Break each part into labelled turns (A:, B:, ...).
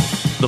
A: The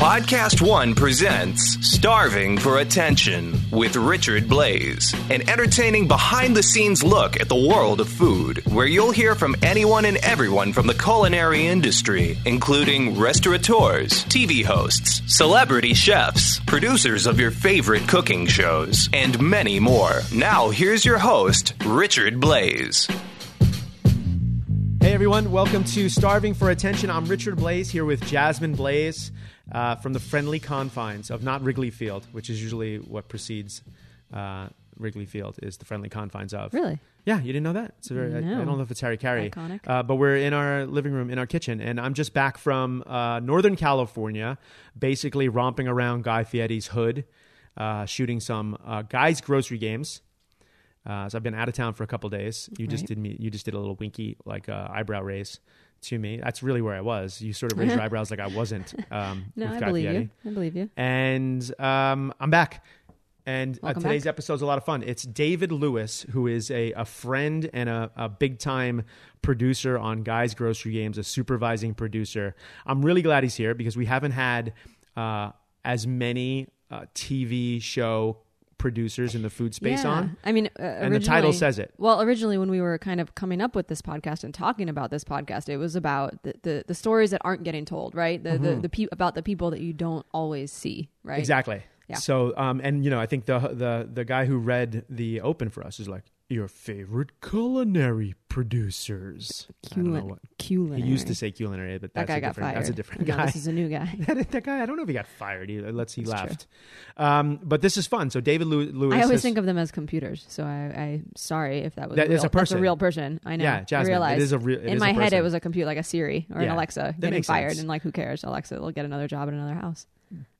A: Podcast One presents Starving for Attention with Richard Blaze, an entertaining behind the scenes look at the world of food, where you'll hear from anyone and everyone from the culinary industry, including restaurateurs, TV hosts, celebrity chefs, producers of your favorite cooking shows, and many more. Now, here's your host, Richard Blaze.
B: Hey everyone, welcome to Starving for Attention. I'm Richard Blaze here with Jasmine Blaze uh, from the friendly confines of not Wrigley Field, which is usually what precedes uh, Wrigley Field is the friendly confines of.
C: Really?
B: Yeah, you didn't know that? It's a very, I- I,
C: No.
B: don't know if it's Harry Carey.
C: Iconic.
B: Uh, but we're in our living room, in our kitchen, and I'm just back from uh, Northern California, basically romping around Guy Fieri's hood, uh, shooting some uh, guys' grocery games. Uh, so I've been out of town for a couple days. You just
C: Right.
B: did me. You just did a little winky, like uh, eyebrow raise to me. That's really where I was. You sort of raised your eyebrows like I wasn't. Um,
C: No,
B: with
C: I
B: Guy
C: believe
B: Fieri.
C: you. I believe you.
B: And um, I'm back. And uh,
C: Welcome
B: today's
C: back.
B: episode's a lot of fun. It's David Lewis, who is a, a friend and a, a big time producer on Guys Grocery Games, a supervising producer. I'm really glad he's here because we haven't had uh, as many uh, TV show producers in the food space
C: Yeah.
B: on.
C: I mean, uh,
B: the title
C: originally-
B: says it.
C: Well, originally when we were kind of coming up with this podcast and talking about this podcast, it was about the the, the stories that aren't getting told, right? The
B: Mm-hmm.
C: the, the pe- about the people that you don't always see, right?
B: Exactly.
C: Yeah.
B: So, um, and you know, I think the the the guy who read the open for us is like your favorite culinary producers. I don't know
C: Culin-
B: what-
C: culinary.
B: He used to say culinary, but
C: that
B: that's
C: guy
B: a
C: got
B: different.
C: fired.
B: That's a different
C: No,
B: guy.
C: this is a new guy.
B: that, that guy, I don't know if he got fired. He, let's he left. Um, but this is fun. So David Lew- Lewis.
C: I always
B: has-
C: think of them as computers, so I, I sorry if that was
B: That
C: real.
B: is a
C: That's
B: person.
C: a real person. I know.
B: Yeah,
C: I
B: Jasmine, it
C: realized
B: is a real- it
C: in
B: is a
C: my head,
B: person.
C: it was a computer like a Siri or
B: Yeah,
C: an Alexa
B: that
C: getting
B: makes
C: fired,
B: sense.
C: and like who cares? Alexa will get another job in another house.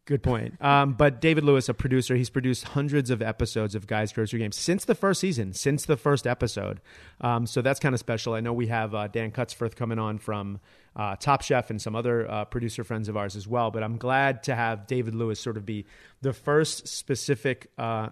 B: Good point. Um, but David Lewis, a producer, he's produced hundreds of episodes of Guys Grocery Games since the first season, since the first episode. Um, so that's kind of special. I know we have uh, Dan Cutsforth coming on from uh, Top Chef and some other uh, producer friends of ours as well. But I'm glad to have David Lewis sort of be the first specific uh,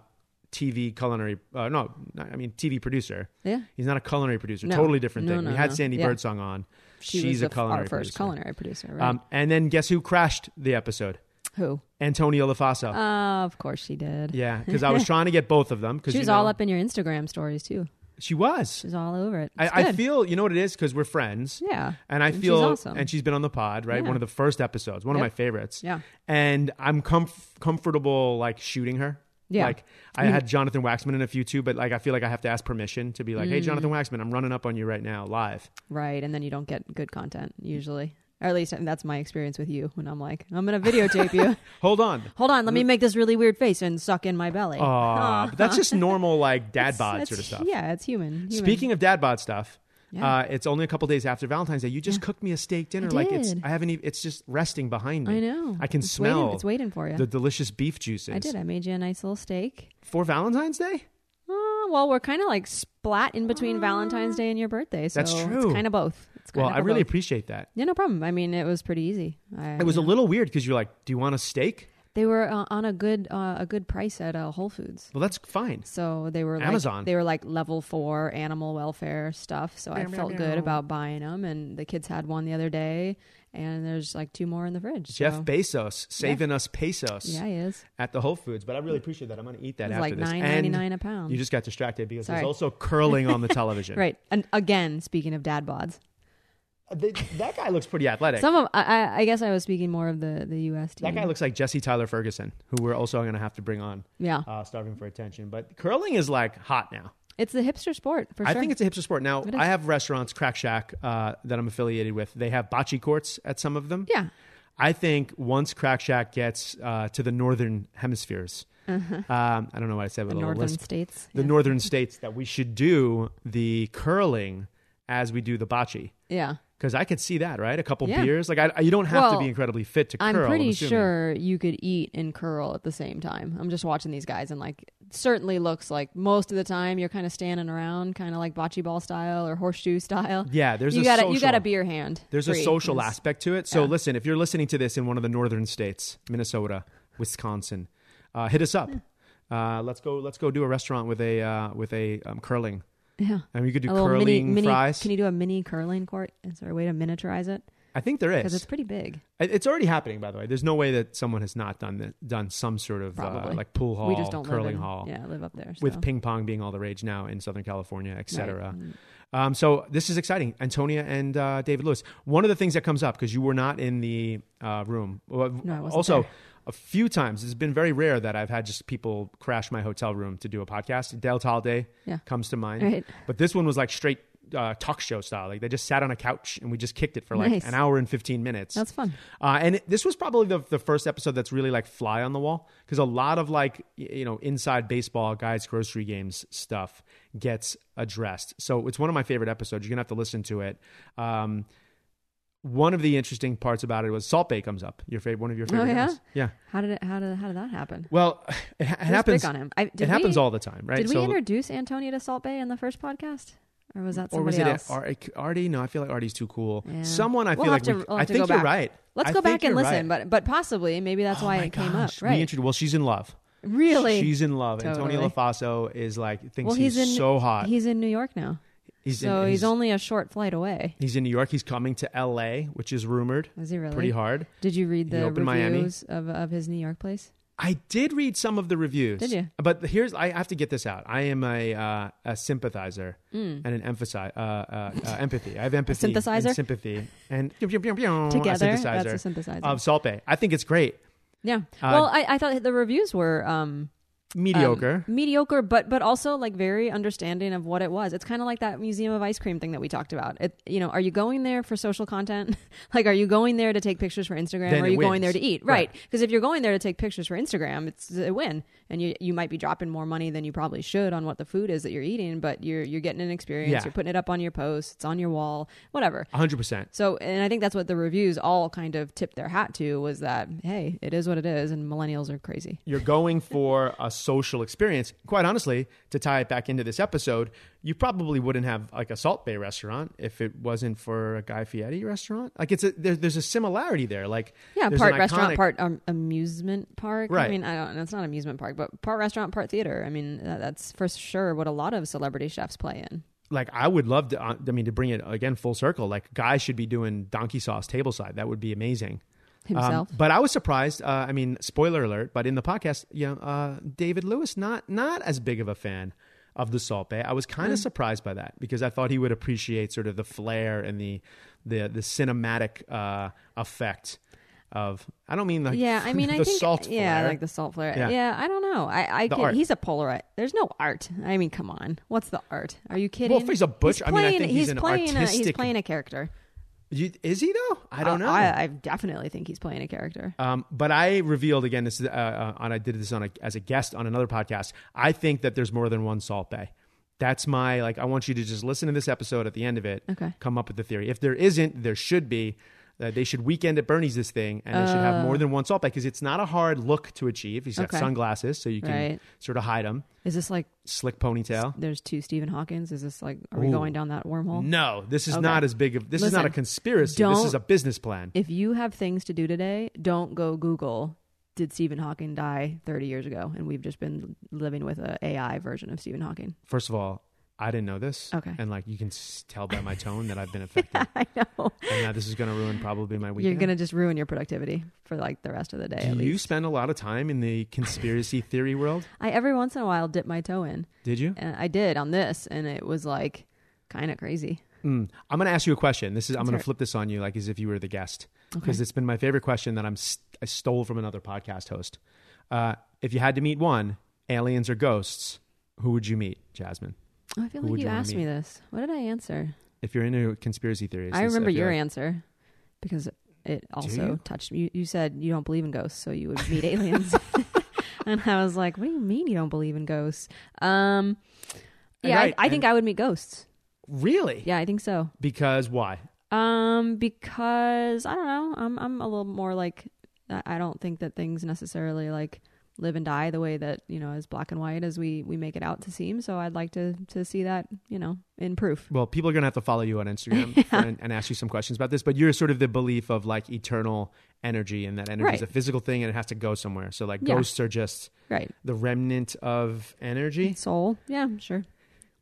B: TV culinary, uh, no, I mean TV producer.
C: Yeah.
B: He's not a culinary producer.
C: No.
B: Totally different
C: No,
B: thing. we
C: no,
B: had
C: no.
B: Sandy
C: Yeah.
B: Birdsong on.
C: She
B: She's a
C: was the, f- our
B: culinary
C: first
B: producer.
C: culinary producer, right?
B: Um, and then guess who crashed the episode?
C: who?
B: Antonio LaFaso.
C: Uh, of course she did.
B: Yeah, because I was trying to get both of them. Because
C: She was all up in your Instagram stories too.
B: She was.
C: She was all over it. It's
B: I, I
C: good.
B: feel you know what it is because we're friends.
C: Yeah.
B: And I
C: And she's
B: feel,
C: awesome.
B: and she's been on the pod, right?
C: Yeah.
B: One of the first episodes, one of my
C: Yep.
B: favorites.
C: Yeah.
B: And I'm comf- comfortable like shooting her.
C: Yeah.
B: Like I had Jonathan Waxman in a few too, but like I feel like I have to ask permission to be like, hey,
C: Mm.
B: Jonathan Waxman, I'm running up on you right now live.
C: Right. And then you don't get good content usually. Or at least I mean, that's my experience with you when I'm like, I'm going to videotape you.
B: Hold on.
C: Hold on. Let me make this really weird face and suck in my belly.
B: Aw, but that's just normal like dad
C: It's-
B: bod
C: it's-
B: sort of stuff.
C: Yeah. It's human. human.
B: Speaking of dad bod stuff,
C: Yeah.
B: uh, it's only a couple days after Valentine's Day. You just cooked me a steak dinner. Like it's
C: did.
B: I haven't even. It's just resting behind me.
C: I know.
B: I can
C: It's
B: smell.
C: waiting- it's waiting for you.
B: The delicious beef juices.
C: I did. I made you a nice little steak.
B: for Valentine's Day.
C: Uh, well, we're kind of like splat in between Valentine's Day and your birthday. So
B: That's true.
C: It's kind of both. It's
B: Well,
C: kinda
B: I
C: for
B: really
C: both.
B: appreciate that.
C: Yeah, no problem. I mean, it was pretty easy. I,
B: It was a little weird because you're like, "Do you want a steak?"
C: They were uh, on a good uh, a good price at uh, Whole Foods.
B: Well, that's fine.
C: So they were like,
B: Amazon.
C: They were like level four animal welfare stuff. So I felt good about buying them, and the kids had one the other day, and there's like two more in the fridge.
B: Jeff
C: so.
B: Bezos saving us pesos
C: yeah, he is.
B: at the Whole Foods, but I really appreciate that. I'm going to eat that
C: It was
B: after
C: like
B: this. And
C: $9.99 a pound.
B: You just got distracted because
C: Sorry.
B: there's also curling on the television.
C: Right, and again, speaking of dad bods,
B: Uh, th- that guy looks pretty athletic.
C: some of I, I- I guess I was speaking more of the the U.S. team.
B: That guy looks like Jesse Tyler Ferguson, who we're also going to have to bring on,
C: yeah,
B: uh, starving for attention. But curling is like hot now.
C: it's the hipster sport for
B: I
C: sure.
B: think it's a hipster sport. Now,
C: It is.
B: I have restaurants, Crack Shack, uh, that I'm affiliated with. They have bocce courts at some of them.
C: yeah,
B: I think once Crack Shack gets uh, to the northern hemispheres, um, I don't know why I said with a little
C: Mm-hmm. the northern
B: lisp.
C: states.
B: the
C: yeah.
B: northern states, that we should do the curling as we do the bocce.
C: yeah.
B: Because I could see that, right? A couple
C: Yeah.
B: beers. Like, I, I- you don't have to
C: Well,
B: be incredibly fit to curl.
C: I'm pretty
B: assuming.
C: sure you could eat and curl at the same time. I'm just watching these guys and like certainly looks like most of the time you're kind of standing around, kind of like bocce ball style or horseshoe style.
B: Yeah, there's
C: you
B: a
C: gotta
B: social-
C: you got to be your hand.
B: There's a
C: free.
B: social
C: It's-
B: aspect to it. So listen, if you're listening to this in one of the northern states, Minnesota, Wisconsin, uh, hit us up.
C: Hmm.
B: Uh, let's go. Let's go do a restaurant with a uh, with a um, curling.
C: Yeah.
B: I mean, you could do
C: a little
B: curling
C: mini, mini,
B: fries.
C: Can you do a mini curling court? Is there a way to miniaturize it?
B: I think there
C: Because
B: is.
C: it's pretty big.
B: I- It's already happening, by the way. There's no way that someone has not done that, done some sort of uh,
C: Probably.
B: like pool hall,
C: we just don't
B: curling
C: live in,
B: hall,
C: Yeah, live up there.
B: with
C: so.
B: ping pong being all the rage now in Southern California, et
C: Right.
B: cetera. Um, so this is exciting, Antonia and uh, David Lewis. One of the things that comes up because you were not in the uh, room. Well,
C: No, I wasn't
B: also,
C: there.
B: a few times it's been very rare that I've had just people crash my hotel room to do a podcast. Del Talde
C: Yeah.
B: comes to mind,
C: Right.
B: but this one was like straight. Uh, talk show style, like they just sat on a couch and we just kicked it for like
C: Nice.
B: an hour and fifteen minutes.
C: That's fun.
B: Uh, and it- this was probably the, the first episode that's really like fly on the wall because a lot of like y- you know inside baseball guys grocery games stuff gets addressed. So it's one of my favorite episodes. You're gonna have to listen to it. Um, one of the interesting parts about it was Salt Bay comes up. Your favorite, one of your favorite
C: Oh, yeah?
B: guys. Yeah.
C: How did it? How did how did that happen?
B: Well, it, ha- it
C: Who's
B: happens.
C: Big on him. I,
B: It
C: did
B: happens
C: we-
B: all the time, right?
C: Did we introduce Antonia to Salt Bay in the first podcast, or was that
B: or
C: somebody
B: was it
C: else?
B: Ar- Artie? No, I feel like Artie's too cool.
C: Yeah.
B: Someone, I
C: We'll
B: feel
C: have
B: like
C: to-
B: we,
C: we'll
B: I
C: have to
B: think
C: go
B: you're
C: back.
B: right.
C: Let's
B: I
C: go
B: think
C: back and
B: you're
C: listen,
B: right.
C: but but possibly maybe that's
B: Oh
C: why
B: my
C: it came
B: gosh,
C: up. Right?
B: We introduced. Well, she's in love.
C: really?
B: She's in love. Antonio
C: Totally.
B: LaFaso is like thinks
C: well, he's,
B: he's,
C: in
B: so hot.
C: He's in New York now,
B: he's
C: so
B: in,
C: he's, only a short flight away.
B: he's in New York. He's coming to L.A., which is rumored
C: Is he really?
B: pretty hard.
C: Did you read
B: He
C: the
B: opened Miami.
C: reviews of of his New York place?
B: I did read some of the reviews.
C: Did you?
B: But here's I have to get this out. I am a uh, a sympathizer and an emphasize uh, uh, uh, empathy. I have empathy,
C: Mm. synthesizer?
B: and sympathy, and together
C: Together,
B: a
C: that's
B: synthesizer
C: a synthesizer.
B: of Salt Bay. I think it's great.
C: Yeah.
B: Uh,
C: well, I, I thought the reviews were um, um,
B: Mediocre.
C: mediocre, but but also like very understanding of what it was. It's kind of like that Museum of Ice Cream thing that we talked about. It, you know, are you going there for social content? like, are you going there to take pictures for Instagram?
B: Then
C: or are
B: it
C: you
B: wins.
C: going there to eat?
B: Right.
C: Right. Because if you're going there to take pictures for Instagram, it's a win, and you you might be dropping more money than you probably should on what the food is that you're eating, but you're you're getting an experience.
B: Yeah.
C: You're putting it up on your post. It's on your wall. Whatever.
B: A hundred percent.
C: So, and I think that's what the reviews all kind of tipped their hat to was that, hey, it is what it is, and millennials are crazy.
B: you're going for a social experience. Quite honestly, to tie it back into this episode, you probably wouldn't have like a Salt Bay restaurant if it wasn't for a Guy Fieri restaurant. Like it's a there, there's a similarity there. Like
C: Yeah,
B: there's
C: part
B: an
C: restaurant,
B: iconic-
C: part um, amusement park.
B: Right.
C: I mean, I don't. It's not amusement park, but part restaurant, part theater. I mean, that, that's for sure what a lot of celebrity chefs play in.
B: Like I would love to. uh, I mean, to bring it again full circle. Like Guy should be doing donkey sauce tableside. That would be amazing. Um,
C: Himself.
B: but I was surprised. Uh, I mean, spoiler alert. But in the podcast, you know, uh, David Lewis not not as big of a fan of the Salt Bay. I was kind
C: Mm.
B: of surprised by that because I thought he would appreciate sort of the flair and the the the cinematic uh, effect of. I don't mean like
C: yeah, I mean,
B: the
C: I think
B: salt
C: yeah,
B: flare.
C: like the salt flare.
B: Yeah.
C: Yeah, I don't know. I, I
B: The
C: can-
B: art.
C: he's a Polaroid. There's no art. I mean, come on, what's the art? Are you kidding?
B: Well, if he's a butch- I mean, I
C: playing,
B: think he's an
C: playing a, he's
B: artistic-
C: playing a character.
B: You- is he though? I don't
C: Uh,
B: know.
C: I, I definitely think he's playing a character.
B: Um, but I revealed again this, is, uh, uh, and I did this on a, as a guest on another podcast. I think that there's more than one Salt Bay. That's my like. I want you to just listen to this episode at the end of it.
C: Okay.
B: Come up with the theory. If there isn't, there should be. Uh, they should weekend at Bernie's this thing, and they should have more than one Salt Bay because it's not a hard look to achieve. He's got
C: Oh. Okay.
B: sunglasses, so you can
C: Right.
B: sort of hide them.
C: Is this like
B: Slick ponytail.
C: there's two Stephen Hawkins? Is this like are
B: Ooh.
C: we going down that wormhole?
B: No, this is
C: Okay.
B: not as big of. This is not a
C: Listen,
B: conspiracy. This is
C: don't-
B: a business plan.
C: if you have things to do today, don't go Google did Stephen Hawking die 30 years ago and we've just been living with a AI version of Stephen Hawking.
B: First of all, I didn't know this.
C: Okay.
B: And like you can s- tell by my tone that I've been affected.
C: I know.
B: and now this is going to ruin probably my
C: You're
B: weekend.
C: going to just ruin your productivity for like the rest of the day at
B: Do you
C: least.
B: spend a lot of time in the conspiracy theory world?
C: I every once in a while dip my toe in.
B: Did you?
C: And I did on this and it was like kind of crazy.
B: Mm. I'm going to ask you a question. This is I'm
C: Let's
B: going
C: hear
B: to
C: it.
B: flip this on you, like as if you were the guest,
C: Okay.
B: because it's been my favorite question that I'm st- I stole from another podcast host. Uh, if you had to meet one, aliens or ghosts, who would you meet, Jasmine?
C: Oh, I feel
B: Who
C: like
B: would
C: you,
B: you wanna
C: asked
B: meet?
C: me this. What did I answer?
B: If you're into conspiracy theories,
C: I
B: this-
C: remember
B: feel
C: your
B: like-
C: answer because it also
B: you?
C: touched me. You, you said you don't believe in ghosts, so you would meet aliens. and I was like, what do you mean you don't believe in ghosts? Um,
B: And
C: yeah,
B: right,
C: I, I think
B: and-
C: I would meet ghosts.
B: Really?
C: Yeah, I think so.
B: Because why?
C: Um, because I don't know, I'm I'm a little more like I I don't think that things necessarily like live and die the way that you know as black and white as we we make it out to seem. So I'd like to to see that you know in proof.
B: Well, people are going to have to follow you on Instagram for- and, and ask you some questions about this, but you're sort of the belief of like eternal energy and that energy is
C: Right.
B: a physical thing and it has to go somewhere. So like
C: Yeah.
B: ghosts are just
C: Right.
B: the remnant of energy.
C: Soul. Yeah. Sure.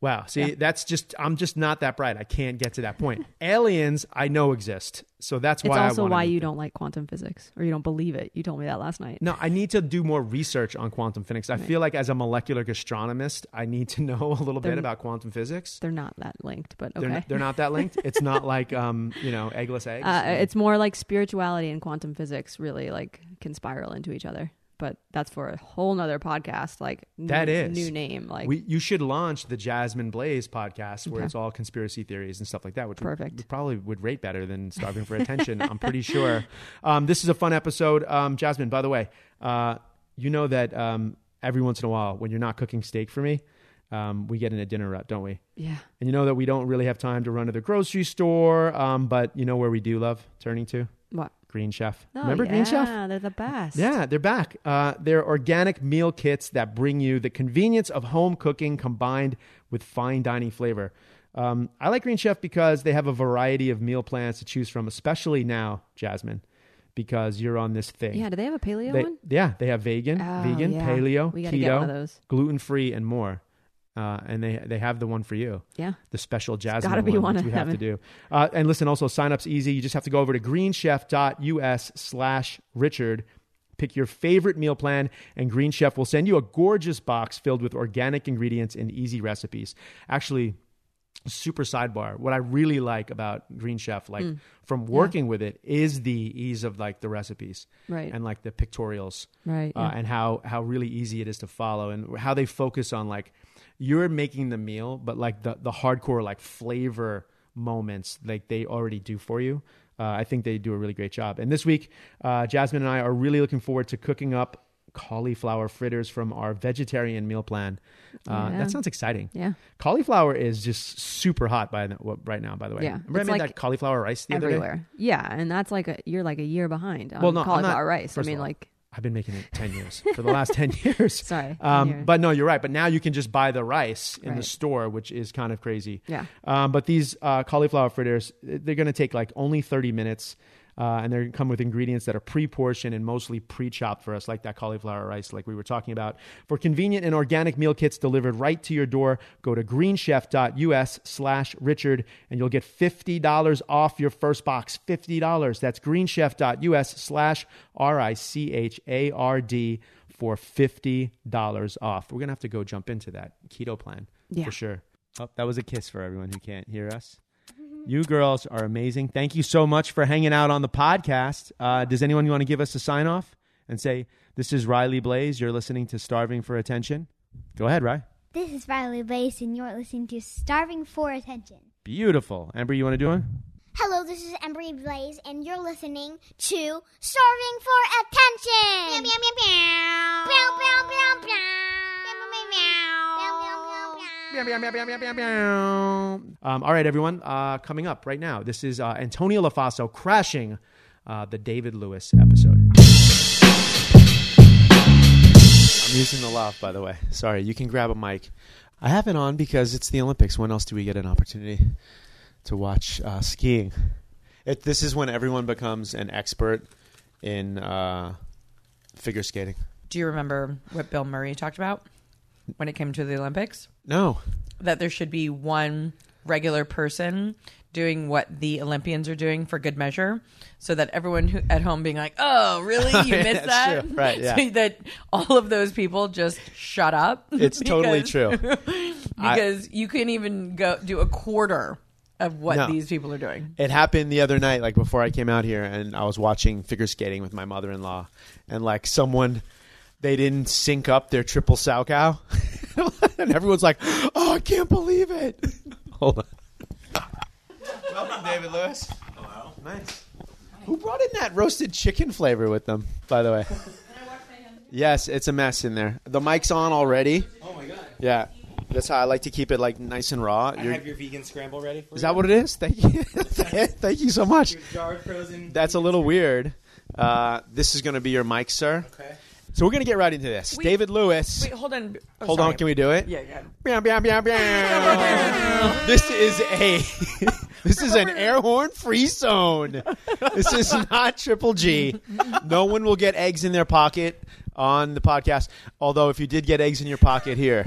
B: Wow. See,
C: Yeah.
B: that's just I'm just not that bright. I can't get to that point. Aliens I know exist. So that's
C: It's
B: why I
C: also
B: wanna
C: why
B: do
C: you
B: that.
C: don't like quantum physics or you don't believe it. You told me that last night.
B: No, I need to do more research on quantum physics. I feel like as a molecular gastronomist, I need to know a little bit
C: They're-
B: about quantum physics.
C: They're not that linked, but okay.
B: They're, not, they're not that linked. It's not like um, you know, eggless eggs.
C: uh, it's more like spirituality and quantum physics really like can spiral into each other. But that's for a whole nother podcast. Like new,
B: That is.
C: new name. Like
B: we, you should launch the Jasmine Blaze podcast where
C: Okay.
B: it's all conspiracy theories and stuff like that, which we-
C: Perfect.
B: we probably would rate better than Starving for Attention. I'm pretty sure. Um, this is a fun episode. Um, Jasmine, by the way, uh, you know that um, every once in a while when you're not cooking steak for me, um, we get in a dinner rut, don't we?
C: yeah,
B: And you know that we don't really have time to run to the grocery store, um, but you know where we do love turning to?
C: what?
B: Green Chef.
C: Oh,
B: Remember
C: yeah,
B: Green Chef?
C: They're the best.
B: Yeah, they're back. Uh, they're organic meal kits that bring you the convenience of home cooking combined with fine dining flavor. Um, I like Green Chef because they have a variety of meal plans to choose from, especially now, Jasmine, because you're on this thing.
C: Yeah. Do they have a paleo
B: they,
C: one?
B: yeah, they have vegan,
C: Oh,
B: vegan,
C: yeah.
B: paleo,
C: We gotta get one of
B: keto,
C: those.
B: gluten free, and more. Uh, and they they have the one for you
C: Yeah.
B: the special Jasmine
C: gotta be
B: one,
C: one
B: which
C: of
B: we have to
C: them.
B: do. Uh, and listen, also sign-up's easy. You just have to go over to greenchef.us slash Richard, pick your favorite meal plan, and Green Chef will send you a gorgeous box filled with organic ingredients and easy recipes. Actually, super sidebar what i really like about green chef like
C: Mm.
B: from working with it is the ease of like the recipes
C: Right.
B: and like the pictorials
C: Right,
B: uh,
C: yeah.
B: and how how really easy it is to follow and how they focus on like you're making the meal but like the the hardcore like flavor moments like they already do for you uh, i think they do a really great job and this week uh, jasmine and i are really looking forward to cooking up cauliflower fritters from our vegetarian meal plan uh,
C: Oh, Yeah.
B: that sounds exciting
C: Yeah.
B: Cauliflower is just super hot by the, what- right now. By the way,
C: Yeah.
B: remember I
C: It's
B: made
C: like
B: that cauliflower rice the other day.
C: Everywhere. Yeah, and that's like a you're like a year behind on
B: Well, no, I'm
C: cauliflower
B: not-
C: rice. I
B: first of
C: mean,
B: all,
C: like
B: I've been making it ten years for the last ten years.
C: Sorry,
B: um,
C: ten years.
B: but no, you're right. But now you can just buy the rice in the
C: Right.
B: store, which is kind of crazy.
C: Yeah.
B: Um, but these uh, cauliflower fritters, they're going to take like only thirty minutes. Uh, and they're gonna come with ingredients that are pre-portioned and mostly pre-chopped for us, like that cauliflower rice, like we were talking about. For convenient and organic meal kits delivered right to your door, go to greenchef.us/richard, and you'll get fifty dollars off your first box. Fifty dollars. That's greenchef.us/richard for fifty dollars off. We're gonna have to go jump into that keto plan
C: Yeah.
B: for sure. Oh, that was a kiss for everyone who can't hear us. You girls are amazing. Thank you so much for hanging out on the podcast. Uh, does anyone want to give us a sign off and say, This is Riley Blaze. You're listening to Starving for Attention? Go ahead, Ry.
D: This is Riley Blaze, and you're listening to Starving for Attention.
B: Beautiful. Amber, you want to do one?
D: Hello, this is Embry Blaze, and you're listening to Starving for Attention. Meow, meow, meow, meow. Meow, meow, meow, meow. Meow, meow, meow, meow. Meow, meow, meow, meow.
B: Um, all right, everyone. Uh, coming up right now, this is uh, Antonio LaFaso crashing uh, the David Lewis episode. I'm using the laugh, by the way. Sorry, you can grab a mic. I have it on because it's the Olympics. When else do we get an opportunity to watch uh, skiing? It, this is when everyone becomes an expert in uh, figure skating.
E: Do you remember what Bill Murray talked about when it came to the Olympics?
B: No,
E: That there should be one regular person doing what the Olympians are doing for good measure, so that everyone who, at home being like, "Oh, really? You
B: Yeah,
E: missed
B: that's
E: that?"
B: true. Right, yeah.
E: So that all of those people just shut up.
B: it's totally
E: because-
B: true. I-
E: Because you can't even go do a quarter of what
B: No.
E: these people are doing.
B: It happened the other night, like before I came out here, and I was watching figure skating with my mother in law, and like someone, they didn't sync up their triple sow cow, and everyone's like, "Oh, I can't believe it!" Hold on. Welcome, David Lewis. Hello. Nice. Who brought in that roasted chicken flavor with them? By the way. Yes, it's a mess in there. The mic's on already.
F: Oh my god!
B: Yeah, that's how I like to keep it like nice and raw.
F: I
B: You're-
F: have your vegan scramble ready. For
B: is that what it is? Thank you. Thank you so much.
F: Your jarred frozen.
B: That's a little weird. Uh, this is going to be your mic, sir.
F: okay.
B: So we're gonna get right into this.
E: We-
B: David Lewis.
E: Wait, hold on. Oh,
B: Hold
E: sorry.
B: on, can we do it?
E: Yeah, yeah.
B: Meow, meow, meow, meow. this is a this is an air horn free zone. This is not Triple G. No one will get eggs in their pocket on the podcast. Although, if you did get eggs in your pocket here,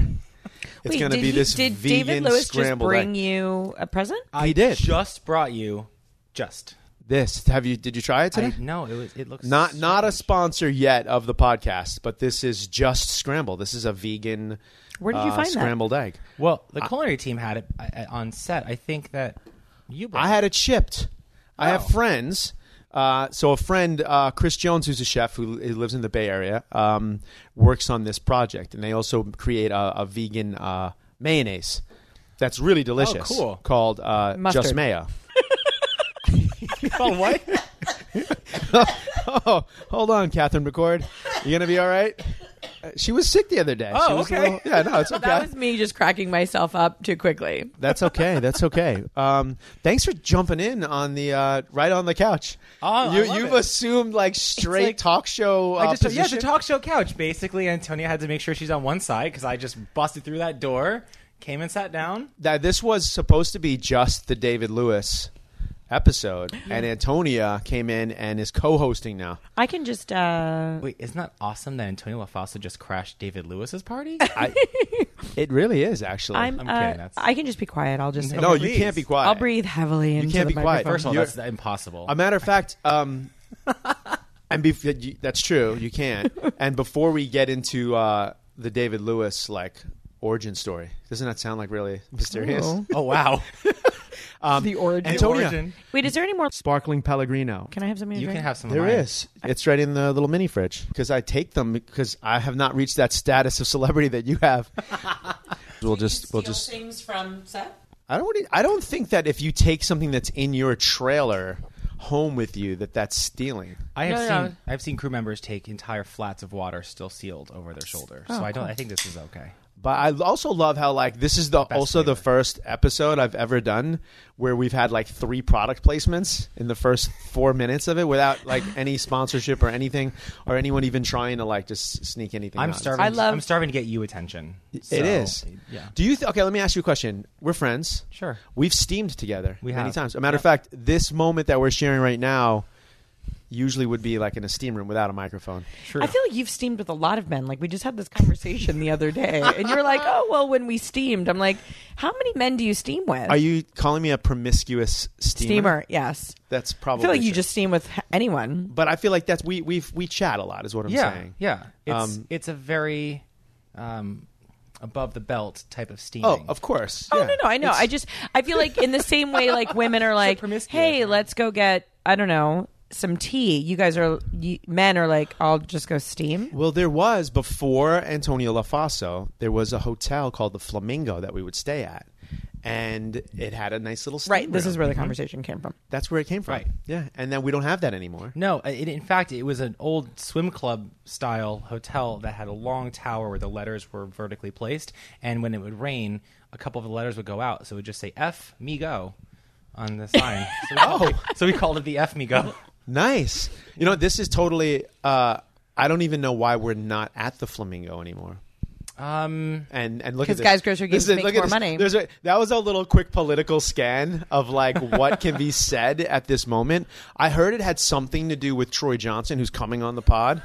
B: it's
E: Wait,
B: going to
E: did
B: be
E: he-
B: this
E: Did
B: vegan
E: David Lewis just
B: scrambled
E: bring
B: egg.
E: you a present?
B: He did
F: Just brought you. Just.
B: this. Have you? Did you try it today?
F: I, no, it was. It looks
B: Not not a sponsor yet of the podcast, but this is just scramble. This is a vegan.
E: Where did you
B: uh,
E: find that?
B: scrambled egg?
F: Well, the culinary team had it uh, on set. I think that you. Brought
B: I had it shipped. I have
F: Oh.
B: friends. Uh, so a friend, uh, Chris Jones, who's a chef who who lives in the Bay Area, um, works on this project, and they also create a, a vegan uh, mayonnaise that's really delicious.
F: cool.
B: Called uh,
E: Oh, Mustard.
B: Just Mayo.
F: called what?
B: Oh, hold on, Catherine McCord. You gonna be all right? Uh, She was sick the other day.
F: Oh,
B: She was a
F: okay.
B: little- yeah, no, it's okay.
E: That was me just cracking myself up too quickly.
B: That's okay. That's okay. Um, thanks for jumping in on the uh, right on the couch.
F: Oh, I
B: you,
F: love
B: you've
F: it.
B: assumed like straight
F: like-
B: talk show. Uh,
F: I just yeah,
B: position.
F: the talk show couch. Basically, Antonia had to make sure she's on one side because I just busted through that door, came and sat down.
B: that this was supposed to be just the David Lewis episode, and Antonia came in and is co-hosting now.
E: I can just uh
F: Wait, isn't that awesome that Antonia LaFossa just crashed David Lewis's party?
B: I, it really is actually.
E: I'm,
F: I'm
E: uh,
F: kidding, that's-
E: I can just be quiet. I'll just
B: no, you
F: please.
B: can't be quiet.
E: I'll breathe heavily into
B: can't
E: the
B: be quiet.
E: microphone.
F: First of all,
B: You're-
F: that's impossible.
B: A matter of fact, um, and bef- that you- that's true. You can't. And before we get into uh, the David Lewis like origin story, doesn't that sound like really mysterious?
E: Ooh.
F: oh wow,
E: the origin.
B: Antonio- Antonia.
F: Origin.
E: Wait, is there any more?
G: Sparkling Pellegrino.
E: Can I have something? to
F: you
E: drink?
F: can have some. of
B: There
F: mine.
B: is. It's right in the little mini fridge because I take them because I have not reached that status of celebrity that you have. we'll just we'll just.
E: things from set.
B: I don't. really- I don't think that if you take something that's in your trailer home with you, that that's stealing.
F: I have
E: No, no,
F: seen
E: no.
F: I've seen crew members take entire flats of water still sealed over their shoulder.
E: Oh,
F: so I don't. I think this is okay.
B: But I also love how like this is the
F: Best
B: also the
F: flavor.
B: first episode I've ever done where we've had like three product placements in the first four minutes of it without like any sponsorship or anything or anyone even trying to like just sneak anything.
F: I'm
B: on.
F: starving.
E: I
F: I
E: love-
F: love. I'm starving to get you attention. So,
B: It is.
F: Yeah.
B: Do you? Th- okay, let me ask you a question. We're friends.
F: Sure.
B: We've steamed together
F: We
B: many
F: have.
B: times. A matter of fact, this moment that we're sharing right now usually would be like in a steam room without a microphone.
E: I feel like you've steamed with a lot of men. Like we just had this conversation the other day, and you're like, "Oh well, when we steamed," I'm like, "How many men do you steam with?"
B: Are you calling me a promiscuous steamer?
E: steamer? Yes.
B: That's
E: I
B: probably.
E: feel like you
B: true.
E: just steam with h- anyone.
B: But I feel like that's we we we chat a lot is what I'm
F: yeah,
B: saying.
F: yeah. It's
B: Um,
F: it's a very um, above the belt type of steaming.
B: Oh, of course.
E: Oh
B: yeah.
E: no, no, I know. I just I feel like in the same way, like women are like,
F: promiscuous,
E: "Hey,
F: man.
E: let's go get I don't know some tea." You guys are you, men are like, "I'll just go steam."
B: Well, there was before Antonio LaFaso, there was a hotel called the Flamingo that we would stay at, and it had a nice little steam
E: Right. Mm-hmm. This
B: room.
E: is where the conversation came from.
B: that's where it came from.
F: Right.
B: Yeah, and then we don't have that anymore.
F: No, it, in fact, it was an old swim club style hotel that had a long tower where the letters were vertically placed, and when it would rain, a couple of the letters would go out, so it would just say "F me go" on the sign. So we called, oh, so we called it the "F me go."
B: Nice. You know, this is totally. Uh, I don't even know why we're not at the Flamingo anymore.
F: Um,
B: And and look at
E: 'Cause
B: this.
E: Guys Grocery
B: This
E: Games
B: is-
E: makes
B: look at
E: more
B: this.
E: money.
B: There's a, that was a little quick political scan of like what can be said at this moment. I heard it had something to do with Troy Johnson, who's coming on the pod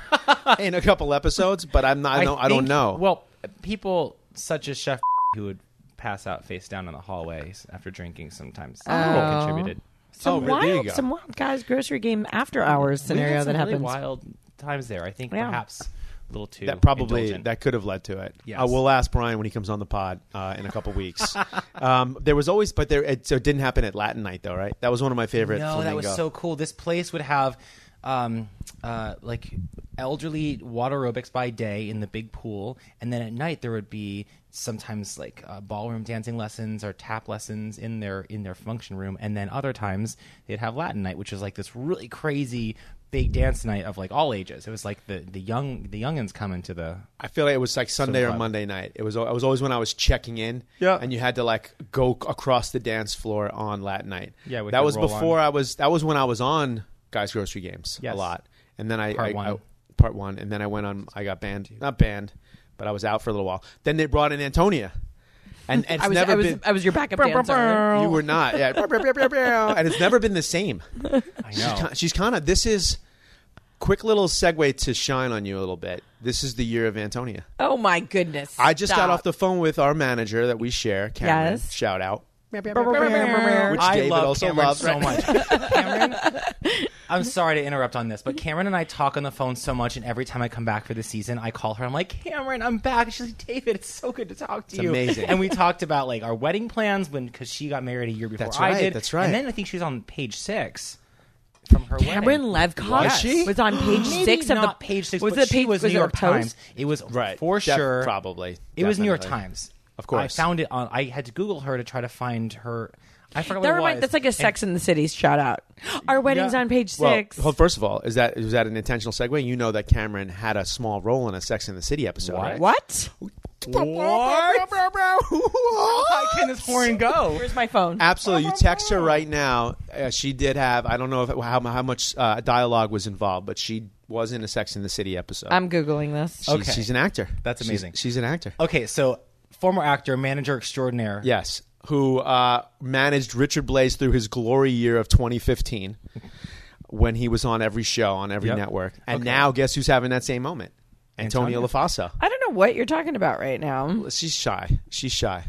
B: in a couple episodes, but I'm not. I, don't- I don't
F: think-
B: know.
F: Well, people such as Chef who would pass out face down in the hallways after drinking sometimes
E: Oh.
F: contributed.
B: Oh,
E: Some
B: really? There you
E: wild,
B: go.
E: some wild guys grocery game after hours
F: We had
E: scenario
F: some
E: that
F: really
E: happens.
F: Wild times there. I think
E: Yeah.
F: perhaps a little too.
B: that probably
F: indulgent.
B: that could have led to it.
F: Yes.
B: Uh, we'll ask Brian when he comes on the pod uh, in a couple weeks. um, there was always, but there it, so it didn't happen at Latin night though, right? That was one of my favorite.
F: No, that was
B: Flamingo.
F: so cool. This place would have um, uh, like elderly water aerobics by day in the big pool, and then at night there would be sometimes like uh, ballroom dancing lessons or tap lessons in their in their function room, and then other times they'd have Latin night, which was like this really crazy big dance night of like all ages. It was like the the young the youngins coming to the
B: I feel like it was like Sunday or
F: club.
B: Monday night. It was. al- It was always when I was checking in.
F: Yeah.
B: And you had to like go c- across the dance floor on Latin night.
F: Yeah, we
B: That
F: could
B: was
F: roll
B: before
F: on.
B: I was. That was when I was on Guys Grocery Games
F: Yes.
B: a lot. And then I,
F: Part
B: I-
F: one.
B: I- part one, and then I went on. I got banned, not banned, but I was out for a little while. Then they brought in Antonia, and, and it's
E: I was,
B: never
E: I was,
B: been.
E: I was your backup dancer.
B: you were not, yeah, and it's never been the same.
F: I know.
B: She's kind of. This is quick little segue to shine on you a little bit. This is the year of Antonia.
E: Oh my goodness!
B: I just got
E: Stop.
B: off the phone with our manager that we share, Cameron.
E: Yes.
B: Shout out. Which
F: I
B: David
F: love
B: also
F: Cameron
B: loves.
F: so much. Cameron, I'm sorry to interrupt on this, but Cameron and I talk on the phone so much, and every time I come back for the season, I call her. I'm like, Cameron, I'm back. She's like, David, it's so good to talk to you.
B: amazing.
F: And we talked about like our wedding plans when because she got married a year before
B: That's
F: I
B: right,
F: did.
B: that's right.
F: And then I think she was on page six from her
E: Cameron
F: wedding.
E: Levcock
F: Was she?
E: was on page
F: Maybe
E: six of the
F: not page six.
E: Was
F: but
E: it
F: she
E: page?
F: was
E: was
F: New
E: it a
F: York Times?
E: post?
F: It was
B: Right.
F: for
B: Def-
F: sure.
B: probably.
F: It was New York
B: Definitely.
F: Times.
B: Of course.
F: I found it on. I had to Google her to try to find her. I forgot what
E: That
F: it
E: reminds.
F: was.
E: That's like a
F: And-
E: Sex in the City's shout out. Our wedding's
F: Yeah.
E: on page
B: Well,
E: six.
B: well, first of all, is that was that an intentional segue? You know that Cameron had a small role in a Sex in the City episode, right?
E: what?
F: How high can this porn go?
E: Where's Oh my phone?
B: Absolutely. You text her right now. Uh, she did have. I don't know if, how how much uh, dialogue was involved, but she was in a Sex in the City episode.
E: I'm googling this.
B: she's,
F: okay.
B: she's an actor.
F: That's
B: She's-
F: amazing.
B: She's, an actor.
F: Okay, so former actor, manager extraordinaire.
B: Yes, who uh, managed Richard Blaze through his glory year of 2015, when he was on every show on every
F: Yep.
B: network. And
F: Okay.
B: now, guess who's having that same moment? Antonia
F: Antonia.
B: LaFossa.
E: I don't know what you're talking about right now.
B: She's shy. She's shy.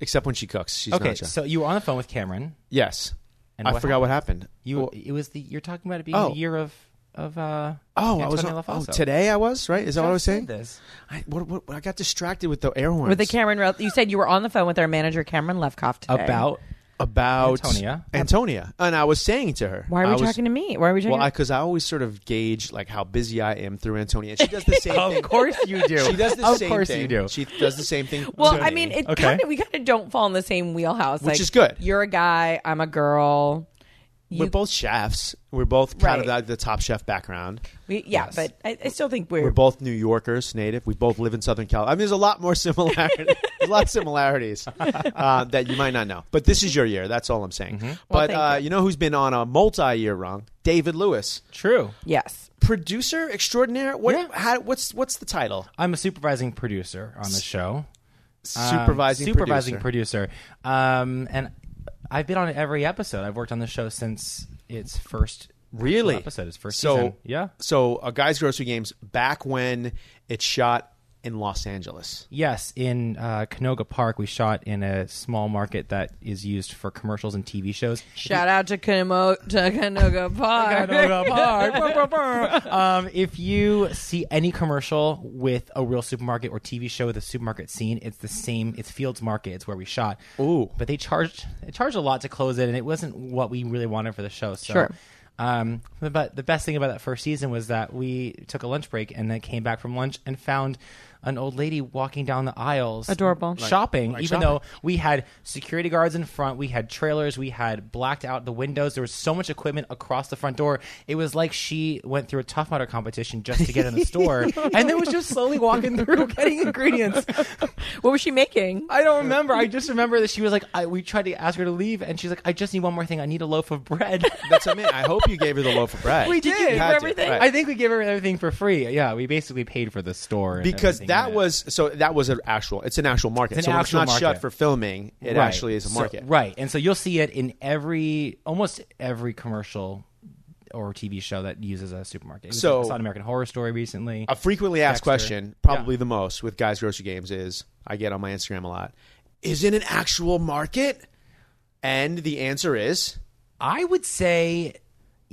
B: Except when she cooks, she's
F: Okay,
B: not shy.
F: so you were on the phone with Cameron.
B: yes,
F: And
B: I
F: what
B: forgot what happened. Oh,
F: You
B: Well,
F: it was the you're talking about it being
B: Oh.
F: the year of of uh
B: oh, I
F: Antonio
B: was on, oh
F: LaFosso.
B: today. I was right. Is that what I was saying?
F: This.
B: I, what, what, I got distracted with the air horns.
E: With the Cameron, Rel- you said you were on the phone with our manager Cameron Levkoff today.
F: About
B: about
F: Antonia.
B: Antonia, and I was saying to her,
E: why are we
B: I was-
E: talking to me? Why are we talking?
B: Well, because I, always sort of gauge like how busy I am through Antonia. And she does the same thing.
F: Of course you do.
B: She does the
F: of
B: same
F: course
B: thing.
F: you do.
B: She does the same thing.
E: Well,
B: to
E: I
B: me.
E: mean, it
F: Okay.
E: kind of we kind of don't fall in the same wheelhouse,
B: Which
E: Like,
B: is good.
E: You're a guy, I'm a girl.
B: we're
E: you-
B: both chefs. We're both kind of
E: Right.
B: like the top chef background.
E: We, yeah, but I, I still think we're,
B: We're both New Yorkers, native. We both live in Southern California. I mean, there's a lot more similarities. there's a lot of similarities uh, that you might not know. But this is your year. That's all I'm saying. But
E: thank
B: uh, you know who's been on a multi-year run? David Lewis,
F: True.
E: yes.
B: producer extraordinaire. What? How, what's what's the title?
F: I'm a supervising producer on the show. Um,
B: supervising
F: supervising
B: producer.
F: producer. Um, and I've been on every episode. I've worked on the show since its first actual
B: Really?
F: episode, its first
B: so,
F: season. Yeah.
B: So, uh, Guys Grocery Games back when it shot in Los Angeles.
F: Yes, in uh, Canoga Park, we shot in a small market that is used for commercials and TV shows.
E: Shout out to Kano to Canoga Park.
F: um, if you see any commercial with a real supermarket or TV show with a supermarket scene, it's the same. It's Fields Market. It's where we shot.
B: Ooh.
F: But they charged they charged a lot to close it, and it wasn't what we really wanted for the show. So.
E: Sure.
F: Um, but the best thing about that first season was that we took a lunch break and then came back from lunch and found an old lady walking down the aisles,
E: Adorable.
F: shopping.
B: like
F: even
B: shopping.
F: though we had security guards in front. We had trailers. We had blacked out the windows. There was so much equipment across the front door. It was like she went through a Tough Mudder competition just to get in the store, and then was just slowly walking through getting ingredients.
E: What was she making?
F: I don't remember. I just remember that she was like, I, we tried to ask her to leave, and she's like, I just need one more thing. I need a loaf of bread.
B: That's what I mean. I hope you gave her the loaf of bread.
F: We
E: Did
F: did.
E: you give
B: had
E: her
B: to,
E: everything?
B: right.
F: I think we gave her everything for free. Yeah, we basically paid for the store and
B: because
F: everything
B: that
F: in it.
B: was so that was an actual it's an actual market
F: It's
B: so
F: an
B: when it's
F: actual
B: not shut
F: market.
B: for filming it
F: Right.
B: actually is a
F: So-
B: market
F: right. And so you'll see it in every almost every commercial or TV show that uses a supermarket. It was-
B: So-
F: I saw an American Horror Story recently.
B: a frequently asked
F: Dexter.
B: question probably the most with guys grocery games is i get on my instagram a lot is it an actual market and the answer is
F: I would say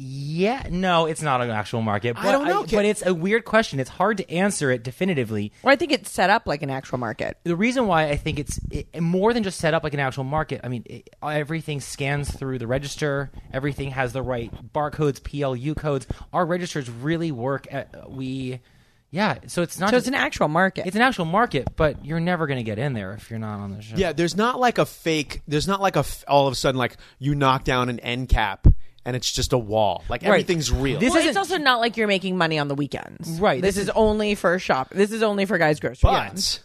F: yeah, no, it's not an actual market. But
B: don't know, kid.
F: but it's a weird question. It's hard to answer it definitively.
E: Or I think it's set up like an actual market.
F: the reason why I think it's it, more than just set up like an actual market. I mean, it, everything scans through the register. Everything has the right barcodes, PLU codes. Our registers really work. At, we, yeah. So it's not.
E: So it's
F: just-
E: an actual market.
F: it's an actual market, but you're never going to get in there if you're not on the show.
B: Yeah, there's not like a fake. There's not like a f- all of a sudden like you knock down an end cap and it's just a wall. Like everything's real.
F: This
E: well, it's
F: isn't-
E: also not like you're making money on the weekends.
F: Right,
E: This,
F: this
E: is, only for shop. This is only for guys' grocery.
B: but
E: games.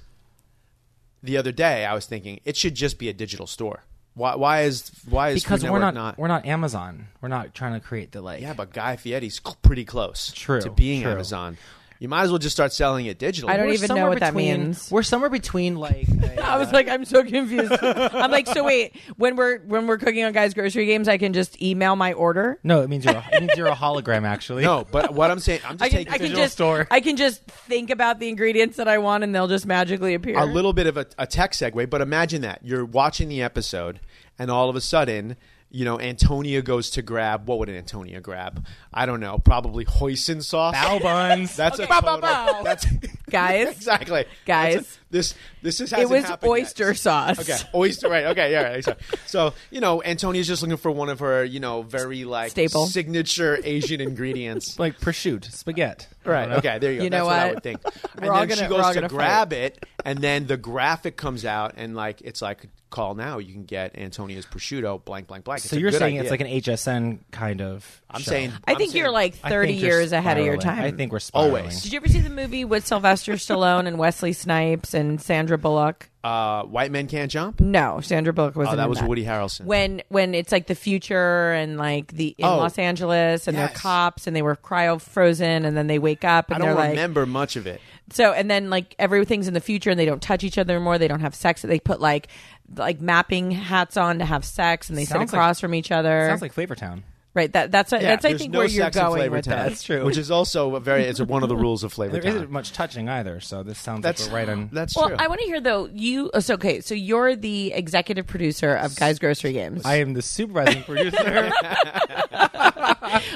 B: the other day I was thinking it should just be a digital store. Why? Why is why is
F: because
B: Food
F: we're not,
B: Network
F: we're not Amazon. We're not trying to create the like.
B: yeah, but Guy Fieri's c- pretty close
F: True,
B: to being
F: true.
B: Amazon. You might as well just start selling it digitally.
E: I don't
F: We're
E: even know
F: somewhere
E: what that
F: between-
E: means.
F: We're somewhere between like a,
E: I was
F: uh,
E: like, I'm so confused. I'm like, so wait, when we're when we're cooking on guys' grocery games, I can just email my order.
F: no, it means you're a, it means you're a hologram actually.
B: No, but what I'm saying, I'm just
E: I can,
B: taking
E: I can
F: digital
E: just
F: store.
E: I can just think about the ingredients that I want, and they'll just magically appear.
B: a little bit of a, a tech segue, but imagine that you're watching the episode, and all of a sudden, you know, Antonia goes to grab what would an Antonia grab? I don't know, probably hoisin sauce.
F: Bow buns.
B: That's a
E: Bow,
B: photo.
E: bow, bow.
B: That's
E: Guys.
B: exactly,
E: Guys.
B: That's a- this this is hasn't
E: was
B: happened yet.
E: oyster sauce.
B: Okay, oyster. Right. Okay. Yeah. Right, exactly. So you know, Antonia's just looking for one of her, you know, very like
E: Staple.
B: signature Asian ingredients.
F: like prosciutto, spaghetti.
B: Right. Okay. There you go.
E: You
B: That's
E: know
B: what? I
E: what?
B: would think. And
E: all
B: then
E: gonna-
B: she
E: we're all
B: goes to
E: gonna fight.
B: grab it, and then the graphic comes out, and like it's like call now. You can get Antonia's prosciutto. Blank. Blank. Blank. It's
F: So
B: a
F: you're
B: good
F: saying
B: idea.
F: it's like an HSN kind of.
B: I'm
F: show.
B: saying.
E: I
B: I'm
E: think
B: saying-
E: you're like
F: I
E: 30
F: think you're
E: years ahead of your
F: spiraling.
E: time.
F: I think we're spiraling.
B: Always.
E: Did you ever see the movie with Sylvester Stallone and Wesley Snipes and Sandra Bullock?
B: uh, white men can't jump.
E: No, Sandra Bullock was.
B: Oh, that was Woody Harrelson.
E: When when it's like the future and like the in
B: Oh.
E: Los Angeles and
B: Yes.
E: they're cops and they were cryo frozen and then they wake up and
B: I don't
E: they're like
B: remember much of it.
E: so and then like everything's in the future and they don't touch each other anymore they don't have sex they put like like mapping hats on to have sex and they
F: Sounds
E: sit across
F: like-
E: from each other
F: sounds like Flavortown.
E: right that that's that's I
B: there's
E: think
B: no
E: where you're
B: sex in
E: going
B: Flavor
E: with
B: Town,
E: that.
F: That's true.
B: Which is also a very it's one of the rules of flavor.
F: There
B: Town.
F: isn't much touching either, so this sounds
B: that's
F: like we're right on.
B: That's
E: Well,
B: true.
E: I want to hear though. You so okay? So you're the executive producer of Guys Grocery Games.
F: I am the supervising producer.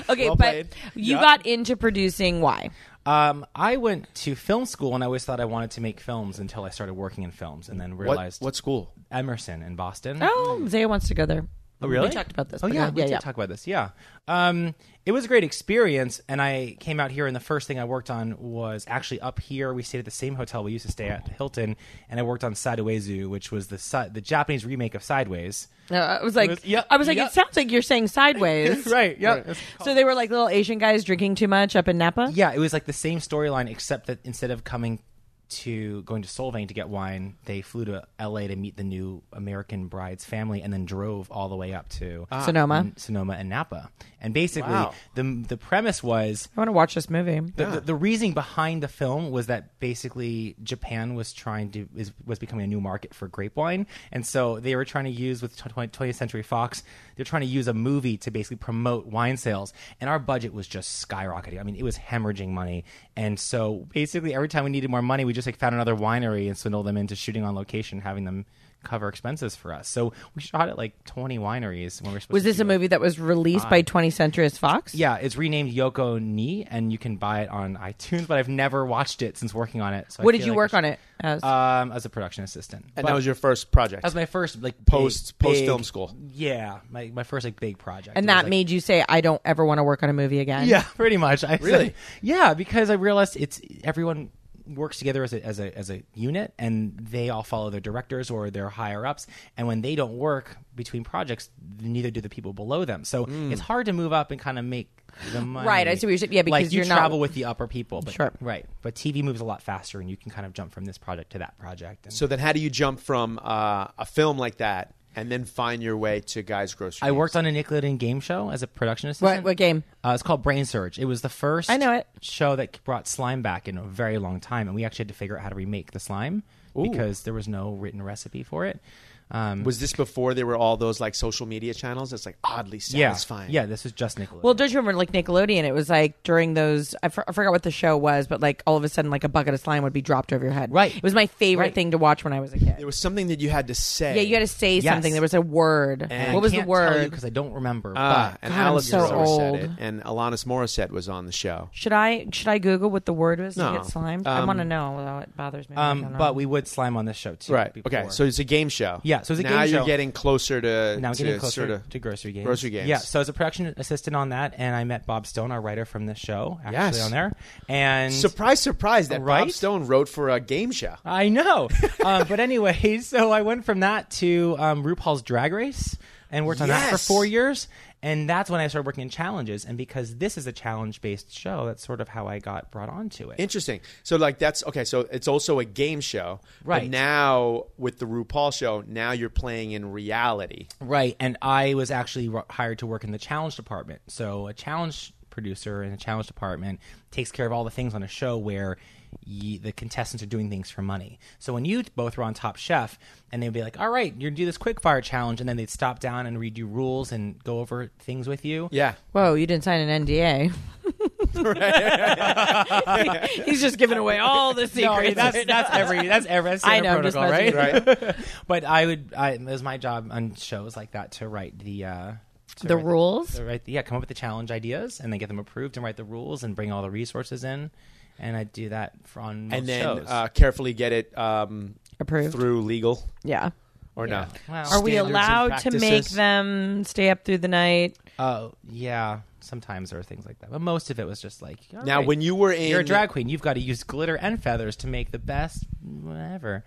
E: okay,
B: well
E: but
B: played.
E: you
B: Yeah.
E: got into producing. Why?
F: um, I went to film school, and I always thought I wanted to make films until I started working in films, and then
B: what,
F: realized
B: what school?
F: Emerson in Boston.
E: Oh, Zaya wants to go there.
F: Oh, really?
E: We talked about this.
F: Oh
E: but
F: yeah, we
E: yeah,
F: did
E: yeah.
F: talk about this. Yeah, um, it was a great experience, and I came out here, and the first thing I worked on was actually up here. We stayed at the same hotel we used to stay at, Hilton, and I worked on Sidewayzu, which was the si- the Japanese remake of Sideways.
E: Uh, I was like,
F: It was- yep,
E: I was like,
F: yep.
E: it sounds like you're saying sideways,
F: Right, yep. Right.
E: So they were like little Asian guys drinking too much up in Napa.
F: Yeah, it was like the same storyline, except that instead of coming to going to Solvang to get wine, they flew to L.A. to meet the new American bride's family, and then drove all the way up to
E: Sonoma.
F: and- Sonoma and Napa. And basically,
B: Wow.
F: the the premise was
E: I want to watch this movie.
F: The, the, the reasoning behind the film was that basically Japan was trying to is, was becoming a new market for grape wine, and so they were trying to use with 20th, 20th Century Fox, they're trying to use a movie to basically promote wine sales. And our budget was just skyrocketing. I mean, it was hemorrhaging money, and so basically every time we needed more money, we just like found another winery and swindled them into shooting on location, having them cover expenses for us. So we shot at like 20 wineries when we were supposed
E: Was
F: to
E: this
F: do
E: a movie that was released by 20th Century Fox?
F: yeah, it's renamed Yoko Ni, and you can buy it on iTunes. But I've never watched it since working on it. So I
E: What did
F: feel
E: you
F: like I
E: work
F: should-
E: on it as?
F: Um, as a production assistant.
B: And
F: But
B: that was your first project.
F: that was my first like
B: Post-
F: big-
B: post-film
F: big-
B: school.
F: Yeah, my, my first like big project.
E: and
F: It was,
E: that
F: like-
E: made you say, I don't ever want to work on a movie again.
F: yeah, pretty much. I
B: Really?
F: said- yeah, because I realized it's everyone works together as a, as a as a unit, and they all follow their directors or their higher ups. And when they don't work between projects, neither do the people below them. So
B: Mm.
F: it's hard to move up and kind of make. The money.
E: Right, I see what you're saying. Yeah,
F: like
E: because
F: you
E: you're not-
F: travel with the upper people, but,
E: Sure.
F: Right, but TV moves a lot faster, and you can kind of jump from this project to that project. And
B: so then, how do you jump from uh, a film like that and then find your way to Guys Grocery?
F: I worked on a Nickelodeon game show as a production assistant.
E: What, what game?
F: Uh, it's called Brain Surge. It was the first
E: I know it.
F: show that brought slime back in a very long time, and we actually had to figure out how to remake the slime because there was no written recipe for it. Um,
B: Was this before there were all those like social media channels? It's like oddly
F: yeah,
B: satisfying.
F: yeah, this was just Nickelodeon.
E: Well, don't you remember like Nickelodeon? It was like during those. I, for, I forgot what the show was, but like all of a sudden, like a bucket of slime would be dropped over your head.
F: Right.
E: It was my favorite
F: Right.
E: thing to watch when I was a kid.
B: There was something that you had to say.
E: yeah, you had to say
F: Yes.
E: something. There was a word.
F: And
E: what was
F: I
E: the
F: can't
E: word?
F: Because I don't remember.
B: Ah,
F: but
B: and
E: God, I'm
B: Alice
E: so
B: Rohr
E: old.
B: said it, and Alanis Morissette was on the show.
E: should I should I Google what the word was
B: No.
E: to get slimed? I
B: Um,
E: want to know. Well, it bothers me. I don't
F: um,
E: know.
F: but we would slime on this show too. before.
B: Okay. So it's a game show.
F: Yeah, so it's a
B: now
F: game
B: you're
F: show.
B: getting closer to
F: now I'm
B: to
F: getting closer
B: sort of-
F: to grocery games.
B: grocery games.
F: Yeah, so as a production assistant on that, and I met Bob Stone, our writer from this show, actually
B: Yes.
F: on there. And
B: surprise, surprise! That Bob
F: Right?
B: Stone wrote for a game show.
F: I know. um, but anyway, so I went from that to um, RuPaul's Drag Race and worked on that for
B: Yes.
F: four years. And that's when I started working in challenges. And because this is a challenge based show, that's sort of how I got brought onto it.
B: Interesting. So like that's okay. So it's also a game show, But
F: Right.
B: now with the RuPaul show, now you're playing in reality.
F: Right. And I was actually r- hired to work in the challenge department. So a challenge producer in the challenge department takes care of all the things on a show where ye, the contestants are doing things for money. So when you both were on Top Chef, and they'd be like, "All right, you're gonna do this quick fire challenge," and then they'd stop down and redo rules and go over things with you.
B: Yeah.
E: Whoa, you didn't sign an NDA. He's just giving away all the
F: No, I
E: secrets.
F: mean, that's that's every that's every that's
E: I
F: standard
E: know, I'm just
F: protocol,
E: messing
F: right?
E: with
F: Right. but I would. I, it was my job on shows like that to write the uh, to
E: The
F: write
E: rules?
F: to write the- yeah, come up with the challenge ideas and then get them approved and write the rules and bring all the resources in. And I do that for on most
B: And then
F: shows.
B: uh, carefully get it um,
E: Approved.
B: through legal
E: yeah.
B: or
F: yeah.
B: not.
F: Well,
E: Are we
B: Standards and
E: allowed to make
B: practices.
E: them stay up through the night?
F: oh yeah. Sometimes there are things like that, but most of it was just like all
B: Now,
F: right,
B: when you were in
F: you're a drag queen, you've got to use glitter and feathers to make the best whatever.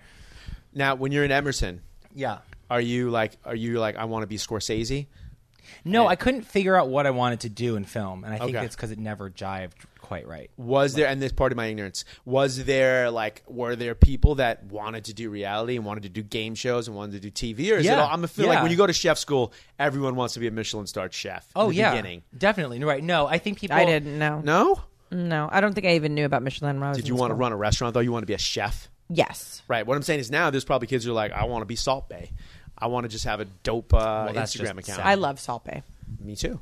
B: now when you're in Emerson,
F: Yeah.
B: are you like are you like I want to be Scorsese?
F: No, I couldn't figure out what I wanted to do in film, and I think
B: Okay.
F: it's because it never jived quite right.
B: Was there and this part of my ignorance was there like were there people that wanted to do reality and wanted to do game shows and wanted to do TV or is it
F: Yeah.
B: all, I'm a feel like
F: Yeah.
B: when you go to chef school everyone wants to be a Michelin starred chef. in
F: Oh
B: the
F: yeah,
B: beginning.
F: definitely right. No, I think people.
E: I didn't know.
B: No,
E: No, I don't think I even knew about Michelin. When I was
B: did
E: in
B: you want to
E: school.
B: run a restaurant though? You want to be a chef,
E: Yes.
B: right? What I'm saying is now there's probably kids who are like I want to be Salt Bay. I want to just have a dope uh,
F: Well, that's
B: Instagram
F: just
B: account.
F: sad.
E: I love Salpe.
B: Me too.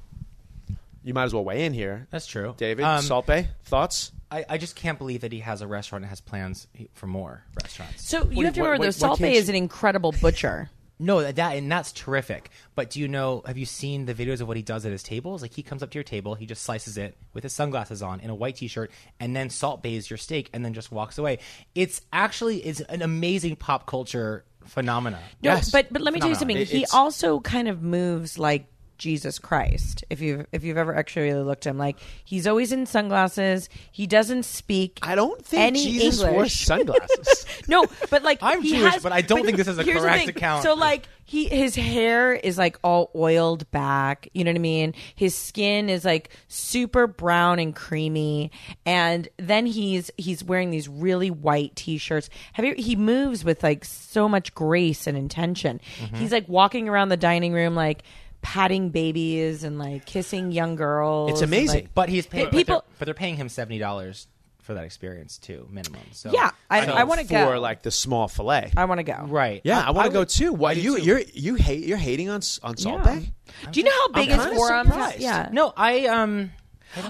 B: You might as well weigh in here.
F: That's true.
B: David,
F: Um,
B: Salt Bay, thoughts?
F: I, I just can't believe that he has a restaurant and has plans for more restaurants.
E: So you have to
B: what-
E: remember,
B: what-
E: though,
B: what
E: Salpe
B: can't
E: is an incredible butcher.
F: No, that that- and that's terrific. But do you know? Have you seen the videos of what he does at his tables? Like he comes up to your table, he just slices it with his sunglasses on in a white t-shirt, and then salt bays your steak, and then just walks away. It's actually it's an amazing pop culture phenomena.
E: No,
B: Yes.
E: but but let me tell you
F: Phenomenon.
E: something.
B: It-
E: he
B: it's-
E: also kind of moves like Jesus Christ. If you have if you've ever actually really looked at him, like he's always in sunglasses. He doesn't speak.
B: I don't think
E: any
B: Jesus
E: English.
B: wore sunglasses.
E: No, but like
F: I'm
E: he
F: Jewish,
E: has-
F: but I don't think this is a
E: here's the
F: correct
E: thing.
F: account.
E: So like he his hair is like all oiled back. You know what I mean? His skin is like super brown and creamy, and then he's he's wearing these really white t-shirts. Have you? He moves with like so much grace and intention.
F: Mm-hmm.
E: He's like walking around the dining room like patting babies and like kissing young girls.
B: It's
E: and,
B: amazing.
E: like-
F: But he's paying
E: But people-
F: But they're, but they're paying him seventy dollars for that experience too, minimum. So
E: yeah, I,
F: so-
E: I want to
B: for
E: go.
B: like the small fillet.
E: I want to go.
F: right.
B: yeah, I, want to
F: would-
B: go too. Why
F: I do
B: you
F: too.
B: you're you hate you're hating on s- on Salt
E: Yeah.
B: Bay?
E: Do you know how big
B: kinda
E: his forearms?
B: surprised.
E: Yeah.
F: Uh, No, I um.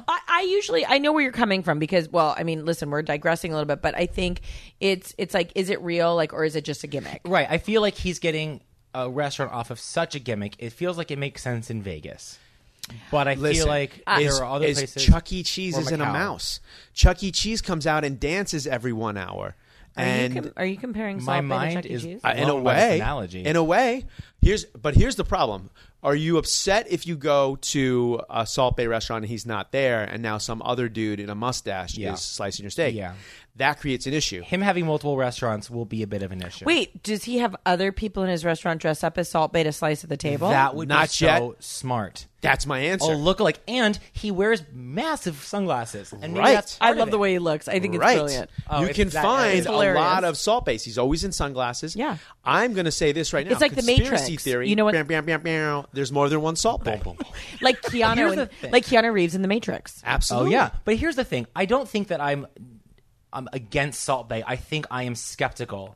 E: I, I usually I know where you're coming from because well I mean listen we're digressing a little bit but I think it's it's like is it real like or is it just a gimmick
F: Right. I feel like he's getting a restaurant off of such a gimmick. It feels like it makes sense in Vegas. But I feel like "Ah, there
B: Ah. is,
F: are other
B: is
F: places.
B: Chuck E. Cheese
F: or
B: is in a
F: Macau.
B: mouse. Chuck E. Cheese comes out and dances every one hour.
E: are,
B: and
E: you com- are you comparing Salt Bay
F: my
E: to
F: mind
E: Chuck E.
F: is-
E: Cheese?
B: I- in a
F: Long by
B: way,
F: analogy.
B: in a way, here's but here's the problem. Are you upset if you go to a Salt Bay restaurant and he's not there, and now some other dude in a mustache
F: Yeah.
B: is slicing your steak?
F: Yeah.
B: that creates an issue.
F: Him having multiple restaurants will be a bit of an issue.
E: Wait does he have other people in his restaurant dress up as Salt Bay to slice at the table
F: that would
B: Not
F: be so
B: yet.
F: smart.
B: That's my answer.
F: A lookalike, and he wears massive sunglasses. And maybe
B: Right.
F: that's
E: I
F: part
E: love
F: of
E: the
F: it.
E: way he looks I think it's
B: right.
E: brilliant
F: Oh,
B: you
F: it's
B: can
F: that-
B: find
F: it's
B: a
E: hilarious.
B: lot of salt base. He's always in sunglasses.
E: Yeah.
B: I'm going to say this right now.
E: It's like the
B: Conspiracy
E: Matrix.
B: theory.
E: You know what-
B: Bam, bam, bam, bam. There's more than one salt base.
E: like Keanu
F: Here's the
E: and,
F: thing.
E: like Keanu Reeves in The Matrix
F: Oh
B: Absolutely.
F: yeah, but here's the thing: I don't think that I'm I'm against Salt Bay. I think I am skeptical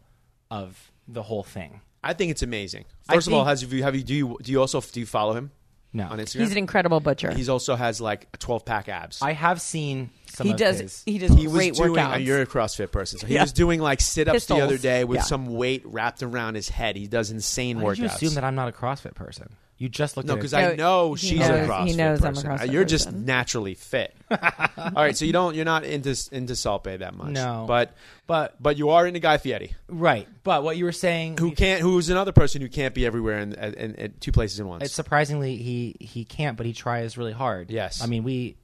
F: of the whole thing.
B: I think it's amazing.
F: I
B: First of all,
F: think-
B: has you have you do you do you also do you follow him
F: No,
B: on Instagram?
E: he's an incredible butcher
B: He's also has like a 12 pack abs.
F: I have seen some.
E: he
F: of
E: does
F: his-
E: he does
B: he was
E: great
B: doing.
E: workouts
B: uh, You're a CrossFit person, so he
E: Yeah.
B: was doing like sit ups the
E: Pistols.
B: other day with
E: Yeah.
B: some weight wrapped around his head. He does insane
F: Why
B: workouts.
F: did you assume that I'm not a CrossFit person? You just looked
B: No,
F: at
B: because
F: it.
B: I
E: No,
B: know
E: he
B: she's a
E: knows-
B: CrossFit.
E: he knows I'm a
B: person. Uh,
E: CrossFit
B: You're just
E: person.
B: naturally fit. All right, so you don't. You're not into into Salt Bay that much.
F: No.
B: but
F: But-
B: but you are into Guy Fieri,
F: right. But what you were saying,
B: who can't. Who's another person who can't be everywhere in, in, in, in two places at once.
F: it's surprisingly he he can't, but he tries really hard.
B: Yes.
F: I mean we.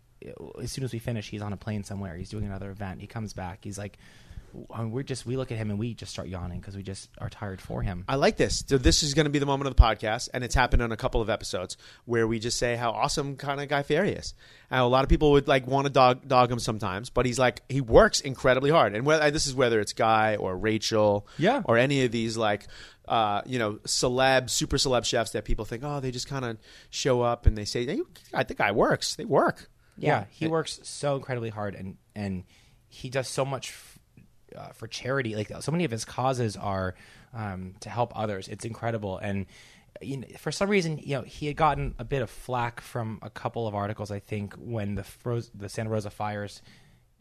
F: As soon as we finish, he's on a plane somewhere. He's doing another event. He comes back. He's like, I mean, we're just we look at him and we just start yawning because we just are tired for him.
B: I like this. So this is going to be the moment of the podcast, and it's happened on a couple of episodes where we just say how awesome kind of Guy Fieri is. Now, a lot of people would like want to dog dog him sometimes, but he's like he works incredibly hard, and whether, this is whether it's Guy or Rachel,
F: Yeah.
B: or any of these like. Uh, you know, celeb, super celeb chefs that people think, oh, they just kind of show up and they say, hey, I think I works. They work.
F: Yeah, he works so incredibly hard, and and he does so much f- uh, for charity. Like so many of his causes are um, to help others. It's incredible, and you know, for some reason, you know, he had gotten a bit of flack from a couple of articles. I think when the Fro- the Santa Rosa fires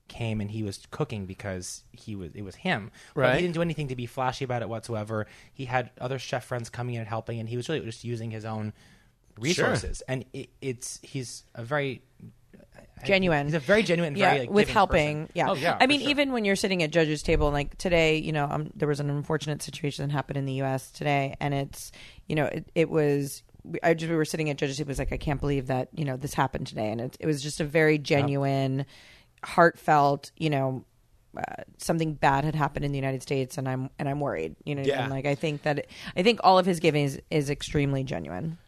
F: came and he was cooking because he was it was him but
B: Right.
F: he didn't do anything to be flashy about it whatsoever he had other chef friends coming in and helping and he was really just using his own resources and it, it's he's a very
E: genuine.
F: He's a very genuine,
E: yeah,
F: very, like,
E: with
F: giving
E: helping.
F: person.
E: Yeah.
F: Oh, yeah,
E: I
F: for
E: mean,
F: sure.
E: even when you're sitting at judges' table, and like today, you know, um, there was an unfortunate situation that happened in the U.S. today, and it's, you know, it, it was. we- I just we were sitting at judges' table. It was like I can't believe that you know this happened today, and it, it was just a very genuine, heartfelt, you know. Uh, something bad had happened in the United States, and I'm and I'm worried. You know, what I mean?
B: Yeah.
E: like I think that it, I think all of his giving is, is extremely genuine.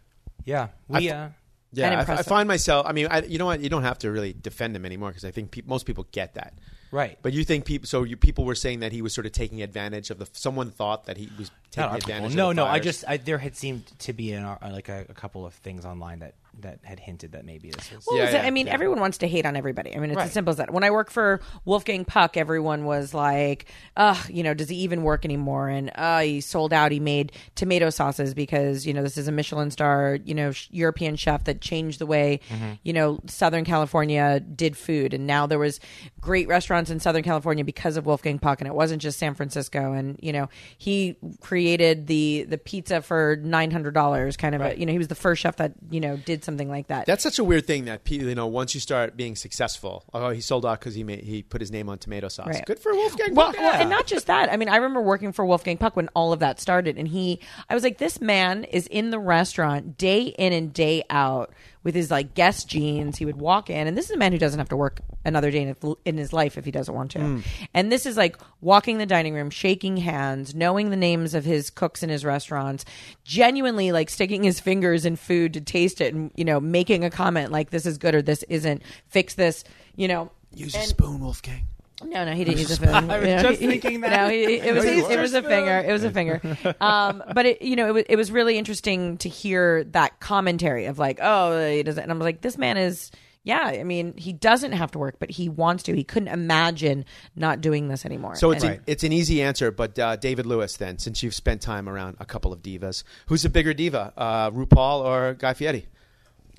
F: yeah we uh,
B: Yeah,
E: and
B: I- I,
E: impressive.
B: find myself. I mean, I, you know what? You don't have to really defend him anymore because I think peop most people get that.
F: Right.
B: But you think people? So you people were saying that he was sort of taking advantage of the. Someone thought that he was taking
F: Not
B: advantage.
F: article.
B: of
F: No,
B: the
F: no. I
B: fires.
F: just I, there had seemed to be an, ar- like a, a couple of things online that that had hinted that maybe this was.
E: Well,
B: Yeah,
E: is it-
B: yeah,
E: I mean,
B: yeah.
E: everyone wants to hate on everybody. I mean, it's
F: Right.
E: as simple as that. When I worked for Wolfgang Puck, everyone was like, ugh, you know, does he even work anymore? And uh, he sold out. He made tomato sauces because, you know, this is a Michelin star, you know, sh- European chef that changed the way,
B: Mm-hmm.
E: you know, Southern California did food. And now there was great restaurants in Southern California because of Wolfgang Puck. And it wasn't just San Francisco. And, you know, he created the, the pizza for $900 kind of, a, you know, he was the first chef that, you know, did something like that.
B: That's such a weird thing that people, you know, once you start being successful, oh, he sold out because he made, he put his name on tomato sauce.
E: Right.
B: Good for Wolfgang.
E: Well,
B: Puck.
E: well, and not just that. I mean, I remember working for Wolfgang Puck when all of that started, and he, I was like, this man is in the restaurant day in and day out with his like guest jeans. He would walk in, and this is a man who doesn't have to work another day in his- in his life if he doesn't want to.
B: Hmm.
E: And this is like walking the dining room, shaking hands, knowing the names of his cooks in his restaurants, genuinely like sticking his fingers in food to taste it, and you know, making a comment like this is good or this isn't. Fix this, you know.
B: use a spoon, Wolfgang.
E: No, no, he didn't use a phone. I
F: was just thinking that.
E: No, he, it was
B: No, you
E: it was a finger. It was a finger. Um, but it, you know, it was it was really interesting to hear that commentary of like, oh, he doesn't. And I'm like, this man is. Yeah, I mean, he doesn't have to work, but he wants to. He couldn't imagine not doing this anymore.
B: So it's
E: And-
B: an, it's an easy answer, but uh, David Lewis. Then, since you've spent time around a couple of divas, who's a bigger diva, uh, RuPaul or Guy Fieri?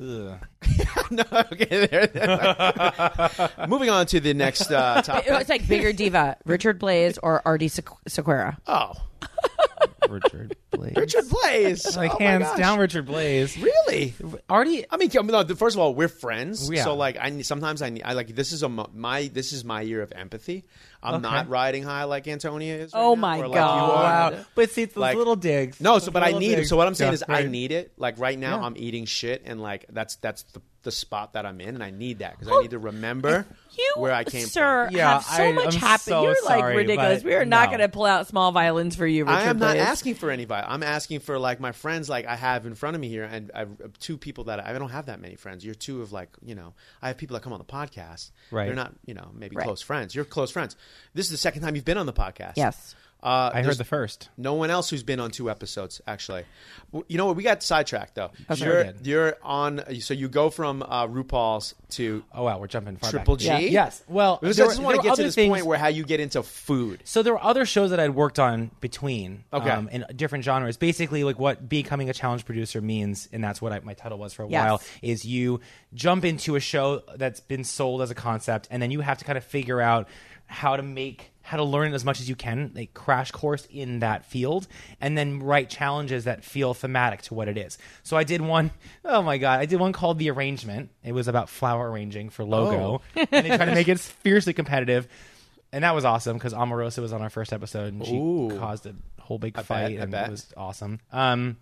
F: Ugh.
B: no, okay, there. Moving on to the next uh, topic.
E: it was like bigger diva, Richard Blaze or Artie Sequ- Sequeira.
B: Oh,
F: Richard Blaze.
B: Richard Blaze.
F: like
B: Oh my
F: hands
B: gosh.
F: down, Richard Blaze.
B: Really?
F: Already,
B: I mean, come- no, the- first of all, we're friends.
F: Yeah.
B: So like, I need- sometimes I need, I like this is a mo- my this is my year of empathy. I'm not riding high like Antonia is. right
E: Oh
B: now,
E: my
B: or like
E: God.
B: you are.
E: Wow.
F: wow. But see, it's those
B: Like-
F: little digs.
B: No,
F: Those
B: so but I
F: little
B: need it.
F: digs.
B: So what I'm saying
F: Yeah,
B: is I
F: right.
B: need it. Like right now,
F: Yeah.
B: I'm eating shit, and like that's that's the, the spot that I'm in, and I need that because I need to remember
E: You,
B: where I came
E: sir,
B: from.
F: Yeah,
E: have so
F: I-
E: much
F: I'm
E: happen.
F: so
E: You're like
F: sorry,
E: ridiculous.
F: but
E: We are not
F: no.
E: going to pull out small violins for you, Richard
B: I am not
E: Blaze.
B: asking for anybody. I'm asking for like my friends, like I have in front of me here, and I've two people that I, I don't have that many friends. You're two of like you know I have people that come on the podcast.
F: Right.
B: They're not you know maybe
E: Right.
B: close friends. You're close friends. This is the second time you've been on the podcast.
E: Yes.
B: Uh,
F: I
B: there's
F: heard the first.
B: No one else who's been on two episodes actually. W- You know what? We got sidetracked though. You're
F: Okay. Oh, Sure did.
B: you're on. So you go from uh, RuPaul's to
F: Oh wow, we're jumping far
B: Triple
F: back.
B: G.
F: Yeah. Yes. Well,
B: Because
F: there
B: I just
F: were-
B: want
F: there
B: to get
F: were
B: to
F: other
B: this
F: things-
B: point where how you get into food.
F: So there were other shows that I'd worked on between,
B: Okay.
F: um, in different genres. Basically, like what becoming a challenge producer means, and that's what I, my title was for a
E: Yes.
F: while, is you jump into a show that's been sold as a concept, and then you have to kind of figure out how to make, how to learn as much as you can, like crash course in that field, and then write challenges that feel thematic to what it is. So I did one, oh my god, I did one called the arrangement. It was about flower arranging for logo, and they tried to make it fiercely competitive. And that was awesome because Omarosa was on our first episode and she caused a whole big fight
B: I
F: and
B: bet.
F: it was awesome. Um,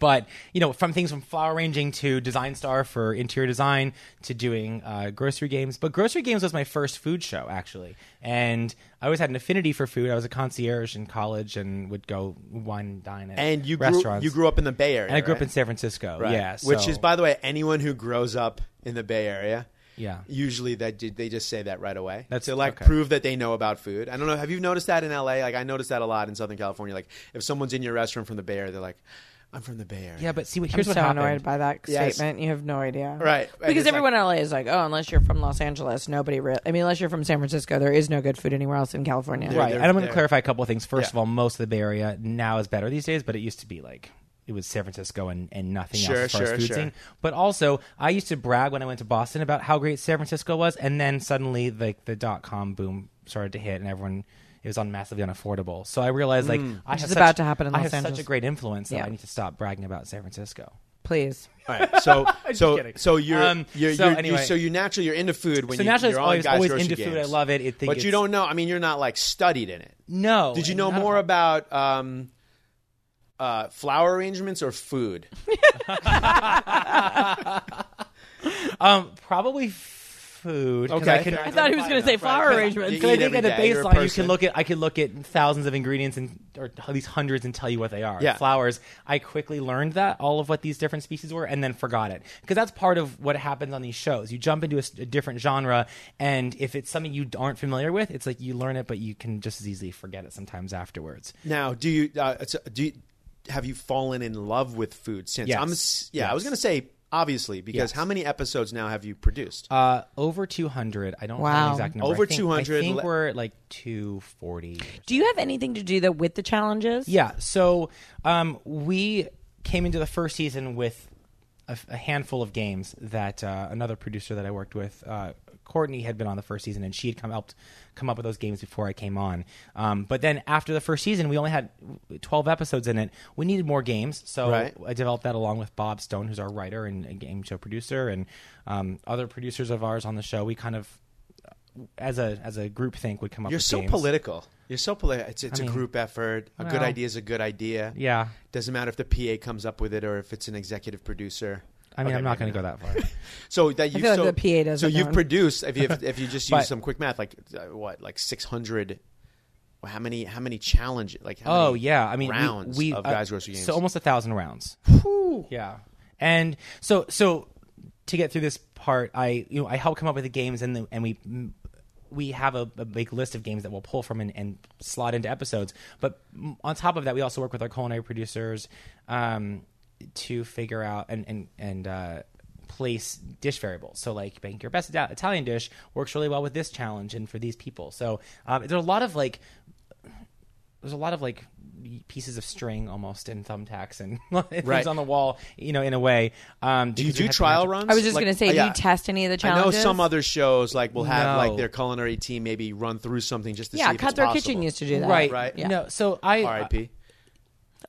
F: but you know, from things from flower arranging to design star for interior design to doing uh, grocery games. But grocery games was my first food show actually, and I always had an affinity for food. I was a concierge in college and would go wine and dine at
B: And you grew,
F: restaurants.
B: you grew up in the Bay Area.
F: and I grew
B: right?
F: up in San Francisco.
B: Right.
F: Yeah,
B: Which
F: so-
B: is, by the way, anyone who grows up in the Bay Area.
F: Yeah.
B: Usually that did- they just say that right away.
F: That's-
B: to like
F: okay.
B: prove that they know about food. I don't know. Have you noticed that in LA? Like I noticed that a lot in Southern California. Like if someone's in your restaurant from the Bay Area, they're like, I'm from the Bay Area.
F: Yeah, but see what
E: I'm
F: here's
E: so
F: what happened.
E: annoyed by that
B: Yes.
E: statement. You have no idea.
B: Right. I
E: Because
B: just,
E: everyone in LA is like, oh, unless you're from Los Angeles, nobody really. I mean, unless you're from San Francisco, there is no good food anywhere else in California.
B: They're-
F: right.
B: they're-
F: And I'm going
B: they're-
F: to clarify a couple of things. First
B: Yeah.
F: of all, most of the Bay Area now is better these days, but it used to be like it was San Francisco and, and nothing
B: Sure,
F: else as far
B: sure,
F: as food
B: sure.
F: scene. But also, I used to brag when I went to Boston about how great San Francisco was, and then suddenly like the dot com boom started to hit, and everyone. It was on massively unaffordable, so I realized like
B: Mm.
F: I
E: Which
F: have
E: is
F: such-
E: about to happen in Los
F: I have such a
E: Angeles.
F: great influence that
E: Yeah.
F: I need to stop bragging about San Francisco.
E: Please.
B: all right. So so
G: kidding.
B: so you're,
F: Um,
B: you're,
F: so
B: you're, you
F: anyway.
B: so you naturally you're into food when
F: So
B: you,
F: naturally,
B: you're
F: it's
B: on
F: always-
B: guys
F: always
B: grocery
F: into food.
B: games.
F: I love it. It- think
B: but you
F: it's-
B: don't know. I mean, you're not like studied in it.
F: No,
B: Did you know
F: not at
B: more
F: all.
B: about um, uh, flower arrangements or food?
F: Um, probably food. 'cause
B: Okay.
F: I, can,
B: I
E: I thought he was going to say flower
B: Right.
E: arrangements.
B: You
F: I
B: eat
F: think
B: every
F: at a
B: day, you're a
F: baseline, you
B: person.
F: can look at I can look at thousands of ingredients and or at least hundreds and tell you what they are.
B: Yeah.
F: Flowers. I quickly learned that all of what these different species were, and then forgot it because that's part of what happens on these shows. You jump into a, s- a different genre, and if it's something you aren't familiar with, it's like you learn it, but you can just as easily forget it sometimes afterwards.
B: Now, do you uh, it's- do? You, have you fallen in love with food since?
F: Yes.
B: I'm, s- yeah, I was
F: Yes.
B: going to say obviously because
F: Yes.
B: how many episodes now have you produced?
F: Uh, over two hundred. I don't
E: Wow.
F: know the exact number.
B: Over
F: I think-
B: 200
F: I think
B: le-
F: we're at like two forty.
E: Do you have anything to do though with the challenges?
F: Yeah. So um, we came into the first season with a, a handful of games that uh, another producer that I worked with, uh, Courtney, had been on the first season, and she had come helped come up with those games before I came on. Um, but then after the first season, we only had twelve episodes in it. We needed more games, so
B: Right.
F: I developed that along with Bob Stone, who's our writer and a game show producer, and um, other producers of ours on the show. We kind of as a as a group think would come up
B: You're
F: with
B: so
F: games.
B: political. You're so political. It's, it's a
F: mean,
B: group effort. A good
F: well,
B: idea is a good idea.
F: yeah.
B: Doesn't matter if the PA comes up with it or if it's an executive producer.
F: I mean,
B: Okay,
F: I'm not
B: maybe
F: going to go that far.
B: So that you
E: feel like
B: so,
E: the PA doesn't
B: So you've
E: know.
B: produced if you if you just
F: But-
B: use some quick math like uh, what like six hundred. How many how many challenges like how
F: Oh
B: many
F: yeah, I mean we-
B: rounds
F: we,
B: of
F: uh,
B: guys grocery games.
F: So almost a thousand rounds. Yeah, and so so to get through this part, I you know I help come up with the games and the, and we we have a, a big list of games that we'll pull from and, and slot into episodes. But mm, on top of that, we also work with our culinary producers um, to figure out and and and. Uh, place dish variables so like making your best Ita- italian dish works really well with this challenge and for these people so um, there are a lot of like there's a lot of like pieces of string almost and thumbtacks and
B: Right.
F: things on the wall, you know, in a way. Um,
B: do you
F: because
B: do
F: have to
B: trial
F: match-
B: runs?
E: I was just
B: Like-
E: going to say,
B: oh,
E: do
B: yeah.
E: you test any of the
B: I know
E: challenges?
B: some other shows like will have
F: No.
B: like their culinary team maybe run through something just to see
E: Yeah,
B: if
E: Cutthroat
B: it's
E: Kitchen
B: possible.
E: used to do that.
F: Right.
B: Right.
F: Right.
E: Yeah.
F: No. So I.
B: R.I.P.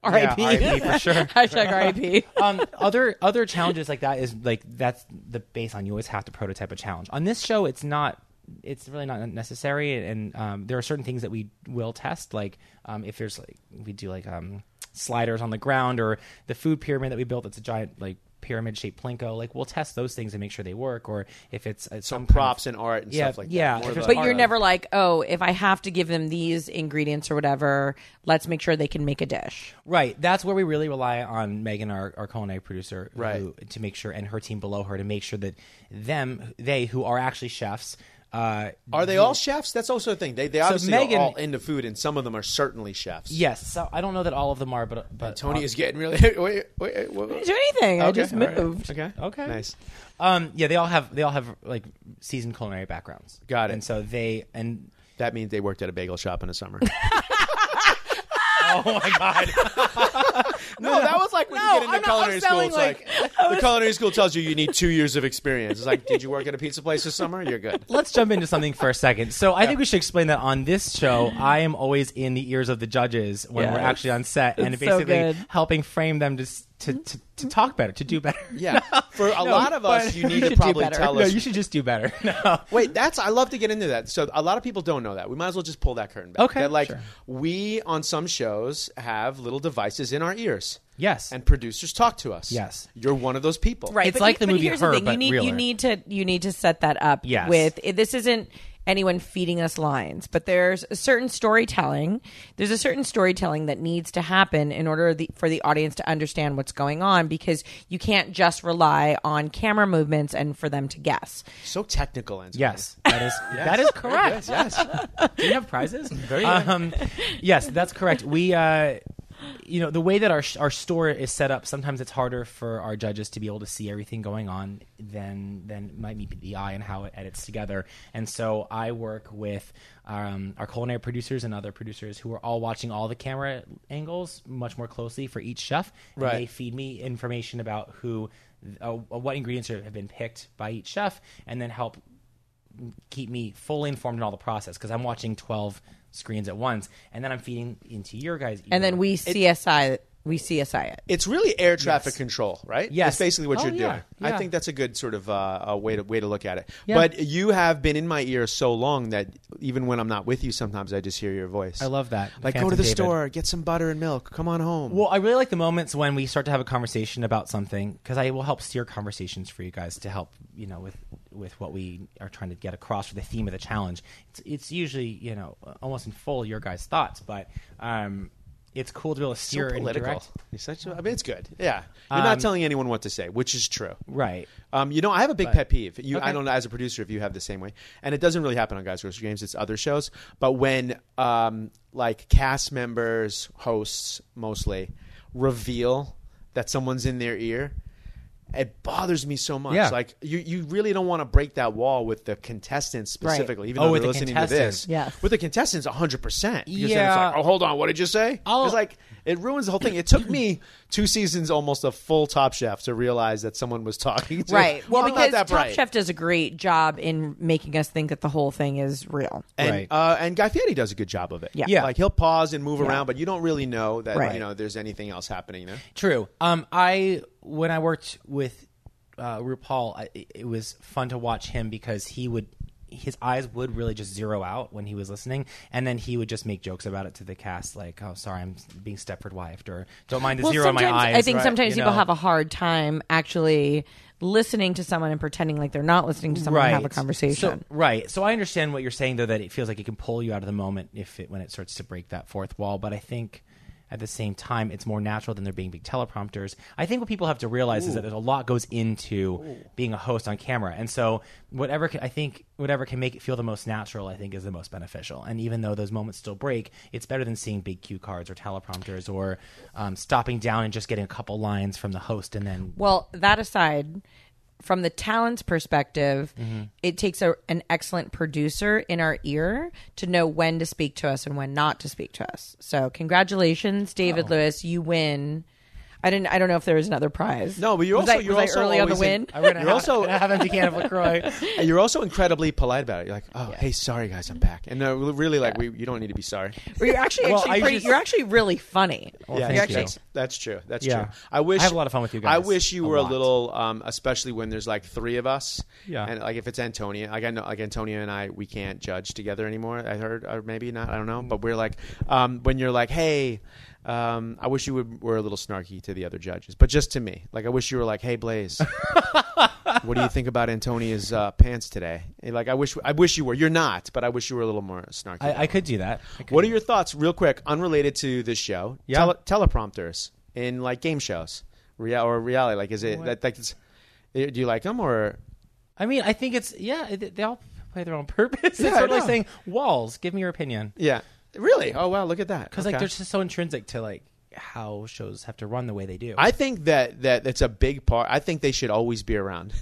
E: RIP.
F: Yeah, RIP for sure.
E: Hashtag RIP.
F: um, other other challenges like that is like that's the baseline. You always have to prototype a challenge. On this show, it's not. It's really not necessary, and um, there are certain things that we will test. Like um, if there's like we do like um, sliders on the ground or the food pyramid that we built. That's a giant like pyramid shaped plinko. Like we'll test those things and make sure they work. Or if it's, uh, it's
B: Some
F: kind of-
B: props and art and
F: Yeah,
B: stuff like
F: yeah.
B: that. More
F: If
B: the-
F: it's
E: But
F: part
E: you're
F: of-
E: never like, oh, if I have to give them these ingredients or whatever, let's make sure they can make a dish.
F: Right. That's where we really rely on Megan, our, our culinary producer,
B: Right.
F: who, to make sure, and her team below her to make sure that them, they who are actually chefs, uh,
B: Are they all chefs? That's also a thing. They they obviously
F: Megan-
B: are all into food, and some of them are certainly chefs.
F: yes. So I don't know that all of them are, but but
B: Tony is getting really. Wait, wait, wait,
E: I
B: wait.
E: didn't do anything. I
B: Okay,
E: just
B: all right.
E: moved.
B: Okay,
F: Okay.
B: nice.
F: Um, yeah, they all have they all have like seasoned culinary backgrounds.
B: Got it.
F: And so they and
B: That means they worked at a bagel shop in the summer.
F: oh my god,
B: No, that was like when
F: No,
B: you get into
F: I'm not- I'm
B: culinary school.
F: selling,
B: It's like, the culinary school tells you you need two years of experience. It's like, did you work at a pizza place this summer? You're good.
F: let's jump into something for a second. So I think we should explain that on this show, I am always in the ears of the judges when
E: Yes.
F: we're actually on set and
E: It's so
F: basically
E: good.
F: helping frame them to, s- to to to talk better, to do better.
B: Yeah. For a lot of us,
F: but-
B: you need
E: should
B: to
E: do
B: probably
E: better.
B: tell
F: No,
B: us.
F: you should just do better. No.
B: Wait, that's I love to get into that. So a lot of people don't know that. We might as well just pull that curtain back.
F: Okay,
B: That, like
F: sure.
B: we on some shows have little devices in our ears.
F: Yes.
B: And producers talk to us.
F: Yes.
B: You're one of those people.
E: Right.
F: It's
E: but
F: like
E: you-
F: the
E: but
F: movie
E: here's
F: Her,
E: the thing. you
F: but
E: need you
F: realer.
E: need to you need to set that up
F: Yes.
E: with it- this isn't anyone feeding us lines, but there's a certain storytelling. There's a certain storytelling that needs to happen in order the, for the audience to understand what's going on because you can't just rely on camera movements and for them to guess.
B: So technical, Anthony.
F: Yes, that is that is correct.
B: Yes.
F: Do you have prizes? Very um, yes, that's correct. We uh, you know the way that our sh- our store is set up sometimes it's harder for our judges to be able to see everything going on than than might meet the eye and how it edits together and so i work with um, our culinary producers and other producers who are all watching all the camera angles much more closely for each chef And
B: Right.
F: they feed me information about who uh, what ingredients are- have been picked by each chef and then help keep me fully informed in all the process because i'm watching 12 screens at once and then i'm feeding into your guys
E: and then
F: ego.
E: we CSI it- we CSI it.
B: It's really air traffic control, right?
F: Yes.
B: That's basically what
F: Oh,
B: you're
F: yeah,
B: doing. I
F: yeah.
B: think that's a good sort of uh, a way to way to look at it. But you have been in my ear so long that even when I'm not with you, sometimes I just hear your voice.
F: I love that.
B: Like,
F: Fans
B: go to
F: of
B: the
F: David.
B: store, get some butter and milk. Come on home.
F: Well, I really like the moments when we start to have a conversation about something because I will help steer conversations for you guys to help you know with with what we are trying to get across for the theme of the challenge. It's, it's usually you know almost in full your guys' thoughts, but um, it's cool to be able to
B: so
F: steer and
B: political.
F: direct.
B: You're such a- I mean, it's good. Yeah, you're
F: Um,
B: not telling anyone what to say, which is true.
F: Right.
B: Um, you know, I have a big pet peeve. You, I
F: Okay.
B: don't know as a producer if you have the same way, and it doesn't really happen on Guys Grocery Games. It's other shows, but when um, like cast members, hosts mostly, reveal that someone's in their ear, it bothers me so much.
F: Yeah.
B: Like you, you really don't want to break that wall with the contestants specifically, even
F: Oh,
B: though
F: with
B: they're
F: the
B: listening to this.
F: contestants.
E: Yes.
B: With the contestants, hundred percent.
F: Yeah.
B: It's like, oh, hold on, what did you say?
F: I'll-
B: it's like it ruins the whole thing. It took me two seasons, almost a full Top Chef, to realize that someone was talking to.
E: Right. Well,
B: I'm not
E: because
B: that
E: Top
B: bright.
E: Chef does a great job in making us think that the whole thing is real.
B: and
F: Right.
B: uh, and Guy Fieri does a good job of it.
E: Yeah.
F: Yeah.
B: like he'll pause and move around, but you don't really know that
E: Right.
B: you know there's anything else happening there.
F: True. Um, I when I worked with uh, RuPaul, I, it was fun to watch him because he would his eyes would really just zero out when he was listening, and then he would just make jokes about it to the cast, like, "Oh, sorry, I'm being Stepford wifed," or "Don't mind the zero in my eyes."
E: I think
F: right?
E: sometimes
F: You
E: people
F: know?
E: have a hard time actually listening to someone and pretending like they're not listening to someone and have a conversation.
F: So, right. So I understand what you're saying though that it feels like it can pull you out of the moment if it when it starts to break that fourth wall, but I think at the same time it's more natural than there being big teleprompters. I think what people have to realize is that there's a lot goes into being a host on camera. And so whatever can, I think whatever can make it feel the most natural I think is the most beneficial. And even though those moments still break, it's better than seeing big cue cards or teleprompters or um, stopping down and just getting a couple lines from the host and then
E: Well, that aside, from the talent's perspective,
F: Mm-hmm.
E: it takes a, an excellent producer in our ear to know when to speak to us and when not to speak to us. So, congratulations, David
F: Oh.
E: Lewis, you win. I didn't. I don't know if there was another prize.
B: No, but you're
E: was
B: also
E: I,
B: you're
E: was
B: also
E: I early on the
B: always in-
E: win.
B: you're also
F: have empty can of LaCroix.
B: you're also incredibly polite about it. You're like, oh, hey, sorry guys, I'm back, and uh, really like we you don't need to be sorry.
E: You're actually,
F: Well,
E: actually
F: I
E: pretty,
F: just-
E: you're actually really funny.
F: thank
E: you're
F: you.
E: actually
B: That's, that's true. That's
F: Yeah.
B: true. I wish
F: I have a lot of fun with you guys.
B: I wish you
F: A
B: were a
F: lot.
B: little, um, especially when there's like three of us.
F: Yeah.
B: And like if it's Antonia, like I know, like Antonia and I, we can't judge together anymore. I heard, or maybe not. I don't know. But we're like, um, when you're like, hey. Um, I wish you would, were a little snarky to the other judges, but just to me. Like, I wish you were like, "Hey, Blaze, what do you think about Antonia's uh, pants today?" And, Like, I wish, I wish you were. You're not, but I wish you were a little more snarky.
F: I, I could do that. I could
B: What are
F: do
B: your thoughts, real quick, unrelated to this show?
F: Yeah.
B: Tele- teleprompters in like game shows, real or reality. Like, is it that like it's, do you like them or?
F: that. I mean, I think it's yeah. They, they all play their own purpose.
B: Yeah,
F: it's
B: I
F: totally
B: know.
F: saying walls. Give me your opinion
B: Yeah, really? Oh wow, look at that.
F: because
B: Okay.
F: like they're just so intrinsic to like how shows have to run the way they do.
B: I think that that that's a big part. I think they should always be around.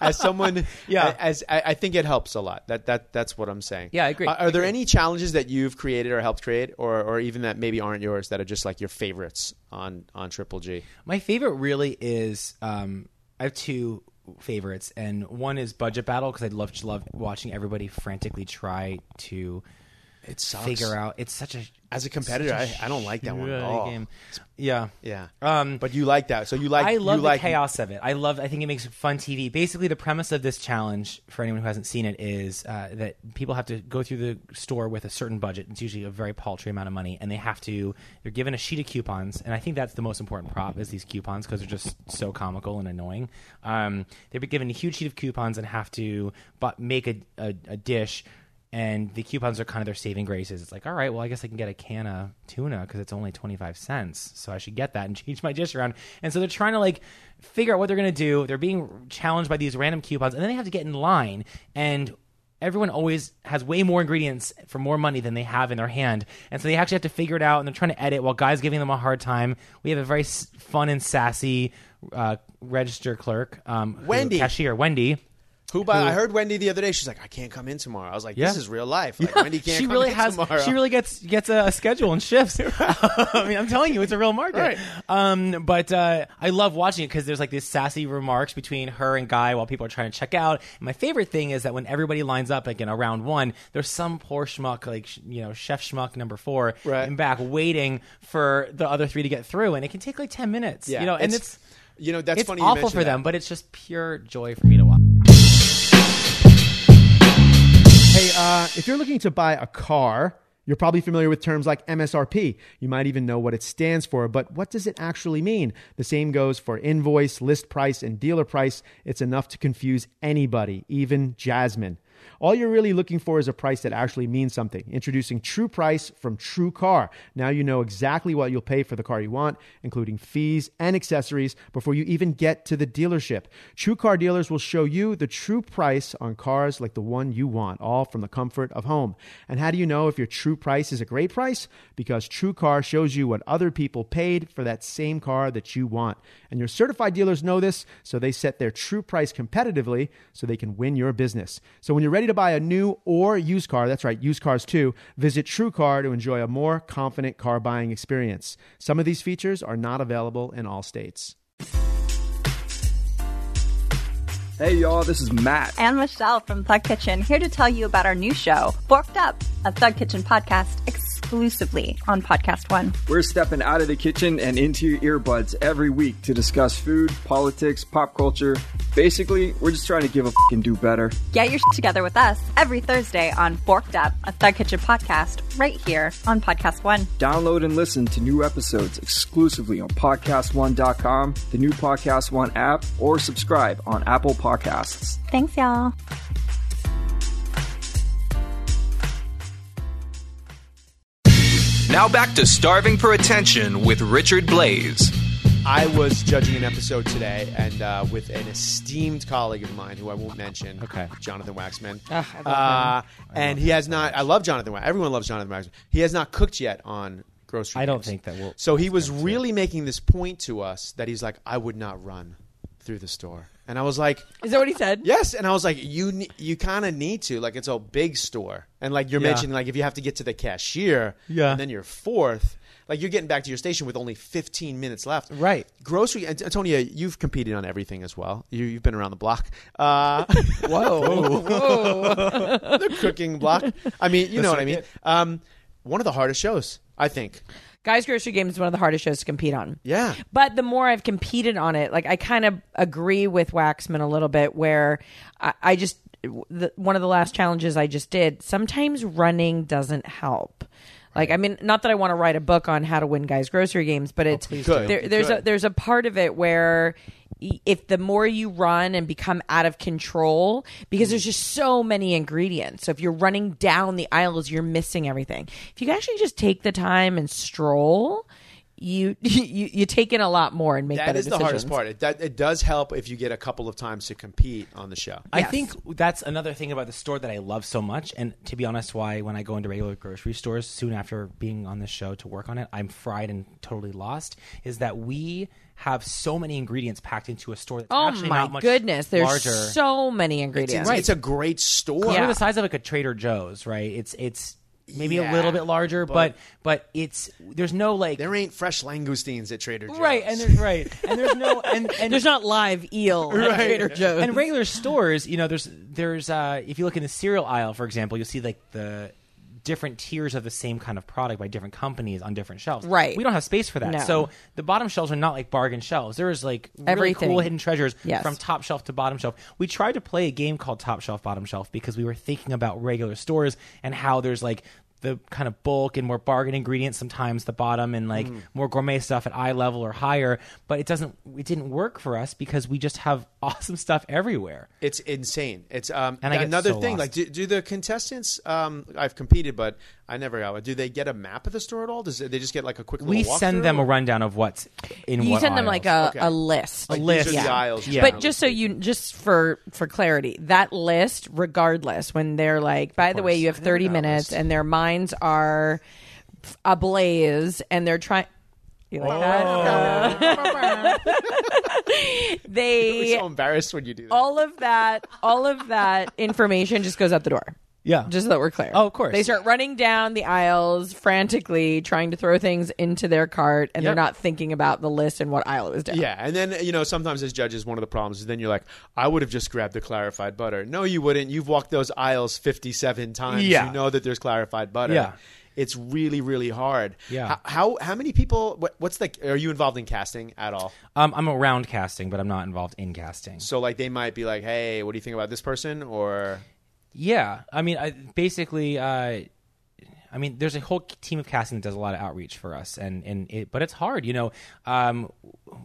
B: as someone,
F: Yeah.
B: As I, I think it helps a lot. That that that's what I'm saying.
F: Yeah, I agree.
B: Are, are there any challenges that you've created or helped create, or or even that maybe aren't yours that are just like your favorites on on Triple G?
F: My favorite really is um, I have two favorites, and one is Budget Battle because I love just love watching everybody frantically try to
B: It sucks.
F: figure out. It's such a
B: As a competitor,
F: such a
B: I- I don't like that one at
F: shitty
B: all.
F: Game. Yeah,
B: Yeah.
F: Um,
B: but you like that, so you like
F: I love
B: you
F: the
B: like
F: chaos of it. I love. I think it makes fun TV. Basically, the premise of this challenge for anyone who hasn't seen it is uh, that people have to go through the store with a certain budget. It's usually a very paltry amount of money, and they have to. They're given a sheet of coupons, and I think that's the most important prop is these coupons because they're just so comical and annoying. Um, they're given a huge sheet of coupons and have to bu- make a, a, a dish and the coupons are kind of their saving graces. It's like, all right, well, I guess I can get a can of tuna because it's only 25 cents. So I should get that and change my dish around. And so they're trying to like figure out what they're going to do. They're being challenged by these random coupons and then they have to get in line. And everyone always has way more ingredients for more money than they have in their hand. And so they actually have to figure it out and they're trying to edit while guys giving them a hard time. We have a very s- fun and sassy uh, register clerk, um, who-
B: Wendy.
F: cashier, Wendy.
B: Who by I heard Wendy the other day. She's like, I can't come in tomorrow. I was like, this
F: Yeah.
B: is real life. Like, Wendy can't.
F: she
B: come
F: really
B: in
F: has.
B: Tomorrow.
F: She really gets gets a, a schedule and shifts. I mean, I'm telling you, it's a real market.
B: Right.
F: Um, but uh, I love watching it because there's like these sassy remarks between her and Guy while people are trying to check out. And my favorite thing is that when everybody lines up, like in a round one, there's some poor schmuck, like sh- you know, Chef Schmuck number four,
B: Right.
F: in back waiting for the other three to get through, and it can take like ten minutes.
B: Yeah,
F: You know, and
B: it's-
F: it's.
B: you know that's
F: it's
B: funny. you
F: awful
B: mention
F: for
B: that.
F: them, but it's just pure joy for me to watch.
G: Hey, uh, if you're looking to buy a car, you're probably familiar with terms like MSRP. You might even know what it stands for, but what does it actually mean? The same goes for invoice, list price, and dealer price. It's enough to confuse anybody, even Jasmine. All you're really looking for is a price that actually means something. Introducing True Price from True Car. Now you know exactly what you'll pay for the car you want, including fees and accessories, before you even get to the dealership. True Car dealers will show you the true price on cars like the one you want, all from the comfort of home. And how do you know if your true price is a great price? Because True Car shows you what other people paid for that same car that you want. And your certified dealers know this, so they set their true price competitively so they can win your business. So when you're ready to buy a new or used car, that's right, used cars too, visit TrueCar to enjoy a more confident car buying experience. Some of these features are not available in all states.
A: Hey, y'all, this is Matt.
H: and Michelle from Thug Kitchen here to tell you about our new show, Forked Up, a Thug Kitchen podcast exclusively on Podcast One.
I: We're stepping out of the kitchen and into your earbuds every week to discuss food, politics, pop culture. Basically, we're just trying to give a f- and do better.
H: Get your shit together with us every Thursday on Forked Up, a Thug Kitchen podcast right here on Podcast One.
I: Download and listen to new episodes exclusively on podcast1.com, the new Podcast One app, or subscribe on Apple Podcasts.
H: Thanks, y'all.
A: Now back to Starving for Attention with Richard Blaze.
B: I was judging an episode today, and uh, with an esteemed colleague of mine who I won't mention.
F: Okay.
B: Jonathan Waxman.
E: Ah, I love
B: uh, and he has not. I love Jonathan. Wax. Everyone loves Jonathan Waxman. He has not cooked yet on grocery.
F: I don't
B: Games.
F: think that we'll-
B: So he was really making this point to us that he's like, I would not run through the store, and I was like.
E: Is that what he said?
B: Yes, and I was like, you ne- you kind of need to like it's a big store, and like you're
F: Yeah.
B: mentioning, like if you have to get to the cashier,
F: Yeah.
B: and then you're fourth, like you're getting back to your station with only 15 minutes left,
F: Right.
B: Grocery, and Antonia, you've competed on everything as well. You, you've been around the block, uh, the cooking block. I mean, you know what I mean. Um, one of the hardest shows, I think.
E: Guys Grocery Game is one of the hardest shows to compete on.
B: Yeah.
E: But the more I've competed on it, like I kind of agree with Waxman a little bit, where I, I just, the, one of the last challenges I just did, sometimes running doesn't help. Like I mean, not that I want to write a book on how to win guys grocery games, but it's
B: do.
E: there, there's a there's a part of it where y- if the more you run and become out of control because there's just so many ingredients so if you're running down the aisles you're missing everything if you actually just take the time and stroll you you, you take in a lot more and make
B: That
E: better
B: is the hardest part.
E: decisions.
B: It, that, it does help if you get a couple of times to compete on the show.
F: I think that's another thing about the store that I love so much. And to be honest, why when I go into regular grocery stores soon after being on this show to work on it, I'm fried and totally lost is that we have so many ingredients packed into a store that's
E: oh
F: actually
E: my
F: not much
E: goodness there's
F: larger.
E: so many ingredients
B: It's, it's a great store.
F: It's
E: Yeah.
F: kind of the size of like a Trader Joe's, right? It's it's maybe
B: Yeah,
F: a little bit larger, but but it's there's no like
B: There ain't fresh langoustines at Trader Joe's.
F: right and there's right and there's no and, and
E: there's not live eel at Trader Joe's.
F: And regular stores, you know, there's there's uh, if you look in the cereal aisle, for example, you'll see like the different tiers of the same kind of product by different companies on different shelves.
E: Right.
F: We don't have space for that.
E: No.
F: So the bottom shelves are not like bargain shelves. There is like really
E: Everything.
F: cool hidden treasures
E: Yes.
F: from top shelf to bottom shelf. We tried to play a game called Top Shelf Bottom Shelf because we were thinking about regular stores and how there's like the kind of bulk and more bargain ingredients sometimes the bottom and
E: Mm.
F: like more gourmet stuff at eye level or higher but it doesn't it didn't work for us because we just have awesome stuff everywhere
B: It's insane. It's um,
F: And I get
B: another
F: so
B: thing.
F: lost.
B: Like, do, do the contestants? Um, I've competed, but I never got one. Do they get a map of the store at all? Does they just get like a quick?
F: we
B: little
F: send
B: walkthrough?
F: them a rundown of what's in
E: You
F: what
E: send them like
F: aisles.
E: a,
B: Okay.
E: a list.
B: Like, these
F: list.
B: are the
F: Yeah.
B: aisles.
F: Yeah.
E: But just so you, just for for clarity, that list, regardless, when they're like, by the way, you have thirty minutes, and their minds are f- ablaze, and they're trying. You like
F: Oh.
E: that?
B: I'm
E: they
B: so embarrassed when you do that.
E: all of that, all of that information just goes out the door.
F: yeah,
E: Just so that we're clear.
F: Oh, of course.
E: They start running down the aisles frantically, trying to throw things into their cart, and they're
B: Yep.
E: not thinking about the list and what aisle it was down.
B: Yeah, and then you know sometimes as judges, one of the problems is then you're like, I would have just grabbed the clarified butter. No, you wouldn't. You've walked those aisles 57 times.
F: Yeah.
B: you know that there's clarified butter.
F: Yeah.
B: it's really really hard.
F: Yeah.
B: How how, how many people? What, what's the? Are you involved in casting at all?
F: um, I'm around casting, but I'm not involved in casting.
B: So like they might be like, hey, what do you think about this person? Or
F: Yeah, I mean, I, basically, uh, I mean, there's a whole team of casting that does a lot of outreach for us, and and it, but it's hard, you know. Um,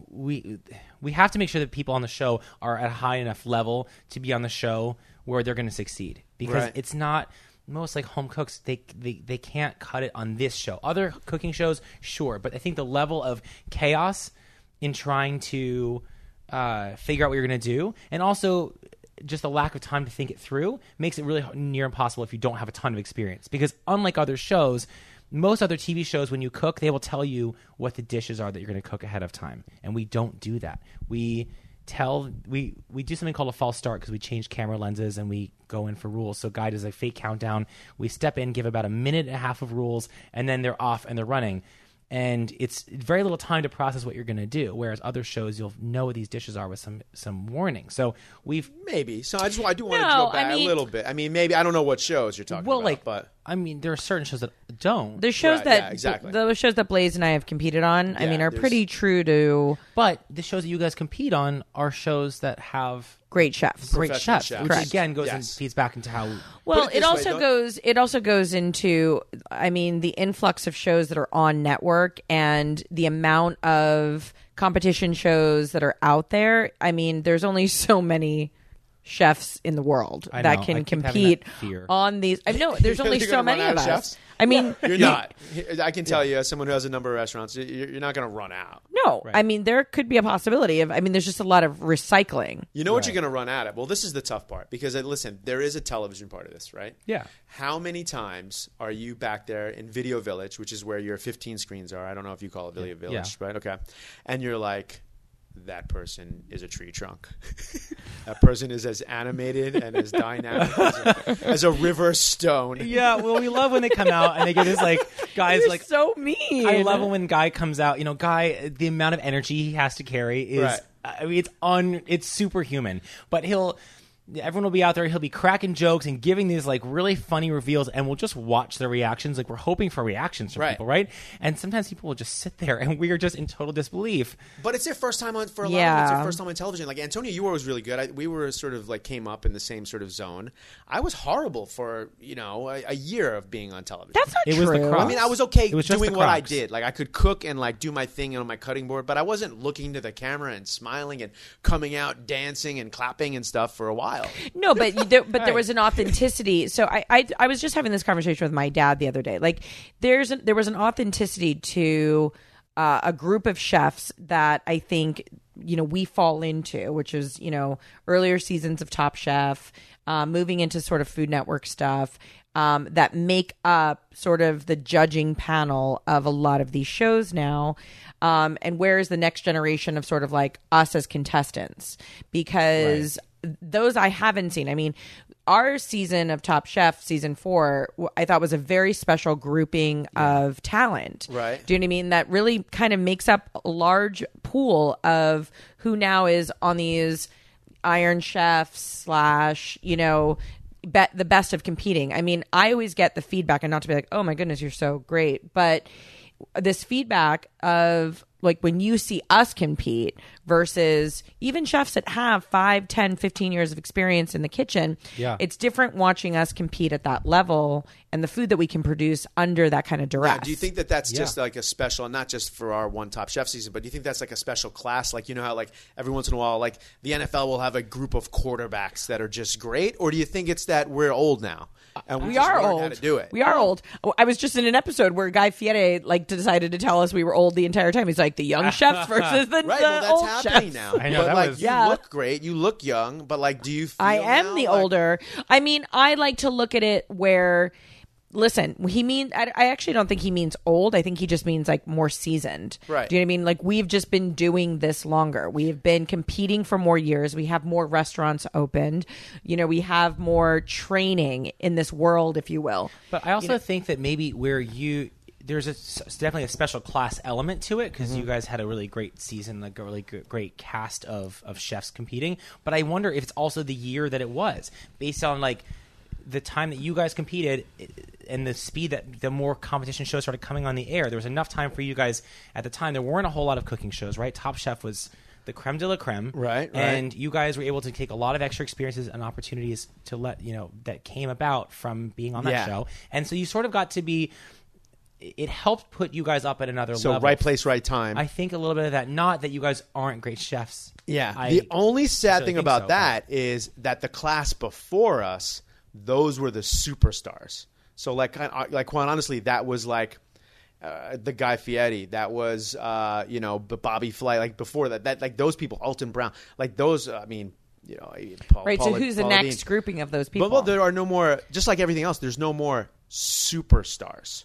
F: we we have to make sure that people on the show are at a high enough level to be on the show where they're going to succeed because
B: Right.
F: it's not. Most like home cooks, they, they they can't cut it on this show. Other cooking shows, sure, but I think the level of chaos in trying to uh, figure out what you're going to do, and also just the lack of time to think it through, makes it really h- near impossible if you don't have a ton of experience. Because unlike other shows, most other TV shows, when you cook, they will tell you what the dishes are that you're going to cook ahead of time, and we don't do that. We tell we we do something called a false start because we change camera lenses and we go in for rules. So guy does a fake countdown. We step in, give about a minute and a half of rules, and then they're off and they're running and it's very little time to process what you're going to do. Whereas other shows, you'll know what these dishes are with some some warning. So we've
B: maybe. So I just I do want to
E: No,
B: go back
E: I
B: a
E: mean-
B: little bit. I mean, maybe I don't know what shows you're talking
F: well,
B: about,
F: like,
B: but
F: I mean, there are certain shows that don't.
E: The shows
B: Right,
E: that
B: yeah, exactly.
E: the shows that Blaze and I have competed on, I
B: Yeah,
E: mean, are
B: there's-
E: pretty true to
F: but the shows that you guys compete on are shows that have
E: great chefs.
F: great
B: Professional
F: chefs,
B: chefs.
F: which
B: Correct.
F: again goes and
B: Yes.
F: feeds back into how.
B: it
E: Well, it,
B: this way,
E: also
B: though-
E: goes. It also goes into, I mean, the influx of shows that are on network and the amount of competition shows that are out there. I mean, there's only so many chefs in the world
F: I
E: that
F: know. I
E: can
F: keep having that
E: compete
F: fear.
E: on these. I know there's
B: You're
E: only
B: gonna
E: so
B: run
E: many
B: out
E: of
B: of
E: us.
B: chefs?
E: I mean,
B: you're not. I can tell you, as someone who has a number of restaurants, you- you're not going to run out.
E: No, I mean there could be a possibility of. I mean, there's just a lot of recycling.
B: You know what you're going to run out of. Well, this is the tough part because uh, listen, there is a television part of this, right?
F: Yeah.
B: How many times are you back there in Video Village, which is where your 15 screens are? I don't know if you call it Video Village, right? Okay. And you're like, that person is a tree trunk. that person is as animated and as dynamic as a, as a river stone.
F: Yeah, well, we love when they come out and they get this like guys
E: You're
F: like
E: so mean.
F: I love it when Guy comes out. You know, Guy, the amount of energy he has to carry is,
B: Right.
F: I mean, it's un, it's superhuman. But he'll, everyone will be out there. He'll be cracking jokes and giving these like really funny reveals, and we'll just watch their reactions. Like we're hoping for reactions from
B: Right.
F: people, right? And sometimes people will just sit there, and we are just in total disbelief.
B: But it's their first time on for a lot of them, it's
E: Yeah.
B: their first time on television. Like Antonio, you were always really good. I, we were sort of like came up in the same sort of zone. I was horrible for you know a, a year of being on television.
E: That's not
F: It
E: true.
F: was the
B: I
F: crux.
B: mean, I was okay
F: It was just
B: doing
F: the
B: what I
F: Crocs.
B: did. Like I could cook and like do my thing on my cutting board, but I wasn't looking to the camera and smiling and coming out dancing and clapping and stuff for a while.
E: No, but you, there, but there was an authenticity. So I, I I was just having this conversation with my dad the other day. Like there's an, there was an authenticity to uh, a group of chefs that I think you know we fall into, which is you know earlier seasons of Top Chef, uh, moving into sort of Food Network stuff. Um, that make up sort of the judging panel of a lot of these shows now, um, and where is the next generation of sort of like us as contestants? Because those I haven't seen. I mean, our season of Top Chef, season four, w- I thought was a very special grouping of talent.
B: Right.
E: Do you know what I mean? That really kind of makes up a large pool of who now is on these Iron Chefs slash, you know, bet the best of competing. I mean, I always get the feedback, and not to be like, oh my goodness, you're so great, but this feedback of like when you see us compete versus even chefs that have 5 10 15 years of experience in the kitchen yeah. it's different watching us compete at that level and the food that we can produce under that kind of duress.
B: Yeah, do you think that that's
F: Yeah.
B: just like a special, not just for our one top chef season, but do you think that's like a special class? Like, you know how, like, every once in a while, like, the NFL will have a group of quarterbacks that are just great? Or do you think it's that we're old now? And we,
E: we
B: just
E: are
B: learn
E: old.
B: How to do it.
E: We are old. Oh, I was just in an episode where Guy Fieri like decided to tell us we were old the entire time. He's like the young chefs versus the,
B: Right,
E: the
B: well, that's
E: old
B: happening
E: chefs.
B: now.
F: I know,
B: but
F: that
B: like,
F: was-
B: you
E: Yeah.
B: look great, you look young, but like, do you? Feel
E: I am
B: now
E: the
B: like-
E: older. I mean, I like to look at it where. Listen, he means. I, I actually don't think he means old. I think he just means like more seasoned.
B: Right.
E: Do you know what I mean? Like we've just been doing this longer. We have been competing for more years. We have more restaurants opened. You know, we have more training in this world, if you will.
F: But I also think that maybe where you there's a s definitely a special class element to it
B: Mm-hmm.
F: because you guys had a really great season, like a really gr- great cast of of chefs competing. But I wonder if it's also the year that it was based on like the time that you guys competed i- and the speed that the more competition shows started coming on the air. There was enough time for you guys at the time. There weren't a whole lot of cooking shows, right? Top Chef was. The creme de la creme,
B: Right, right.
F: And and you guys were able to take a lot of extra experiences and opportunities to let you know that came about from being on that
B: Yeah.
F: show and so you sort of got to be it helped put you guys up at another
B: So
F: level
B: right place, right time.
F: i think a little bit of that not that you guys aren't great chefs
B: Yeah.
F: I
B: the only sad
F: actually
B: thing
F: think
B: about
F: so,
B: that is that the class before us, those were the superstars. So like, kind of- like quite honestly, that was like uh, the guy Fieri. That was uh, you know B- Bobby Flay. Like before that, that like those people, Alton Brown. Like those. uh, I mean, you know, Paul,
E: Right.
B: Paula-
E: so who's the
B: Paula
E: next
B: Dean.
E: grouping of those people?
B: But well, there are no more. Just like everything else, there's no more superstars.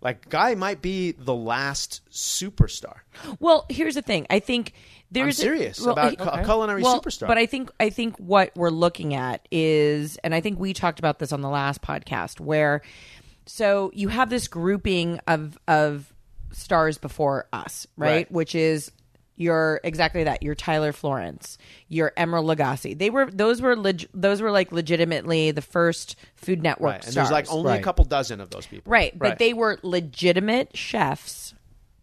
B: Like Guy might be the last superstar.
E: Well, here's the thing. I think there's
B: serious about cu- a culinary
E: well,
B: superstar.
E: But I think I think what we're looking at is, and I think we talked about this on the last podcast, where so you have this grouping of of stars before us, right?
B: Right.
E: Which is your exactly that. Your Tyler Florence, your Emeril Lagasse. They were those were leg, those were like legitimately the first Food Network
B: Right. And
E: stars.
B: there's like only a
F: Right.
B: couple dozen of those people.
E: right, but they were legitimate chefs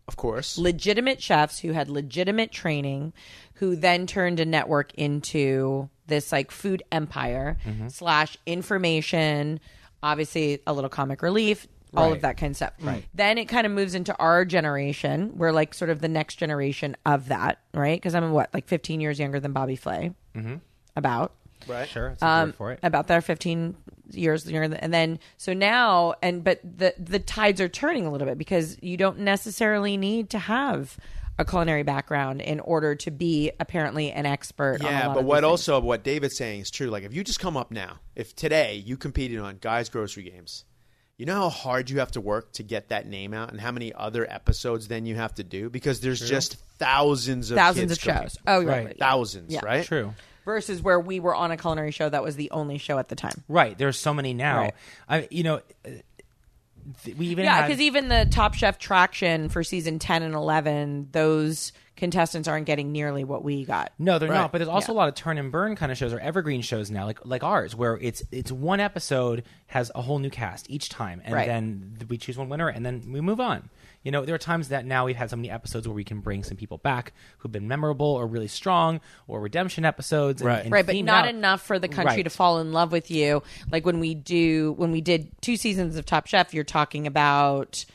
B: of course.
E: legitimate chefs who had legitimate training who then turned a network into this like food empire slash information obviously a little comic relief all of that kind of stuff right. then it kind of moves into our generation we're like sort of the next generation of that right because i'm what like 15 years younger than bobby flay mm-hmm. about
F: right sure that's a
E: Um,
F: word for it
E: about there 15 years younger than- and then so now and but the the tides are turning a little bit because you don't necessarily need to have a culinary background in order to be apparently an expert on a
B: Yeah,
E: lot
B: but
E: of
B: what
E: these
B: also what David's saying is true. Like if you just come up now, if today you competed on guys grocery games, you know how hard you have to work to get that name out, and how many other episodes then you have to do because there's just thousands of
E: things. thousands of
B: kids
E: shows
B: cooking.
E: oh right,
F: Right.
E: right, yeah.
B: thousands, right?
F: true
E: versus where we were on a culinary show that was the only show at the time
F: right there's so many now
E: Right.
F: i you know uh, th- we even
E: yeah
F: had-
E: because even the top chef traction for season 10 and 11 those contestants aren't getting nearly what we got
F: No, they're not. But there's also a lot of turn and burn kind of shows or evergreen shows now, like like ours, where it's it's one episode has a whole new cast each time, and
E: Right.
F: then th- we choose one winner, and then we move on. You know, there are times that now we've had so many episodes where we can bring some people back who've been memorable or really strong, or redemption episodes, and,
B: Right.
F: and
E: right but
F: theme
E: not
F: out-
E: enough for the country
F: Right.
E: to fall in love with you like when we do when we did two seasons of top chef you're talking about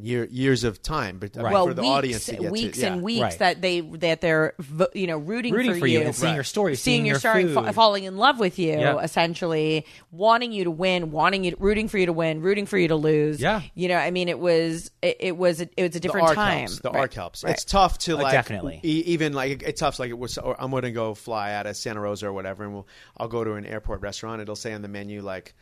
B: Year, years of time, but
E: well
B: for the
E: weeks,
B: audience to get
E: weeks
B: to, yeah.
E: and weeks
F: Right.
E: that they that they're vo- you know rooting,
F: rooting for you and seeing your story,
E: seeing, your, story
F: story,
E: and fa- falling in love with you
F: Yeah.
E: essentially wanting you to win wanting you to, rooting for you to win rooting for you to lose
F: Yeah.
E: you know i mean it was it, it was a, it was a
B: The
E: different
B: arc
E: time
B: helps. The
E: Right.
B: arc helps.
E: Right. Oh,
B: It's tough to like
F: definitely.
B: e- even like it's tough. Like it was, or I'm going to go fly out of Santa Rosa or whatever, and we'll I'll go to an airport restaurant. It'll say on the menu like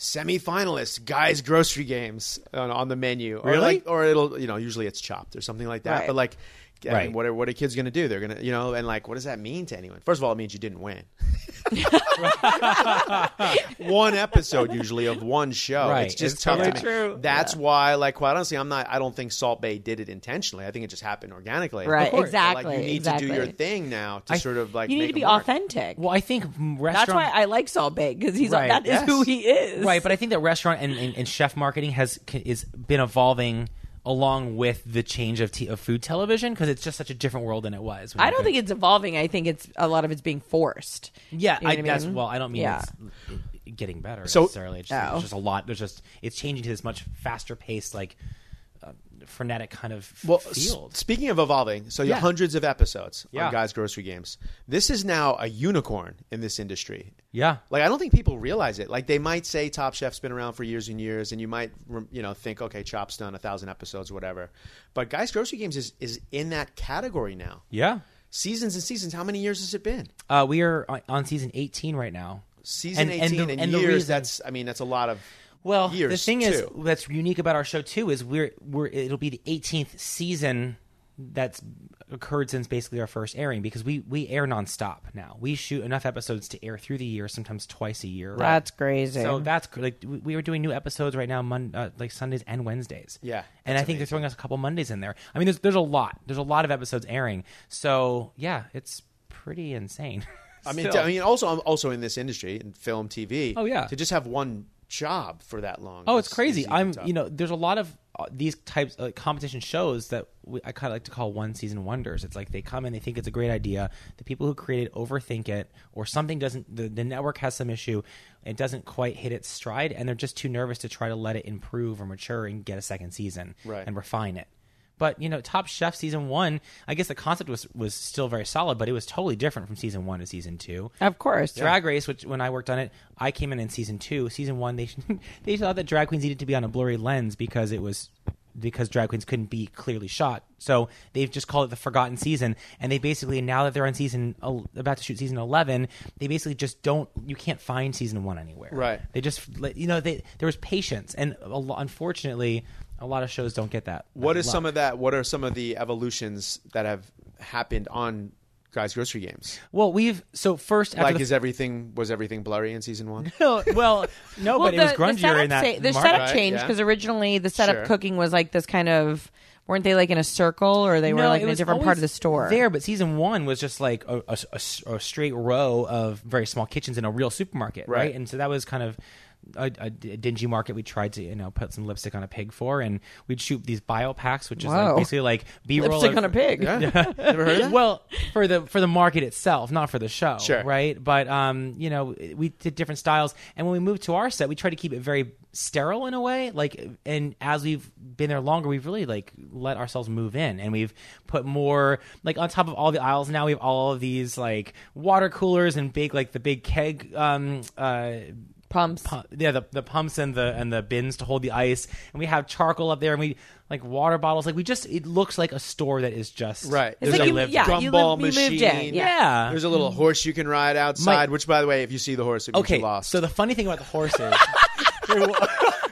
B: semifinalists guys grocery games on, on the menu or
F: Really?
B: like or it'll you know usually it's chopped or something like that
E: Right.
B: but like I
F: Right.
B: mean, what are what are kids going to do they're going to you know and like what does that mean to anyone first of all it means you didn't win one episode usually of one show.
F: Right.
B: It's just
F: It's
B: tough.
F: totally
B: to ma- That's why, like, quite honestly, I'm not. I don't think Salt Bay did it intentionally. I think it just happened organically.
E: Right,
B: Of course. But,
E: exactly,
B: Like, you need to do your
E: exactly.
B: thing now to sort of like
E: you need
B: make
E: to
B: a
E: be
B: mark.
E: authentic
F: Well, I think m- restaurant.
E: that's why i like saul big because he's
F: Right,
E: that is
F: yes.
E: who he is
F: right but i think that restaurant and, and, and chef marketing has c- is been evolving along with the change of, t- of food television because it's just such a different world than it was when
E: I
F: you
E: don't
F: could-
E: think it's evolving. I think it's a lot of it's being forced.
F: yeah
E: You know
F: I,
E: what I
F: that's
E: mean?
F: well i don't mean
E: Yeah.
F: it's, getting better
B: So-
F: necessarily. It's just,
E: No.
F: there's just a lot. There's just it's changing to this much faster paced, like uh, frenetic kind of f-
B: well, s-
F: field.
B: speaking of evolving, so you have
F: Yeah.
B: hundreds of episodes
F: Yeah.
B: on Guys Grocery Games. This is now a unicorn in this industry.
F: yeah,
B: Like I don't think people realize it. Like they might say Top Chef's been around for years and years, and you might rem- you know think okay, Chop's done a thousand episodes, whatever. But Guys Grocery Games is is in that category now.
F: yeah.
B: Seasons and seasons. How many years has it been?
F: Uh, we are on- on season 18 right now.
B: Season
F: And- and
B: eighteen and,
F: the- and the
B: years.
F: reason-
B: that's I mean that's a lot of
F: Well,
B: years.
F: the thing is
B: too.
F: that's unique about our show too is we're we're it'll be the 18th season that's occurred since basically our first airing because we we air nonstop now. We shoot enough episodes to air through the year, sometimes twice a year.
E: That's crazy.
F: So that's cr- like we we were doing new episodes right now, Mon- uh, like Sundays and Wednesdays.
B: Yeah,
F: and I think they're throwing us a couple Mondays in there. I mean, there's there's a lot, there's a lot of episodes airing. So yeah, it's pretty insane.
B: I mean,
F: Still.
B: I mean, also I'm also in this industry in film, TV.
F: Oh, yeah.
B: to just have one job for that long.
F: Oh,
B: is-
F: it's crazy.
B: is even
F: I'm,
B: tough.
F: you know, there's a lot of uh, these types of competition shows that we, I kind of like to call one season wonders. It's like they come in, they think it's a great idea. The people who create it overthink it, or something doesn't, the, the network has some issue, it doesn't quite hit its stride, and they're just too nervous to try to let it improve or mature and get a second season
B: Right.
F: and refine it. But you know, Top Chef season one, I guess the concept was was still very solid, but it was totally different from season one to season two.
E: of course.
F: Drag Race, which when I worked on it, I came in in season two. Season one, they they thought that drag queens needed to be on a blurry lens because it was because drag queens couldn't be clearly shot. So they've just called it the forgotten season, and they basically now that they're on season el- about to shoot season eleven, they basically just don't you can't find season one anywhere.
B: Right.
F: They just let- you know they there was patience, and a lo- unfortunately, a lot of shows don't get that.
B: what
F: that
B: is some
F: luck.
B: of that? What are some of the evolutions that have happened on Guys Grocery Games?
F: well we've so first after
B: Like,
F: the
B: is everything was everything blurry in season one?
F: no, well, no,
E: Well,
F: but
E: the,
F: it was
E: the setup
F: grungier in that.
E: sa- the
F: Mark-
E: setup
B: Right,
E: changed
B: yeah.
E: because originally the setup
B: Sure.
E: cooking was like this kind of weren't they like in a circle or they were
F: No,
E: like
F: it
E: in a
F: was
E: different part
F: always
E: of the store?
F: There, but season one was just like a, a- a s- a straight row of very small kitchens in a real supermarket, right?
B: Right.
F: And so that was kind of a, a d- a dingy market. We tried to you know put some lipstick on a pig for, and we'd shoot these bio packs, which is like
E: Whoa.
F: basically like B roll
E: lipstick on a pig.
B: Never heard of that?
F: well, for the for the market itself, not for the show,
B: Sure.
F: right? But um, you know, we did different styles, and when we moved to our set, we tried to keep it very sterile in a way. Like, and as we've been there longer, we've really like let ourselves move in, and we've put more like on top of all the aisles. Now we have all of these like water coolers and big like the big keg um uh
E: Pumps.
F: pump, yeah, the, the pumps and the and the bins to hold the ice, and we have charcoal up there, and we like water bottles. Like we just, it looks like a store that is just
B: Right.
E: It's
B: There's
E: like
B: a
E: you,
F: lived-
E: yeah,
B: drum
E: you,
B: ball
E: lived, you moved
B: machine.
E: in. Yeah.
F: Yeah. Mm.
B: There's a little horse you can ride outside. which, by the way, if you see the horse, it means
F: okay.
B: you lost.
F: So the funny thing about the horses.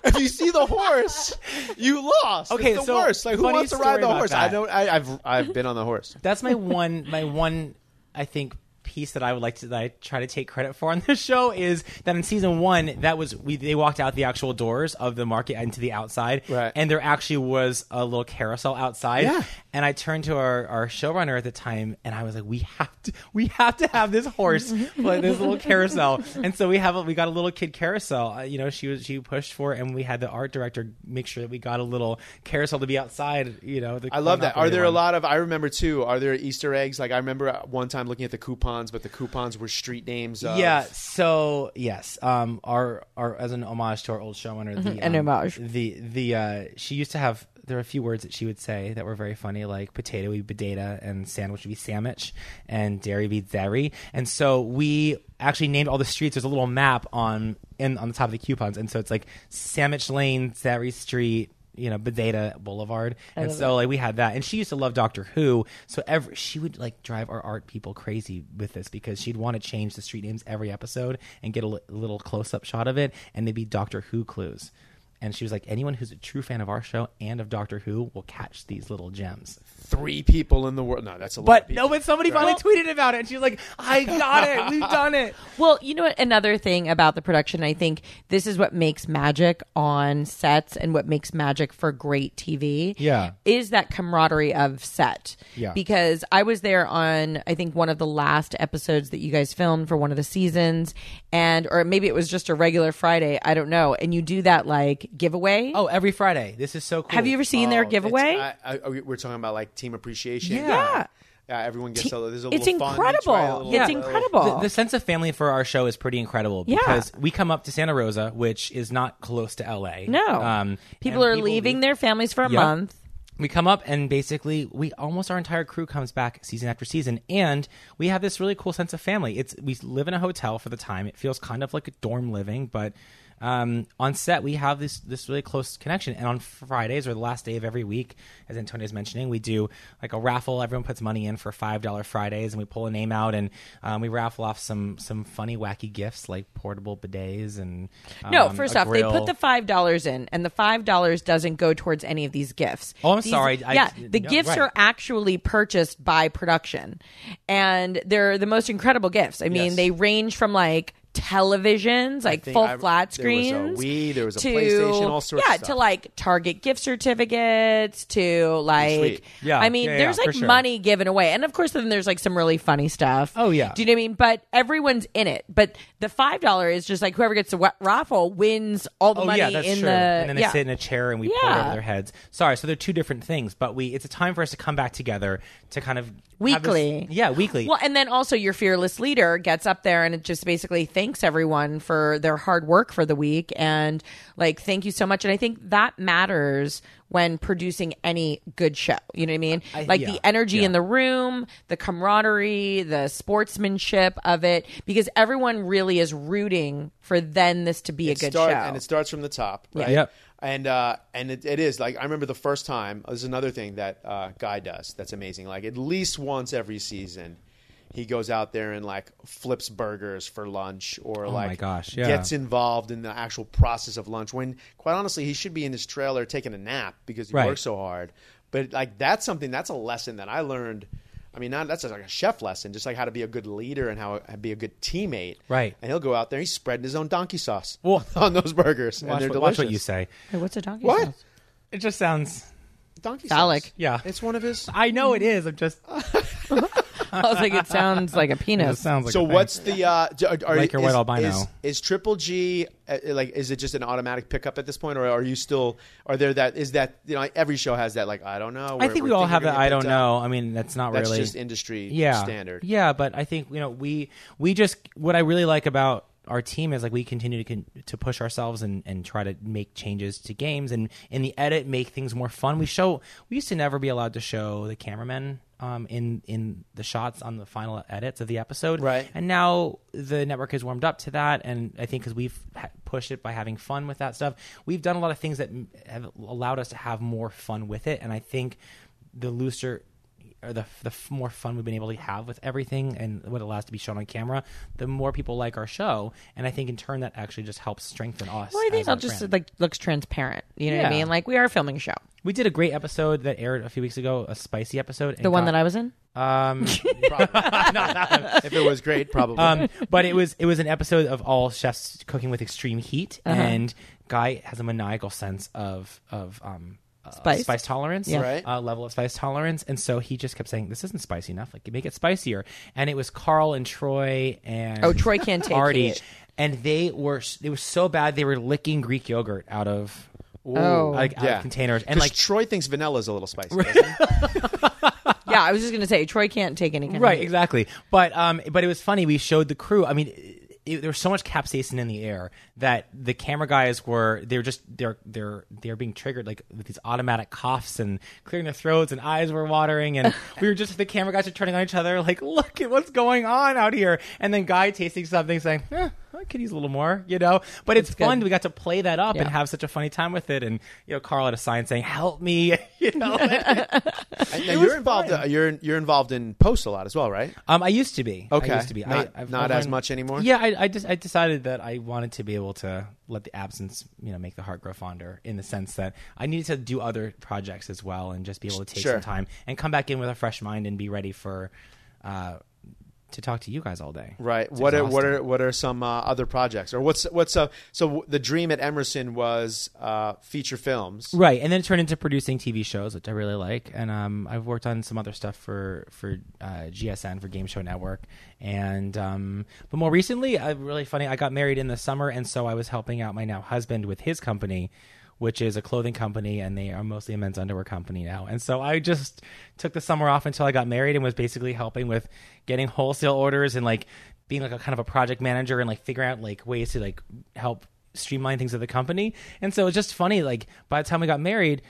B: if you see the horse, you lost.
F: Okay,
B: it's the
F: so
B: worst. Like who
F: funny
B: wants to ride
F: story
B: the
F: about
B: horse? I
F: that.
B: don't. I, I've I've been on the horse.
F: that's my one my one I think piece that I would like to that I try to take credit for on this show is that in season one that was we they walked out the actual doors of the market into the outside
B: Right.
F: and there actually was a little carousel outside
B: Yeah.
F: and I turned to our, our showrunner at the time and I was like we have to we have to have this horse play this little carousel and so we have a, we got a little kid carousel Uh, you know she was she pushed for it and we had the art director make sure that we got a little carousel to be outside you know the
B: I love that. Are there a
F: one.
B: lot of? I remember too. Are there Easter eggs? Like I remember uh, one time looking at the coupons, but the coupons were street names. Of,
F: Yeah. So yes, um, our our as an homage to our old showrunner, the
E: Mm-hmm. An
F: um,
E: homage.
F: The the uh, she used to have there were a few words that she would say that were very funny, like potato would be potato, and sandwich would be sandwich, and dairy would be dairy. And so we actually named all the streets. There's a little map on in on the top of the coupons, and so it's like sandwich lane, dairy street. You know, Bedeta Boulevard, and so like we had that, and she used to love Doctor Who, so every she would like drive our art people crazy with this because she'd want to change the street names every episode and get a li- little close up shot of it, and they'd be Doctor Who clues. And she was like, anyone who's a true fan of our show and of Doctor Who will catch these little gems.
B: three people in the world. No, that's a lot. of
F: But
B: people.
F: no, but somebody finally tweeted about it, and she was like, I got it, we've done it.
E: Well, you know what? Another thing about the production, I think this is what makes magic on sets and what makes magic for great TV.
F: Yeah.
E: Is that camaraderie of set.
F: Yeah.
E: Because I was there on, I think, one of the last episodes that you guys filmed for one of the seasons, and, or maybe it was just a regular Friday, I don't know. And you do that like giveaway.
F: Oh, every Friday. This is so cool.
E: Have you ever seen
B: Oh,
E: their
B: it's-
E: giveaway?
B: I- I- we're talking about like team appreciation.
F: Yeah. Yeah.
B: Yeah, everyone gets a, there's a
E: It's
B: little fun. They try a
E: incredible.
B: little-
E: It's
B: a little-
E: incredible.
F: The, the sense of family for our show is pretty incredible
E: Yeah.
F: because we come up to Santa Rosa, which is not close to LA.
E: no.
F: Um,
E: people
F: and
E: are leaving their families for a
F: Yep.
E: month.
F: we come up and basically we almost our entire crew comes back season after season and we have this really cool sense of family it's we live in a hotel for the time it feels kind of like a dorm living but um, on set we have this this really close connection and on fridays or the last day of every week as antonio's mentioning we do like a raffle everyone puts money in for five dollar fridays and we pull a name out and um, we raffle off some some funny wacky gifts like portable bidets and
E: No,
F: um,
E: first
F: a
E: off, they put
F: grill.
E: the five dollars in, and the five dollars doesn't go towards any of these gifts.
F: Oh, I'm
E: These-
F: sorry. I-
E: yeah,
F: I-
E: the
F: no,
E: gifts
F: right.
E: are actually purchased by production, and they're the most incredible gifts. I mean,
B: Yes.
E: they range from like televisions, like
B: think
E: full
B: I- there
E: flat
B: was a
E: screens.
B: Wii, there was a PlayStation, all sorts of
E: Yeah, to
B: stuff.
E: like Target gift certificates, to like,
B: sweet.
F: Yeah,
E: I mean,
F: yeah, yeah,
E: there's
F: for
E: like
F: sure.
E: money given away, and of course, then there's like some really funny stuff.
F: Oh, yeah.
E: do you know what I mean? But everyone's in it. But the five dollar is just like whoever gets the wa- raffle wins all the
F: Oh
E: money
F: yeah, that's
E: in
F: true.
E: the
F: and then they
E: yeah.
F: sit in a chair and we pour it
E: Yeah.
F: over their heads. Sorry, so they're two different things, but we it's a time for us to come back together to kind of have this-
E: Weekly.
F: yeah, weekly.
E: Well, and then also your fearless leader gets up there and it just basically thanks everyone for their hard work for the week and like thank you so much. And I think that matters when producing any good show. You know what I mean? like
F: yeah,
E: the energy
F: yeah.
E: in the room, the camaraderie, the sportsmanship of it, because everyone really is rooting for then this to be a good
B: start-
E: show.
B: And it starts from the top, right?
F: Yep.
B: And uh, and it, it is like I remember the first time. This is another thing that uh, Guy does that's amazing. Like at least once every season, he goes out there and like flips burgers for lunch, or like
F: Oh gosh, yeah.
B: gets involved in the actual process of lunch. When quite honestly, he should be in his trailer taking a nap because he
F: Right.
B: works so hard. But like that's something that's a lesson that I learned. I mean, not, that's like a chef lesson, just like how to be a good leader and how to be a good teammate.
F: Right.
B: And he'll go out there. He's spreading his own donkey sauce
F: Well-
B: on those burgers, and
F: watch,
B: they're
F: what,
B: delicious.
F: watch what you say.
E: Hey, what's a donkey?
B: What?
E: sauce?
F: It just sounds.
B: Donkey
E: Phallic.
B: sauce.
F: Yeah.
B: It's one of his.
F: I know it is. I'm just.
E: I was like, it sounds like a
F: It
E: penis.
F: just sounds like.
B: so
F: a thing.
B: what's the uh, d- are, are,
F: Like your
B: is,
F: white albino.
B: Is, is Triple G uh, like? Is it just an automatic pickup at this point, or are you still? Are there that? Is that you know? like, Every show has that. Like I don't know.
F: I
B: we're-
F: think
B: we're
F: we all
B: thinking
F: have
B: we're
F: that.
B: gonna
F: I
B: get
F: don't
B: picked up.
F: know. I mean, that's not
B: That's
F: really
B: just industry
F: yeah
B: standard.
F: Yeah, but I think you know we we just what I really like about our team is like we continue to con- to push ourselves and and try to make changes to games and in the edit make things more fun. We show we used to never be allowed to show the cameramen um in in the shots on the final edits of the episode
B: Right.
F: and now the network has warmed up to that and i think because we've ha- pushed it by having fun with that stuff we've done a lot of things that m- have allowed us to have more fun with it and i think the looser or the the f- more fun we've been able to have with everything and what allows to be shown on camera, the more people like our show, and I think in turn that actually just helps strengthen us.
E: Well, I think
F: as a
E: it just
F: brand.
E: like looks transparent. You know what I
F: Yeah.
E: mean? Like we are filming a show.
F: we did a great episode that aired a few weeks ago, a spicy episode.
E: The one that I was in.
F: um,
B: If it was great, probably.
F: um, but it was it was an episode of all chefs cooking with extreme heat,
E: Uh-huh.
F: and Guy has a maniacal sense of of um. uh,
E: Spice.
F: spice tolerance,
E: Yeah.
B: Right.
F: uh, level of spice tolerance, and so he just kept saying, "This isn't spicy enough. Like, make it spicier." And it was Carl and Troy and
E: Oh, Troy can't take
F: Artie,
E: heat.
F: and they were it was so bad they were licking Greek yogurt out of
E: Oh,
F: like out
B: yeah.
F: of containers, and
B: 'Cause
F: like
B: Troy thinks vanilla is a little spicy.
E: yeah. I was just gonna say Troy can't take any kind
F: right
E: of heat.
F: exactly but um but it was funny we showed the crew i mean it, there was so much capsaicin in the air that the camera guys were they're just they're they're they're being triggered like with these automatic coughs and clearing their throats and eyes were watering and we were just the camera guys are turning on each other like look at what's going on out here and then guy tasting something saying eh, i could use a little more you know but it's,
E: It's good.
F: fun we got to play that up and
E: Yeah.
F: have such a funny time with it and you know carl had a sign saying help me you know
B: now you're involved. Uh, you're you're involved in post a lot as well, right?
F: Um, I used to be.
B: Okay.
F: I used to be.
B: Not-
F: I, I've
B: not
F: I've
B: as much anymore?
F: Yeah, I, I just I decided that I wanted to be able to let the absence, you know, make the heart grow fonder. In the sense that I needed to do other projects as well, and just be able to take
B: Sure.
F: some time and come back in with a fresh mind and be ready for. Uh, to talk to you guys all day,
B: Right.
F: It's
B: what are what
F: exhausting.
B: are what are some uh, other projects or what's what's uh, so w- the dream at Emerson was uh, feature films.
F: Right, and then it turned into producing TV shows, which I really like. And um, I've worked on some other stuff for for uh, GSN for Game Show Network, and um, but more recently, uh, really funny. I got married in the summer, and so I was helping out my now husband with his company which is a clothing company, and they are mostly a men's underwear company now. And so I just took the summer off until I got married and was basically helping with getting wholesale orders and like being like a kind of a project manager and like figuring out like ways to like help streamline things at the company. And so it's just funny. Like by the time we got married,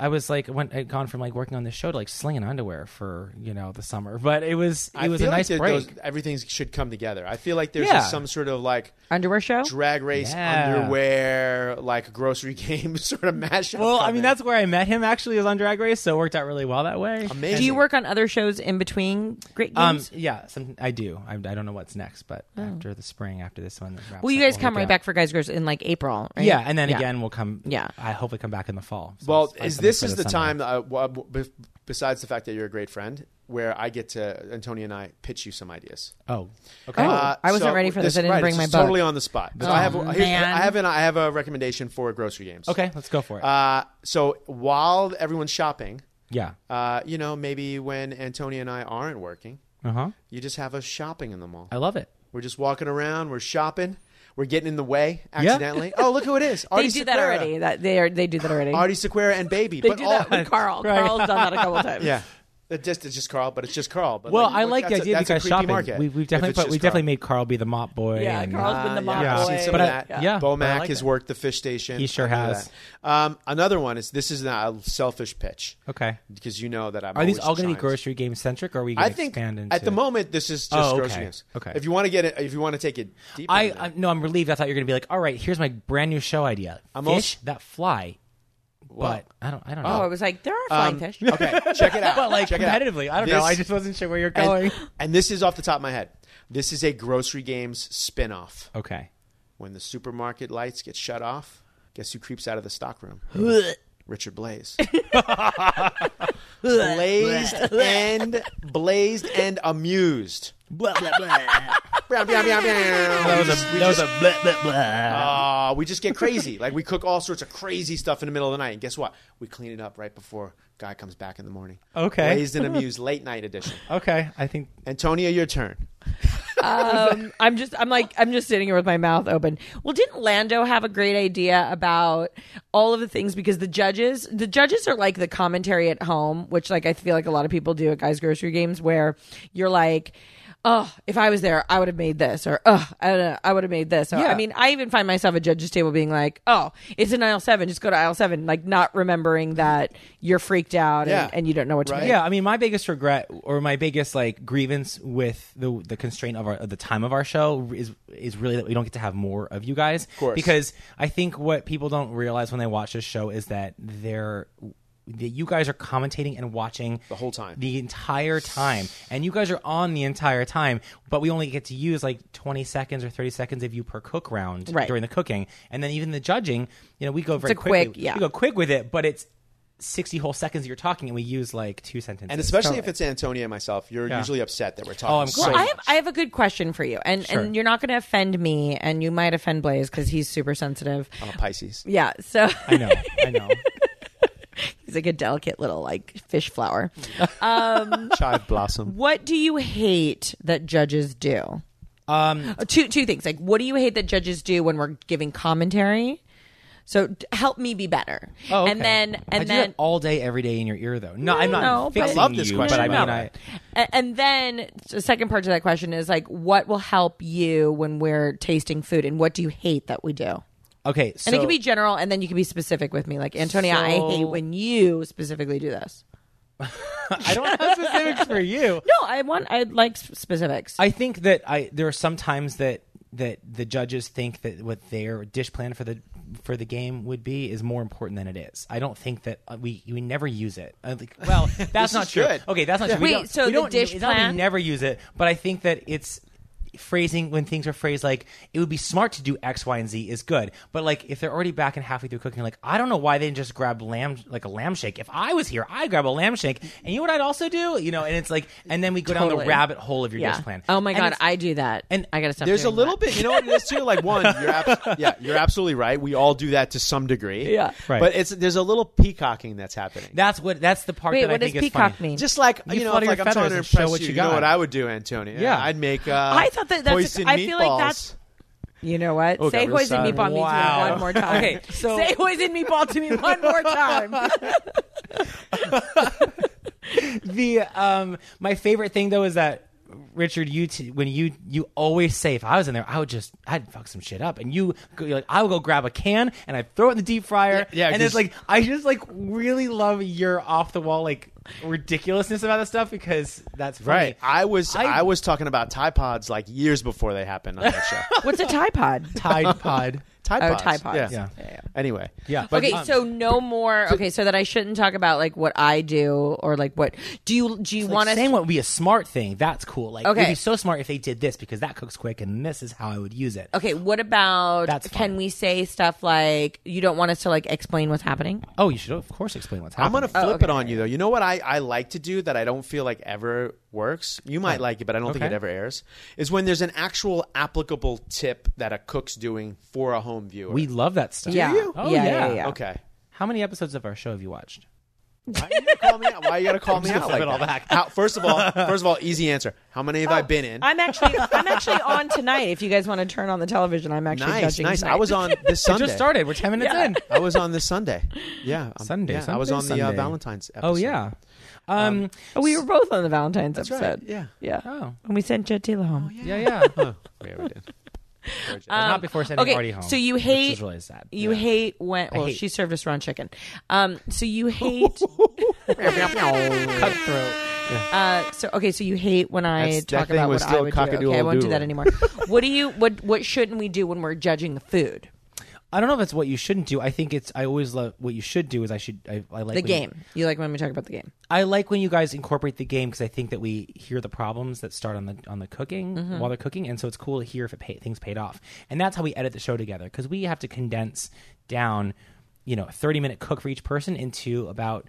F: I was like went I'd gone from like working on this show to like slinging underwear for you know the summer. But it was it
B: I
F: was a
B: feel like
F: nice
B: that
F: break.
B: those- everything should come together. I feel like there's
F: Yeah.
B: just some sort of like
E: Underwear show?
B: drag race
F: Yeah.
B: underwear, like grocery game sort of mashup.
F: well, I mean
B: coming.
F: that's where I met him actually was on Drag Race, so it worked out really well that way.
B: amazing.
E: Do you work on other shows in between Great
F: Um,
E: Games?
F: yeah, some, I do. I, I don't know what's next, but after the spring, after this one, wraps
E: well, Oh. you
F: up,
E: guys
F: we'll
E: come
F: look
E: right
F: at-
E: back for Guys Girls in like April, right?
F: Yeah, and then
E: Yeah.
F: again we'll come.
E: Yeah.
F: I hopefully come back in the fall. So
B: Well,
F: let's find
B: is
F: something
B: this
F: for
B: is the
F: summer.
B: time? Uh, w- w- bef- besides the fact that you're a great friend, where I get to Antonio and I pitch you some ideas.
F: Oh, okay.
E: Oh. I wasn't ready for this. I didn't
B: right,
E: bring
B: Uh, this
E: my
B: is
E: book.
B: Totally on the spot. So I have
E: Oh,
B: here's-
E: man.
B: I have an, I have a recommendation for grocery games.
F: Okay, let's go for it.
B: Uh, so while everyone's shopping,
F: yeah.
B: uh, you know, maybe when Antonia and I aren't working,
F: Uh huh.
B: you just have us shopping in the mall.
F: I love it.
B: We're just walking around. We're shopping. We're getting in the way accidentally. Oh, look who it is!
E: They
B: Artie
E: do that
B: Sequeira.
E: already. That they are they do that already.
B: Artie Sequeira and Baby.
E: they
B: but
E: do
B: all,
E: that with Carl. Carl's done that a couple times.
B: Yeah. It just it's just Carl, but it's just Carl. But
F: Well,
B: like,
F: I like the
B: that's a-
F: idea
B: that's a
F: because
B: creepy
F: shopping.
B: market
F: We, we've
B: if
F: definitely
B: it's
F: put,
B: just
F: we definitely
B: Carl.
F: made Carl be the mop boy.
E: Yeah,
F: and,
E: Carl's been the mom
B: yeah, I've
E: boy.
B: seen some
F: But I-
B: of that.
F: yeah,
B: Bo
F: I
B: Mac
F: like
B: has
F: that.
B: worked the fish station.
F: He sure
B: I know
F: has.
B: that. Um, another one is this is not a selfish pitch
F: Okay.
B: because you know that I'm.
F: Are these
B: always
F: all going to be
B: trying
F: grocery game centric, or are we going
B: I
F: to
B: think
F: expand into?
B: at the moment this is just
F: Oh, okay.
B: grocery games.
F: Okay.
B: If you want to get it, if you want to take it deeper,
F: I,
B: than that.
F: I no, I'm relieved. I thought you were going to be like, all right, here's my brand new show idea.
B: I'm
F: Fish
B: also-
F: that fly, but I don't, I don't
E: Oh, I
F: know.
E: was like, there are flying
B: Um,
E: fish.
B: okay, check it out.
F: but like
B: check it out.
F: competitively, I don't know.
B: This-
F: I just wasn't sure where you're
B: and-
F: going.
B: and this is off the top of my head. This is a grocery games spin-off.
F: okay.
B: When the supermarket lights get shut off, guess who creeps out of the stockroom? Richard Blaze. blazed and blazed and amused. Blah blah blah.
F: That was a that was a blah, blah, blah.
B: Ah, we just get crazy. Like we cook all sorts of crazy stuff in the middle of the night, and guess what? We clean it up right before guy comes back in the morning.
F: Okay.
B: blazed and amused, late night edition.
F: Okay, I think
B: Antonia, your turn.
E: Um, I'm just, I'm like, I'm just sitting here with my mouth open. Well, didn't Lando have a great idea about all of the things? Because the judges, the judges are like the commentary at home, which like I feel like a lot of people do at guys' grocery games, where you're like. Oh, if I was there, I would have made this, or oh, I don't know, I would have made this. Or, I mean, I even find myself at judges' table being like, "Oh, it's in aisle seven. Just go to aisle seven. Like not remembering that you're freaked out
B: Yeah.
E: and, and you don't know what to
B: Right.
E: make.
F: Yeah, I mean, my biggest regret or my biggest like grievance with the the constraint of our of the time of our show is is really that we don't get to have more of you guys. Of
B: course.
F: because I think what people don't realize when they watch this show is that they're that you guys are commentating and watching the
B: whole time.
F: the entire time, and you guys are on the entire time, but we only get to use like twenty seconds or thirty seconds of you per cook round
E: Right.
F: during the cooking, and then even the judging, you know, we go very
E: a
F: quickly.
E: quick- yeah.
F: we go quick with it, but it's. 60 whole seconds that you're talking and we use like two sentences
B: And especially if it's Antonia and myself, you're usually upset that we're talking.
F: Oh, I'm
B: so
F: crying.
E: I have I have a good question for you, and
F: Sure.
E: and you're not going to offend me, and you might offend Blaze because he's super sensitive.
B: I'm a Pisces.
E: Yeah, so
F: I know. I know.
E: he's like a delicate little like fish flower.
B: Chive blossom.
E: What do you hate that judges do? Um, two two things. Like, what do you hate that judges do when we're giving commentary? So d- help me be better.
F: Oh, okay.
E: and then
F: I
E: and
F: do
E: then
F: that all day, every day in your ear, though. No, I'm not.
E: no, but-
F: fixing
B: I love this
F: you,
B: question,
F: But I
B: by
F: mean,
B: the
F: I,
E: A- and then the second part to that question is like, what will help you when we're tasting food, and what do you hate that we do?
F: okay. So,
E: And it can be general, and then you can be specific with me. Like, Antonia, I
F: So-
E: hate when you specifically do this.
F: I don't have specifics for you.
E: No, I want, I like s- specifics.
F: I think that I there are some times that that the judges think that what their dish plan for the for the game would be is more important than it is. I don't think that uh, we we never use it. I think, well, that's not
B: is
F: true.
B: good.
F: Okay, that's not true.
E: Wait,
F: we don't,
E: so
F: we
E: the
F: don't-
E: dish
F: it's not that we
E: plan-
F: never use it, but I think that it's phrasing when things are phrased like it would be smart to do X, Y, and Z is good. But like if they're already back and halfway through cooking, like I don't know why they didn't just grab lamb like a lamb shake. If I was here, I grab a lamb shake. And you know what I'd also do? You know, and it's like and then we go down
E: Totally.
F: the rabbit hole of your
E: yeah.
F: dish plan.
E: Oh my
F: And
E: God,
F: it's-
E: I do that. And
F: and
E: I got to stop.
B: There's a
E: doing
B: little
E: that.
B: bit. You know what it is too? Like one, you're abs- yeah, you're absolutely right. We all do that to some degree.
E: Yeah.
F: Right.
B: But it's there's a little peacocking that's happening.
F: That's what. That's the part
E: Wait,
F: that
E: what
F: I
E: does
F: think is
E: peacock
F: funny.
E: mean?
B: just like
F: You
B: you, know,
F: flutter
B: if, like
F: your
B: I'm trying
F: feathers
B: to
F: and
B: impress
F: show what
B: you.
F: you
B: know
F: got.
B: what I would do, Antonio?
F: Yeah.
B: I'd make. Uh,
E: I thought that that's.
B: hoisin
E: I feel like
B: meatballs.
E: that's. You know what?
B: Oh, it got
E: Say
B: real
E: hoisin
B: sad.
E: meatball me to me
F: Wow.
E: one more time.
F: Okay, so-
E: Say hoisin meatball to me one more time.
F: the um my favorite thing though is that Richard, you t- when you you always say if I was in there, I would just I'd fuck some shit up, and you go- you're like I would go grab a can and I would throw it in the deep fryer,
B: Yeah, yeah,
F: and it's
B: 'cause-
F: like I just like really love your off the wall like ridiculousness about this stuff because that's funny.
B: Right. I was
F: I-
B: I, was talking about Tide Pods like years before they happened on that show.
E: What's a tie pod?
F: Tide Pod.
B: Tide
E: Oh,
B: Pods.
E: Tide Pods.
B: Yeah.
F: Yeah.
B: Anyway.
F: Yeah. um,
B: But
E: okay, so no more. Okay, so that I shouldn't talk about like what I do or like what do you do you
F: Like,
E: want us?
F: saying what would be a smart thing? That's cool. Like it
E: Okay.
F: would be so smart if they did this because that cooks quick, and this is how I would use it.
E: Okay, what about
F: That's fine.
E: can we say stuff like you don't want us to like explain what's happening?
F: Oh, you should of course explain what's
B: I'm
F: happening.
B: gonna flip it on you though. You know what I, I like to do that I don't feel like ever works. You might like it, but I don't think
F: Okay.
B: it ever airs. Is when there's an actual applicable tip that a cook's doing for a home viewer.
F: We love that stuff.
E: Yeah.
B: you?
F: Oh
E: yeah,
F: yeah.
E: yeah, yeah.
B: okay.
F: How many episodes of our show have you watched?
B: Why you gotta call me out? Why you gotta call me out like
F: flip it all
B: that?
F: back. Oh,
B: How, first of all, first of all, easy answer. How many have I been in?
E: I'm actually I'm actually on tonight. If you guys want to turn on the television, I'm actually
B: nice,
E: judging.
B: nice.
E: tonight.
B: I was on this
F: It
B: Sunday.
F: just started. We're ten minutes in.
B: I was on this Sunday. Yeah, um,
F: Sunday,
B: yeah, I was on the
F: Sunday,
B: Uh,
F: Sunday.
B: Valentine's. episode.
F: Oh yeah. Um.
E: Oh, we were both on the Valentine's
B: right,
E: episode.
B: yeah. Oh,
E: yeah.
F: Oh.
E: And we sent Jet Tila home.
F: Yeah. Yeah.
B: Huh. Yeah, we did.
F: But not before sending
E: Um, okay,
F: Artie home.
E: so you
F: which
E: hate-
F: is really sad.
E: You
F: Yeah.
E: hate when well,
F: hate-
E: she served us round chicken. Um, so you hate.
F: cutthroat.
E: Uh, so okay, so you hate when I
B: That's- that
E: talk
B: thing
E: about
B: was
E: what I
B: still
E: would do. Okay, I won't do that
B: cockadoodle-doodle.
E: anymore. what do you? What what shouldn't we do when we're judging the food?
F: I don't know if it's what you shouldn't do. I think it's. I always love what you should do. Is I should. I, I like
E: The
F: when-
E: game. You like when we talk about the game?
F: I like when you guys incorporate the game because I think that we hear the problems that start on the on the cooking while they're cooking, and so it's cool to hear if it pay, things paid off. And that's how we edit the show together because we have to condense down, you know, a thirty minute cook for each person into about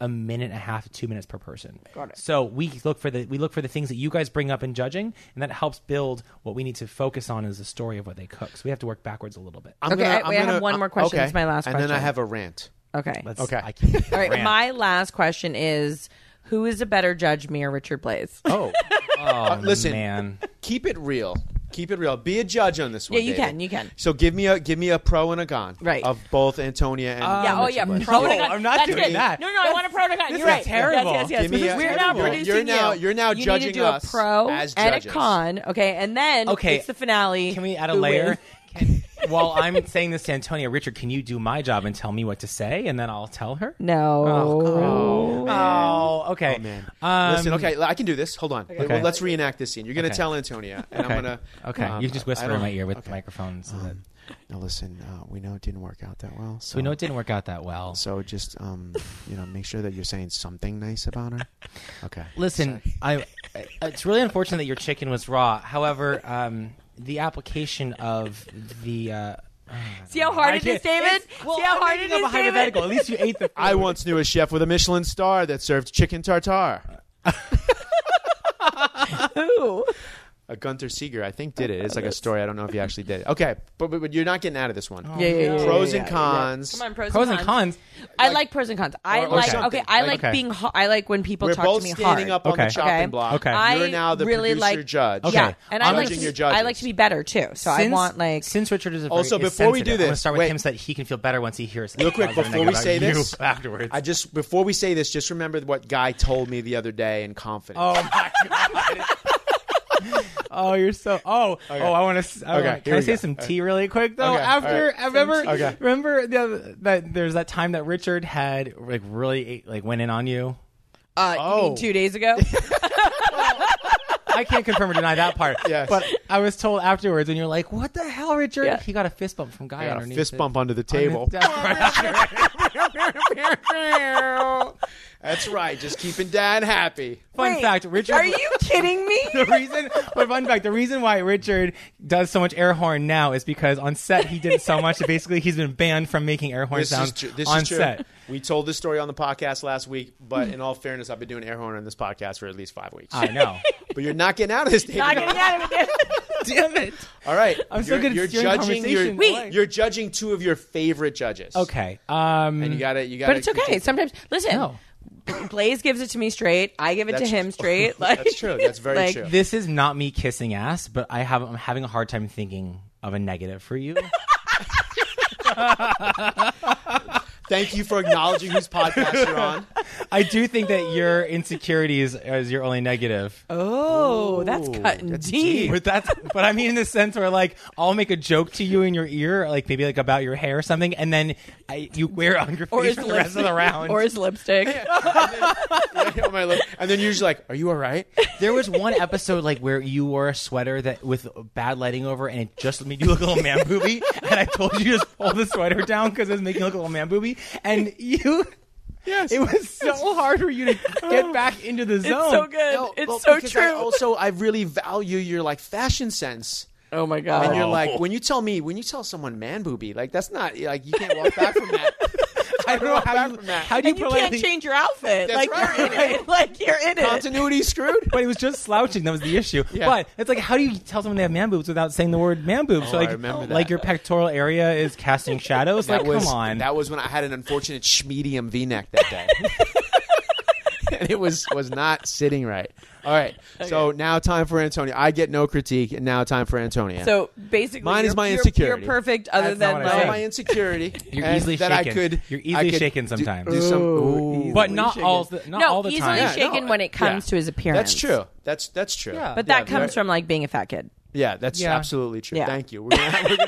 F: a minute and a half, two minutes per person. Got it. So we look for the we look for the things that you guys bring up in judging, and that helps build what we need to focus on as the story of what they cook. So we have to work backwards a little bit.
B: I'm
E: Okay,
B: gonna-
E: I-
B: I'm
E: wait, I have
B: gonna-
E: one more question.
B: Okay.
E: It's my last
B: and then I
E: question.
B: have a rant.
E: Okay.
F: Let's-
B: Okay.
F: I can't
E: All right.
F: rant.
E: My last question is: Who is a better judge, me or Richard Blaze?
B: Oh,
F: oh,
B: listen.
F: man.
B: keep it real. Keep it real. Be a judge on this one.
E: Yeah, you
B: David.
E: can, you can.
B: So give me a give me a pro and a con
E: Right.
B: of both Antonia and
E: Yeah. Oh, yeah.
B: Richard Blaze.
E: Pro and a
F: No,
E: con.
F: I'm not
E: That's
F: doing
E: good.
F: that.
E: No, no, I want a pro and a con.
F: This
E: You're
F: is
E: right.
F: terrible.
E: Yes, yes, yes.
B: Give me
E: Because
B: a-
E: we're now
B: terrible.
E: producing
B: You're now-
E: you.
B: you're now
E: You need to
B: judging
E: do a
B: us
E: pro
B: as
E: and a
B: judges.
E: con. Okay, and then
F: Okay.
E: it's the finale.
F: Can we add a
E: Who
F: layer?
E: wins?
F: Can, while I'm saying this to Antonia, Richard, can you do my job and tell me what to say, and then I'll tell her?
E: No.
F: Oh, oh, okay. Um,
B: Listen, okay, I can do this. Hold on. Well,
F: Okay.
B: Let's reenact this scene. You're going to
F: Okay.
B: tell Antonia, and
F: Okay.
B: I'm um, going to.
F: Okay, you can just whisper in my ear with
B: the
F: the microphone. So, that,
B: Now listen, uh, we know it didn't work out that well. Um, So
F: so we know it didn't work out that well.
B: So just um, you know, make sure that you're saying something nice about her. Okay.
F: Listen, I, I- it's really unfortunate that your chicken was raw. However, um, the application of the uh,
E: See how hard
F: I
E: it is,
F: can't-
E: David?
F: it's- well,
E: See how
F: I'm
E: hard it
F: making up
E: is,
F: a hypothetical.
E: David?
F: At least you ate the. Food.
B: I once knew a chef with a Michelin star that served chicken tartare.
E: Who?
B: A Gunter Seeger, I think, did it. It's like a story. I don't know if he actually did it. Okay, but, but, but you're not getting out of this one.
E: Yeah, yeah, yeah, yeah,
B: Pros
E: yeah,
B: and
E: yeah.
B: cons.
E: Come on, pros,
F: pros
E: and
F: and
E: cons.
F: cons.
E: I like pros and cons. I
B: Or- or
E: like.
B: something.
E: Okay, I like
B: Like-
E: being. Ho- I like when people
B: We're
E: talk
B: both
E: to me
B: standing
E: hard.
B: up on
F: Okay.
B: the chopping
E: Okay.
B: block.
F: Okay.
B: You're now the
E: I really
B: producer
E: like,
B: judge.
F: Okay.
E: Yeah, and I like, to
B: Judging your
E: be, I like
B: judges.
E: to be better too. So I
F: Since-
E: want like
F: since Richard is a very,
B: Also,
F: is
B: before we
F: sensitive,
B: do
F: I'm gonna
B: this-
F: start with
B: wait.
F: him so that he can feel better once he hears.
B: Real quick,
F: positive
B: before we
F: about
B: say
F: you
B: this,
F: afterwards,
B: I just before we say this, just remember what Guy told me the other day in confidence.
F: Oh my god. Oh, you're so. Oh, oh, I want to.
B: Okay,
F: Okay,
B: here
F: can I
B: we
F: say
B: go.
F: some tea really quick though?
B: Okay, all
F: After
B: right.
F: I
B: Some
F: remember,
B: tea. Okay.
F: remember the, other- that there's that time that Richard had like really ate- like went in on you.
E: uh, you mean
B: Oh.
E: two days ago.
F: I can't confirm or deny that part.
B: Yes.
F: But I was told afterwards, and you're like, "What the hell, Richard?
E: Yeah.
F: He got a fist bump from guy
B: I got a
F: underneath
B: fist
F: it.
B: bump under the table. That's right. Just keeping Dad happy.
F: Fun fact, Richard.
E: Are you kidding me?
F: the reason, but fun fact, the reason why Richard does so much air horn now is because on set he did so much that basically he's been banned from making air horn
B: This
F: sounds
B: is true. This
F: on
B: is true.
F: set.
B: We told this story on the podcast last week, but in all fairness, I've been doing air horn on this podcast for at least five weeks.
F: I know.
B: but you're not getting out of this. David.
E: Not getting out of it.
F: Damn it.
B: All right.
F: I'm so
B: you're,
F: good at
B: you're
F: steering
B: judging your,
F: conversation. Wait.
B: you're judging two of your favorite judges.
F: Okay. Um.
B: And you got to You got
E: But it's okay. Sometimes listen.
F: No.
E: Blaze gives it to me straight. I give it to
B: That's-
E: him straight. Like
B: That's true. That's very
E: like,
B: true.
F: this is not me kissing ass, but I have I'm having a hard time thinking of a negative for you.
B: Thank you for acknowledging whose podcast you're on.
F: I do think that your insecurities is your only negative.
E: Oh, that's cutting deep.
F: But that's but I mean in the sense where like I'll make a joke to you in your ear, like maybe like about your hair or something, and then I, you wear it on your
E: Or
F: face
E: his
F: for the rest of the round.
E: Or his lipstick.
B: On Oh my lip. And then you're usually like, "Are you all right?"
F: there was one episode like where you wore a sweater that with bad lighting over, and it just made you look a little man booby. and I told you just pull the sweater down because it was making you look a little man booby, and you. Yes. It was so hard for you to
B: Oh.
F: get back into the zone.
E: It's so good.
B: No,
E: it's
B: well,
E: so
B: because I
E: true.
B: also, I really value your like fashion sense.
E: oh my
B: And
E: god.
B: you're like, when you tell me, when you tell someone man booby, like that's not like you can't walk back from that.
F: I don't know how you,
B: from that.
F: how do you
E: and you can't
F: politely-
E: change your outfit.
B: That's
E: like
B: right.
E: you're in it. Like you're in it.
B: Continuity screwed.
F: but it was just slouching. That was the issue.
B: Yeah.
F: But it's like, how do you tell someone they have man boobs without saying the word man boobs? so
B: Oh, I
F: like,
B: remember that.
F: like your pectoral area is casting shadows.
B: That
F: like,
B: was
F: come on.
B: that was when I had an unfortunate schmedium V-neck that day. and it was was not sitting right. All right. So now time for Antonia. I get no critique and now time for Antonia.
E: So basically,
B: Mine
E: you're,
B: is my
E: you're-
B: insecurity.
E: You're perfect, other
F: That's not
E: than
F: what I
B: All
E: like.
F: said.
B: my insecurity.
F: You're
B: and
F: easily
B: that I
F: shaken.
B: could
F: You're
B: I
F: easily
B: could
F: shaken
B: do-
F: sometimes.
B: do some-
F: but not all, the, not
E: no,
F: all the
E: easily
F: time.
B: Yeah,
E: shaken
B: no,
E: when it comes
B: yeah.
E: to his appearance.
B: That's true. That's that's true.
F: Yeah.
E: But that
B: Yeah,
E: comes
B: right.
E: from like being a fat kid.
B: Yeah, that's
F: Yeah.
B: absolutely true.
E: Yeah.
B: Thank you. We're gonna, we're gonna,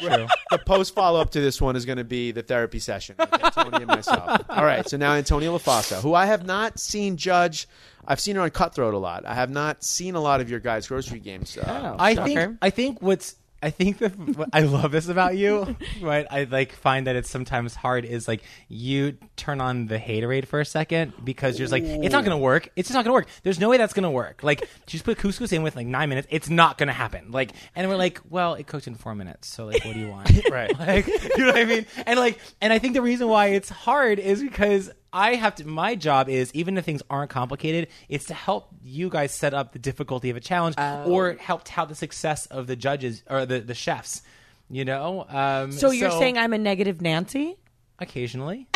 F: True.
B: the post follow up to this one is going to be the therapy session with Antonia and myself. All right, so now Antonia LaFossa, who I have not seen judge. I've seen her on Cutthroat a lot. I have not seen a lot of your guys' grocery games. Uh,
F: I
E: Shocker.
F: think I think what's I think the what I love this about you, right? I like find that it's sometimes hard is like you turn on the haterade for a second because you're just like it's not gonna work. It's just not gonna work. There's no way that's gonna work. Like just put couscous in with like nine minutes. It's not gonna happen. Like and we're like, well, it cooked in four minutes. So like, what do you want? right? Like you know what I mean? And like and I think the reason why it's hard is because. I have to. My job is even if things aren't complicated, it's to help you guys set up the difficulty of a challenge,
E: Oh.
F: or it helped how the success of the judges or the, the chefs. You know. Um,
E: So you're saying I'm a negative Nancy?
F: occasionally?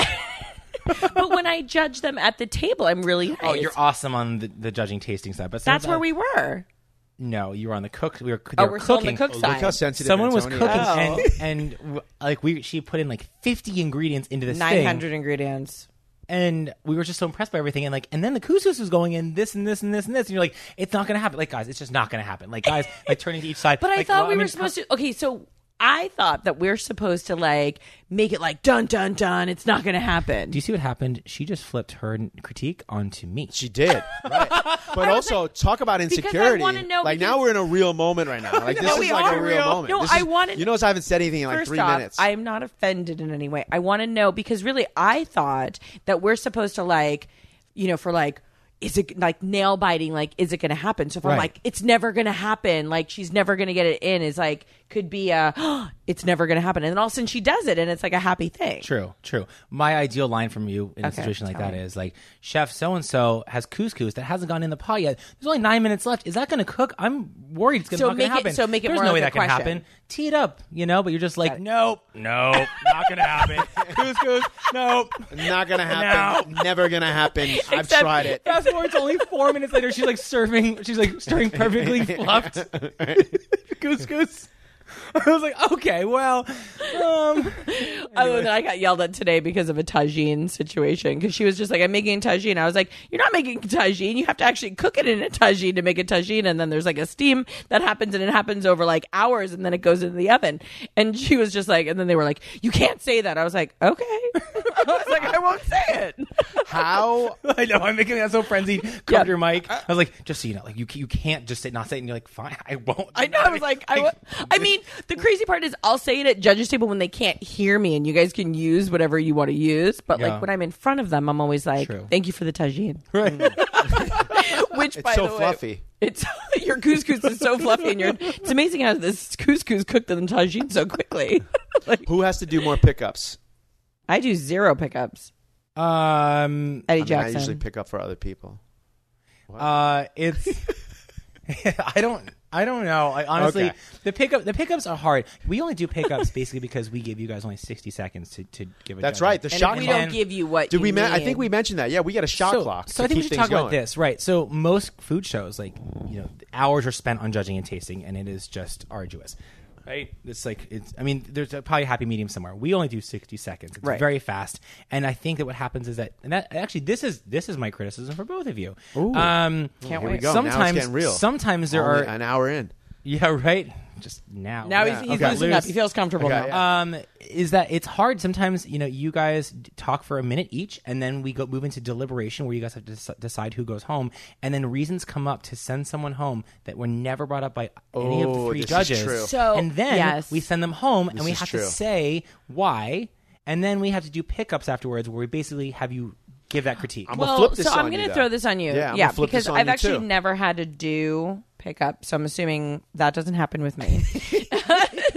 E: but when I judge them at the table, I'm really nice.
F: Oh, you're awesome on the, the judging tasting side, but
E: That's where
F: sometimes-
E: we were.
F: No, you were on the cook. We were. they
E: Oh,
F: were
E: we're still on the cook
F: cooking.
E: side. Oh.
B: how sensitive
F: Someone was
B: Antonia
F: cooking,
B: is.
F: and, and w- like we, she put in like 50 ingredients into this
E: Nine
F: thing,
E: hundred ingredients.
F: and we were just so impressed by everything. And like, and then the couscous was going in this and this and this and this, and you're like, it's not gonna happen. Like, guys, it's just not gonna happen. Like, guys, like turning to each side.
E: But I
F: Like,
E: thought
F: well,
E: we were
F: mean,
E: supposed to. Okay, so I thought that we're supposed to like make it like dun dun dun. It's not going to happen.
F: Do you see what happened? She just flipped her critique onto me.
B: She did, right? But also talk about
E: I
B: insecurity.
E: wanna know
B: like
E: because-
B: now we're in a real moment right now. Like this
E: No,
B: is
E: we
B: like a
E: are
B: real,
E: real.
B: moment.
E: No,
B: This is-
E: I wanted-
B: You notice I haven't said anything in like
E: First
B: three
E: off,
B: minutes.
E: I'm not offended in any way. I want to know because really, I thought that we're supposed to like, you know, for like, is it like nail biting? Like, is it going to happen? So if I'm
F: Right.
E: like, it's never going to happen. Like, she's never going to get it in. Is like, could be a, it's never going to happen. And then all of a sudden she does it, and it's like a happy thing.
F: True, true. My ideal line from you in a
E: Okay,
F: situation like
E: tell
F: that
E: me.
F: is like, Chef so and so has couscous that hasn't gone in the pot yet. There's only nine minutes left. Is that going to cook? I'm worried it's going
E: So
F: to not gonna
E: make it-
F: happen.
E: so make it
F: There's
E: more
F: no
E: like
F: way
E: a
F: that can
E: question.
F: happen. Tee it up, you know. But you're just like, nope, nope, not going to happen. couscous, nope.
B: not gonna happen. Never gonna happen. I've
E: Except-
B: tried it.
F: Fast forward to only four minutes later, she's like serving. She's like stirring perfectly fluffed couscous. I was like, okay, well, um,
E: Oh, and then I got yelled at today because of a tagine situation because she was just like, "I'm making tagine." I was like, "You're not making tagine. You have to actually cook it in a tagine to make a tagine." And then there's like a steam that happens, and it happens over like hours, and then it goes into the oven. And she was just like, and then they were like, "You can't say that." I was like, "Okay." I was like, "I won't say it."
B: How
F: I know I'm making that so frenzied. Covered your mic. I was like, just so you know, like you you can't just sit and not say it. And you're like, fine, I won't.
E: I know. I was like, I, wa- I mean, the crazy part is I'll say it at judges' table when they can't hear me, and you guys can use whatever you want to use. But
F: Yeah.
E: like when I'm in front of them, I'm always like,
F: True.
E: "Thank you for the tagine."
F: Right.
E: Which, by
B: so
E: the way,
B: fluffy.
E: It's your couscous is so fluffy, and your it's amazing how this couscous cooked in the tagine so quickly. like
B: who has to do more pickups?
E: I do zero pickups.
F: um.
E: Eddie
B: I, mean, I
E: Jackson.
B: usually pick up for other people.
F: Uh. It's. I don't. I don't know. I honestly,
B: Okay.
F: the pickup the pickups are hard. We only do pickups basically because we give you guys only sixty seconds to, to give a.
B: That's
F: judgment.
B: right. The
E: and
B: shot
E: we
B: clock.
E: don't give you what
B: Did
E: Uh, you
B: we? Men- I
E: need.
B: think we mentioned that. Yeah, we got a shot
F: so,
B: clock.
F: So
B: to
F: I think we
B: keep
F: should
B: things
F: talk about
B: going.
F: this, right? So most food shows, like you know, hours are spent on judging and tasting, and it is just arduous. right? It's like it's. I mean, there's a probably a happy medium somewhere. We only do sixty seconds. It's
E: Right.
F: very fast, and I think that what happens is that, and that actually, this is this is my criticism for both of you. Um,
E: Can't
B: Here we
E: wait.
B: go. Now it's
F: Sometimes,
B: getting real.
F: sometimes there
B: Only
F: are
B: an hour in.
F: Yeah, right. Just now.
E: Now he's, he's
B: okay.
E: loosened up. He feels comfortable
B: Okay,
E: now. Uh,
B: yeah.
F: um, is that it's hard sometimes. You know, you guys d- talk for a minute each, and then we go move into deliberation where you guys have to dec- decide who goes home, and then reasons come up to send someone home that were never brought up by any of the
B: Oh,
F: three
B: this is
F: judges.
B: true.
E: So-
F: and then
E: yes.
F: we send them home, and we
B: is
F: have
B: true.
F: to say why, and then we have to do pickups afterwards, where we basically have you give that critique.
B: I'm
E: Well,
B: gonna flip this
E: so
B: on
E: I'm
B: you,
E: going to
B: though.
E: throw this on you.
B: Yeah,
E: Yeah,
B: I'm gonna flip
E: because
B: this on
E: I've
B: you,
E: actually
B: too.
E: never had to do pickup, so I'm assuming that doesn't happen with me.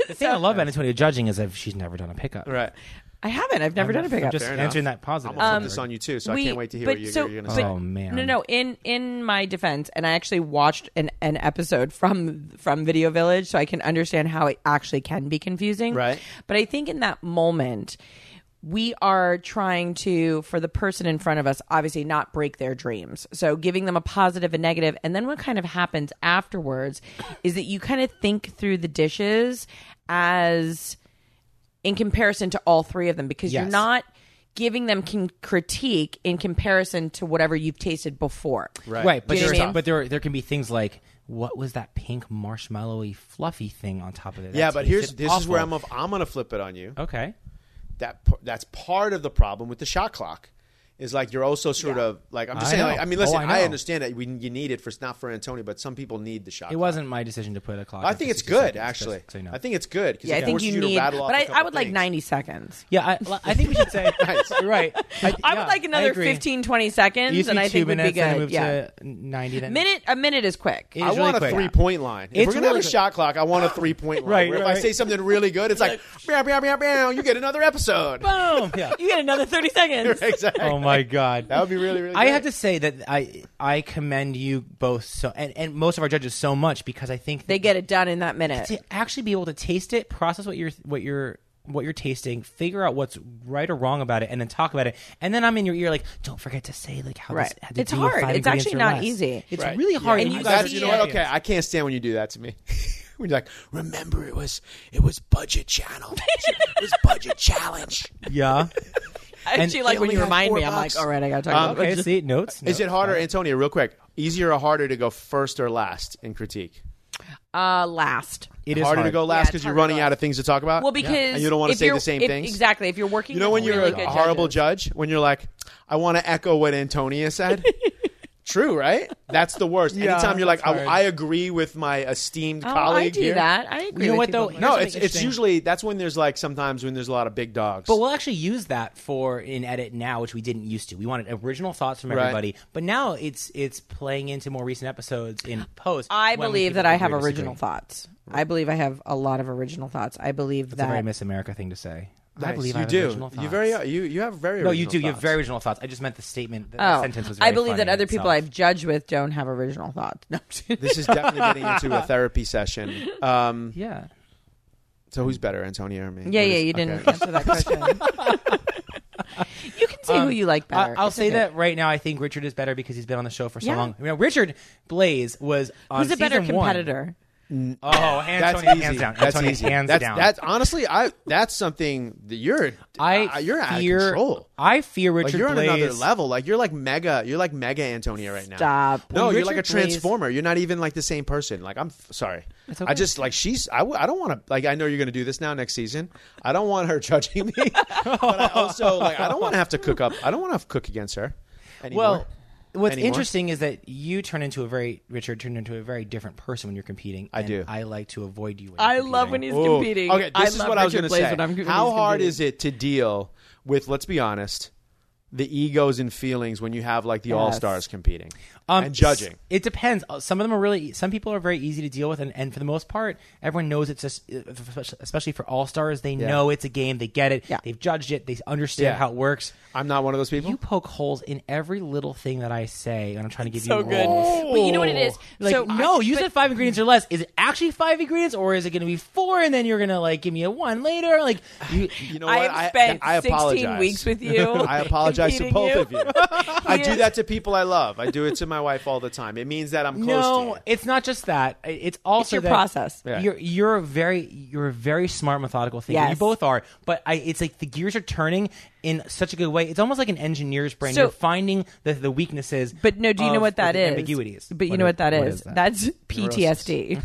F: the thing I love about Antonia judging is that she's never done a pickup.
B: Right.
E: I haven't. I've never done a pickup.
F: I'm just
B: Fair enough.
F: answering that
B: I'm
F: positive.
B: gonna flip this on you too, so I
E: we-
B: can't wait to hear
E: but
B: what you're,
E: so-
B: you're gonna
E: Um, but-
B: say.
F: Oh, man.
E: No, no. In in my defense, and I actually watched an, an episode from from Video Village, so I can understand how it actually can be confusing.
B: Right.
E: But I think in that moment, we are trying to, for the person in front of us, obviously not break their dreams. So giving them a positive and negative, and then what kind of happens afterwards is that you kind of think through the dishes as in comparison to all three of them because you're
F: Yes.
E: not giving them con- critique in comparison to whatever you've tasted before.
F: Right,
E: Do
F: but
E: you know
F: there,
E: what I mean?
F: but there there can be things like what was that pink marshmallowy fluffy thing on top of it? That
B: yeah, but here's
F: tasted
B: this is where I'm.
F: awful.
B: Of, I'm gonna flip it on you.
F: okay.
B: that p- that's part of the problem with the shot clock is like you're also sort of like I'm just
F: I
B: saying
F: know.
B: like I mean
F: Oh,
B: listen
F: I
B: I,
F: know.
B: understand that we, you need it for not for Antonio but some people need the shot
F: It
B: clock.
F: wasn't my decision to put a clock.
B: I
F: on
B: think
F: for
B: it's
F: 60
B: good
F: seconds,
B: actually
F: just so you know.
B: I think it's good because
E: yeah, I think you, need,
B: to rattle off
E: but
B: a
E: I, I
B: couple
E: would like
B: things.
E: 90 seconds.
F: yeah. I, I think we should say right. I,
E: I
F: yeah,
E: would like another
F: agree.
E: 15, 20 seconds,
F: It used to
E: and
F: be
E: I
F: two
E: think would
F: minutes,
E: be
F: then it
E: good.
F: moved
E: Yeah,
F: to ninety. Then
E: minute a minute is quick.
F: It
B: I
F: is really
B: want a
F: quick.
B: three point line. If
F: It's
B: we're gonna have
F: really
B: a
F: quick.
B: shot clock, I want a three point line.
F: Right,
B: where if I
F: right.
B: say something really good, it's like, meow, meow, meow, meow, you get another episode.
F: boom. Yeah.
E: You get another 30 seconds.
B: exactly.
F: Oh my god.
B: That would be really, really
F: I
B: great.
F: have to say that I I commend you both so and, and most of our judges so much because I think
E: They
F: that
E: get it done in that minute.
F: to actually be able to taste it, process what you're what you're what you're tasting, figure out what's right or wrong about it, and then talk about it. And then I'm in your ear like, don't forget to say like how
E: Right.
F: this had to
E: It's
F: do with
E: hard.
F: five
E: It's actually
F: ingredients or
E: not
F: less.
E: easy.
F: It's
B: Right.
F: really hard.
E: Yeah,
F: And
E: and
F: you
E: you
F: guys,
B: That's,
E: see
B: you know what?
E: it.
B: Okay, I can't stand when you do that to me. when you're like, remember it was it was budget channel. it was budget challenge.
F: yeah.
E: I actually
F: and
E: like
F: they
E: when
F: only
E: you
F: have
E: remind
F: four
E: me. I'm
F: bucks.
E: like, all right, I gotta talk
B: Um,
E: about it.
F: Okay. See notes.
B: Is it
F: notes.
B: harder, Antonio? Real quick, easier or harder to go first or last in critique?
E: Uh, last.
F: It is
B: harder to
F: hard.
B: go last
E: Yeah,
B: because
E: it's
B: you're
E: harder to
B: running
E: go
B: out of
E: last.
B: things to talk about.
E: Well, because
B: and you don't want to
E: if
B: say
E: you're-
B: the same
E: if-
B: things.
E: Exactly. If you're working,
B: You know
E: with
B: when you're
E: really
B: a
E: good
B: horrible
E: judges.
B: judge, when you're like, I want to echo what Antonia said. True, right? That's the worst. Anytime you're like,
F: that's
B: I,
F: hard.
B: I agree with my esteemed
E: Oh,
B: colleague
E: I do
B: here.
E: that. I agree.
F: You
E: with
F: know what,
E: people
F: though?
E: who-
B: No,
F: Here's
B: it's
F: something
B: it's
F: interesting.
B: usually that's when there's like sometimes when there's a lot of big dogs.
F: But we'll actually use that for in edit now, which we didn't used to. We wanted original thoughts from
B: Right.
F: everybody, but now it's it's playing into more recent episodes in post.
E: I
F: when we
E: believe
F: can
E: that I
F: agree
E: have
F: or disagree.
E: original thoughts. I believe I have a lot of original thoughts. I believe
F: That's a very
E: that.
F: Miss America thing to say. I
B: Nice.
F: believe
B: you
F: I have
B: do.
F: original thoughts.
B: You very you you have very
F: No,
B: original
F: you do. You have
B: thoughts.
F: very original thoughts. I just meant the statement. The
E: Oh,
F: sentence was. Very
E: I believe
F: funny
E: that other
F: in
E: people
F: itself.
E: I've judged with don't have original thoughts. No,
B: This is definitely getting into a therapy session. Um,
F: Yeah.
B: so who's better, Antonia or me?
E: yeah,
B: What
E: yeah,
B: is-
E: you didn't
B: okay.
E: answer that question. you can say who you like better.
F: Um, I, I'll
E: It's
F: say
E: okay.
F: that right now. I think Richard is better because he's been on the show for so
E: Yeah.
F: long. You know, Richard Blaze was on
E: Who's a better
F: season one.
E: competitor?
F: Oh, hands,
B: That's
F: Antonio,
B: easy.
F: hands down.
B: That's
F: Antonio,
B: easy.
F: Hands
B: that's,
F: down.
B: That's honestly, I that's something that you're
F: I
B: uh, you're out of
F: fear,
B: control.
F: I fear Richard
B: Like you're on
F: Blaze.
B: another level. Like you're like mega. You're like mega Antonia right now.
E: Stop.
B: No,
E: When
B: you're like a
E: Richard Blaze-
B: transformer. You're not even like the same person. Like I'm f- sorry.
F: It's okay.
B: I just like she's. I, w- I don't want to. Like I know you're going to do this now next season. I don't want her judging me. but I also like I don't want to have to cook up. I don't want to cook against her. Anymore.
F: Well, what's
B: Anymore.
F: interesting is that you turn into a very Richard turned into a very different person when you're competing. I
B: do.
F: I like to avoid you. When
E: I
F: you're
E: love
F: competing.
E: when he's
B: Ooh.
E: competing.
B: Okay, this
E: I
B: is
E: love
B: what I was going
E: Richard
B: to
E: Blaze
B: say.
E: when I'm- when
B: How
E: he's
B: hard
E: competing.
B: is it to deal with? Let's be honest, the egos and feelings when you have like the all stars competing
E: Um,
B: and judging.
F: Um, It depends. Uh, Some of them are really. Some people are very easy to deal with, and, and for the most part, everyone knows it's just. uh, Especially for all stars, they know it's a game. They get it.
E: Yeah.
F: They've judged it. They understand
B: Yeah.
F: how it works.
B: I'm not one of those people.
F: You poke holes in every little thing that I say, and I'm trying to give
E: so
F: you
E: good?
F: rules.
E: But you know what it is.
F: Like,
E: so
F: no,
E: I-
F: you
E: but-
F: said five ingredients or less. Is it actually five ingredients, or is it going to be four, and then you're going to like give me a one later? Like, you,
B: You know what?
E: I have spent
B: I, I
E: 16
B: apologize.
E: weeks with you.
B: I apologize apologize to
E: impeding
B: both
E: you.
B: of you. I do
E: is-
B: that to people I love. I do it to my wife all the time. It means that I'm close
F: No,
B: to you.
F: it's not just that. I- It's also
E: your
F: that
E: process.
B: Yeah.
F: You're you're a very you're a very smart, methodical thinker.
E: Yes.
F: You both are, but I, it's like the gears are turning in such a good way. It's almost like an engineer's brain.
E: So-
F: you're finding the, the weaknesses.
E: But no, do you know
F: of
E: what that
F: the
E: is?
F: Ambiguities.
E: But you know what that is?
F: that?
E: That's PTSD.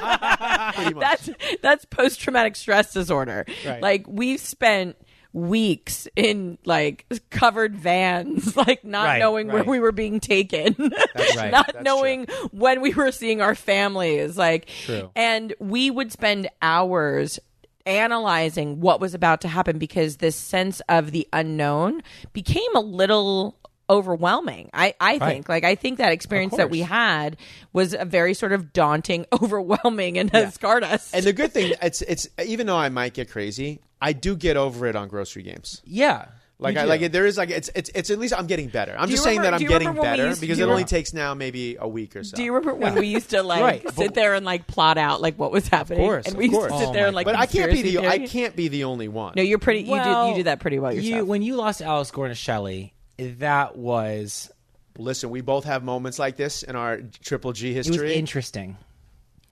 E: that's that's post traumatic stress disorder. Like we've spent weeks in like covered vans, like not
F: Right,
E: knowing where
F: right.
E: we were being taken,
F: right.
E: not
B: true.
E: knowing when we were seeing our families. Like,
F: True.
E: and we would spend hours analyzing what was about to happen because this sense of the unknown became a little overwhelming i i think like i think that experience that we
F: course.
E: had was a very sort of daunting overwhelming and has scarred us
B: And the good thing, it's it's even though I might get crazy, I do get over it on grocery games.
F: yeah.
B: Like
F: you
B: I
F: do.
B: like it, there is like it's it's it's at least I'm getting better. I'm
E: Do
B: just
E: you
B: saying that
E: remember- do
B: I'm
E: you
B: getting
E: remember when we
B: better
E: used-
B: because
E: do
B: it
E: you
B: only
E: remember-
B: takes now maybe a week or so.
E: do you remember when we used to like
F: Right,
E: sit
F: but-
E: there and like plot out like what was happening?
F: course,
E: and
F: of
E: we used
F: course.
E: to sit
F: Oh
E: there
F: my
E: and like.
B: but I can't be
E: conspiracy
B: the I
E: theory.
B: can't be the only one.
E: No, you're pretty. You do you do that pretty well
F: You-
E: yourself.
F: when you lost Alice Gordon Shelley, that was
B: Listen, we both have moments like this in our Triple G
F: it was
B: history.
F: interesting,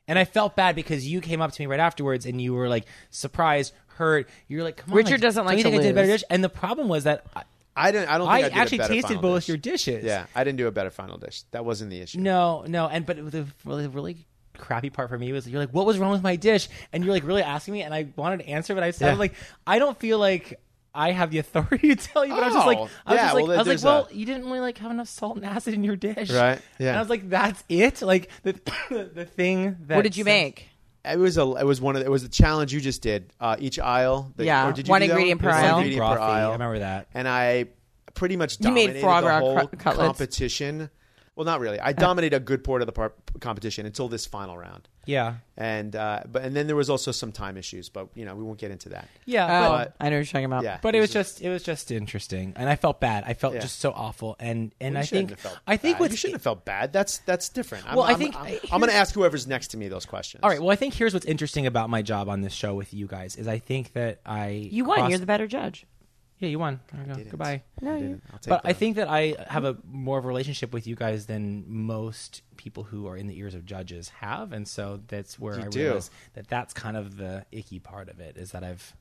F: and I felt bad because you came up to me right afterwards and you were like surprised, hurt. You're like, "Come on,
E: Richard
F: like,
E: doesn't
F: don't
E: like
F: you
E: to
F: think I did a better
E: lose.
F: dish?" And the problem was that I,
B: I didn't. I don't
F: I
B: think I, did a
F: actually
B: better
F: tasted
B: final
F: both
B: dish.
F: your dishes.
B: Yeah, I didn't do a better final dish. That wasn't the issue.
F: No, no, and but the really, really crappy part for me was you're like, "What was wrong with my dish?" And you're like really asking me, and I wanted to answer, but I sounded
B: Yeah.
F: like I don't feel like I have the authority to tell you. But I was just like,
B: Oh,
F: I was
B: yeah,
F: just like,
B: well,
F: I was like,
B: there's
F: well,
B: a-
F: you didn't really like have enough salt and acid in your dish,
B: Right, yeah.
F: And I was like, that's it. Like the the thing that
E: what did you make?
B: It was a. It was one of. The, it was the challenge you just did. Uh, each aisle. The,
E: Yeah,
B: or did you
E: one
B: do that
E: ingredient
B: It
E: per
B: was one
E: aisle.
B: ingredient
F: Brothy,
B: per aisle.
F: I remember that.
B: And I pretty much
E: You made
B: dominated
E: frog
B: the
E: rock
B: whole
E: cr- cutlets.
B: competition. Well, not really.
F: Uh,
B: I dominated a good part of the par- competition until this final round.
F: Yeah,
B: And uh, but and then there was also some time issues, but you know we won't get into that.
F: yeah.
E: Oh,
F: but-
E: I know what you're talking about.
B: Yeah.
F: but it was just it was just interesting, and I felt bad. I felt
B: Yeah.
F: just so awful, and and
B: You
F: I
B: shouldn't
F: think
B: have felt
F: I think
B: bad.
F: what
B: you shouldn't have felt bad. That's that's different. I'm,
F: Well, I
B: I'm-
F: think-
B: I'm,
F: I-
B: I'm going to ask whoever's next to me those questions.
F: All right. Well, I think here's what's interesting about my job on this show with you guys is I think that I
E: you won.
F: crossed-
E: You're the better judge.
F: yeah you won. There you go. Goodbye.
B: no, you. I'll take
F: But I
B: that.
F: think that I have a more of a relationship with you guys than most people who are in the ears of judges have, and so that's where
B: You
F: I
B: do.
F: realize that that's kind of the icky part of it is that I've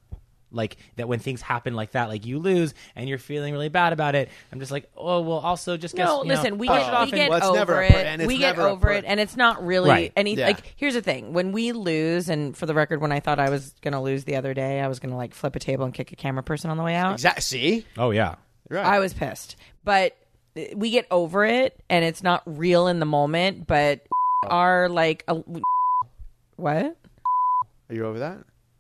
F: like that when things happen like that, like you lose and you're feeling really bad about it. I'm just like, oh well. Also, just guess,
E: No,
F: you know,
E: listen, we
F: brush
E: get,
F: it off
E: we
F: and-
E: get
B: Well, it's
E: over
B: never a per- and
E: it.
B: it's
E: We get
B: never a
E: over
B: per-
E: it, and it's not really
F: Right.
E: any
B: Yeah.
E: like. Here's the thing: when we lose, and for the record, when I thought I was going to lose the other day, I was going to like flip a table and kick a camera person on the way out.
B: Exactly. See,
F: oh yeah,
B: right.
E: I was pissed, but uh, we get over it, and it's not real in the moment. But
B: Oh.
E: are like a, what?
B: Are you over that?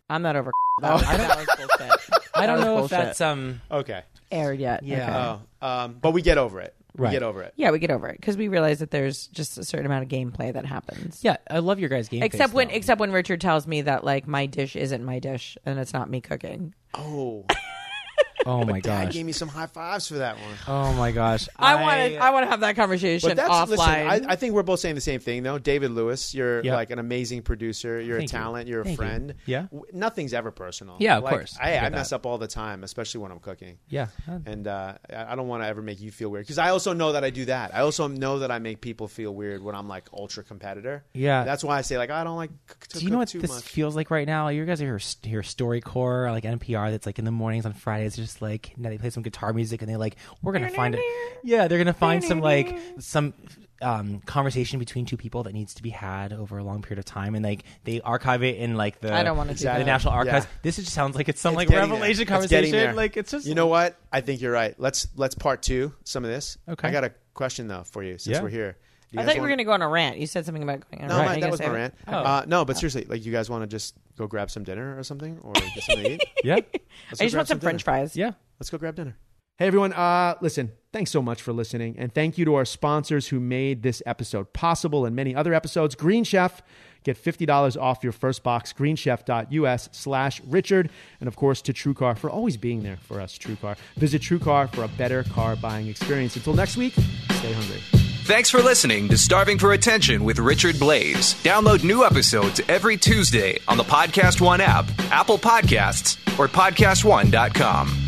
E: I'm not over.
B: Oh.
E: That, was, that was bullshit.
F: I
E: That
F: don't
E: was
F: know if
E: bullshit.
F: that's um
B: Okay.
E: aired yet.
F: Yeah.
E: Okay.
B: Oh, um, but we get over it. We
F: Right.
B: get over it.
E: yeah, we get over it because we realize that there's just a certain amount of gameplay that happens.
F: yeah. I love your guys' game.
E: Except
F: face,
E: when,
F: though.
E: except when Richard tells me that like my dish isn't my dish and it's not me cooking.
B: Oh,
F: oh my
B: Dad
F: gosh,
B: gave me some high fives for that one.
F: oh my gosh,
E: I want to, I want to have that conversation
B: But that's
E: offline.
B: listen. I, I think we're both saying the same thing, though. David Lewis, you're
F: Yep.
B: like an amazing producer. You're
F: Thank
B: a
F: you.
B: talent. You're a
F: Thank you.
B: friend.
F: Yeah.
B: W- nothing's ever personal.
F: Yeah, of
B: Like,
F: course. I
B: I,
F: get
B: I mess
F: that.
B: up all the time, especially when I'm cooking.
F: Yeah.
B: and uh, I I don't want to ever make you feel weird because I also know that I do that. I also know that I make people feel weird when I'm like ultra competitor.
F: Yeah.
B: that's why I say like I don't like. c- To
F: Do you know
B: cook
F: what
B: too
F: this
B: much.
F: feels like right now? You guys are here, StoryCorps, like NPR. That's like in the mornings on Fridays. Just like now they play some guitar music, and they like we're gonna find it. Yeah, they're gonna find some like some um, conversation between two people that needs to be had over a long period of time, and like they archive it in like the
E: I don't wanna do
F: the
E: that.
F: National Archives.
B: Yeah.
F: This just sounds like it's some
B: It's
F: like
B: getting there.
F: revelation
B: It's getting
F: conversation.
B: there.
F: Like it's just
B: You know what? I think you're right. Let's let's part two some of this.
F: Okay.
B: I got a question though for you since
F: Yeah.
B: we're here. Do
E: I
B: guys
E: thought you were
B: wanna-
E: going to go on a rant. You said something about going on
B: No,
E: a rant.
B: my-
E: Are you
B: that
E: gonna
B: was
E: say Oh.
B: my
E: it?
B: rant. Uh, no, but seriously, like you guys want to just go grab some dinner or something, or get something to eat?
F: yeah,
B: Let's
E: I
B: go
E: just
B: grab
E: want some French
B: dinner.
E: fries.
F: yeah.
B: Let's go grab dinner.
G: Hey everyone, uh, listen, thanks so much for listening. And thank you to our sponsors who made this episode possible and many other episodes. Green Chef, get $50 off your first box, greenchef.us slash Richard. And of course to TrueCar for always being there for us, TrueCar. Visit TrueCar for a better car buying experience. Until next week, stay hungry.
A: Thanks for listening to Starving for Attention with Richard Blaze. Download new episodes every Tuesday on the Podcast One app, Apple Podcasts, or PodcastOne.com.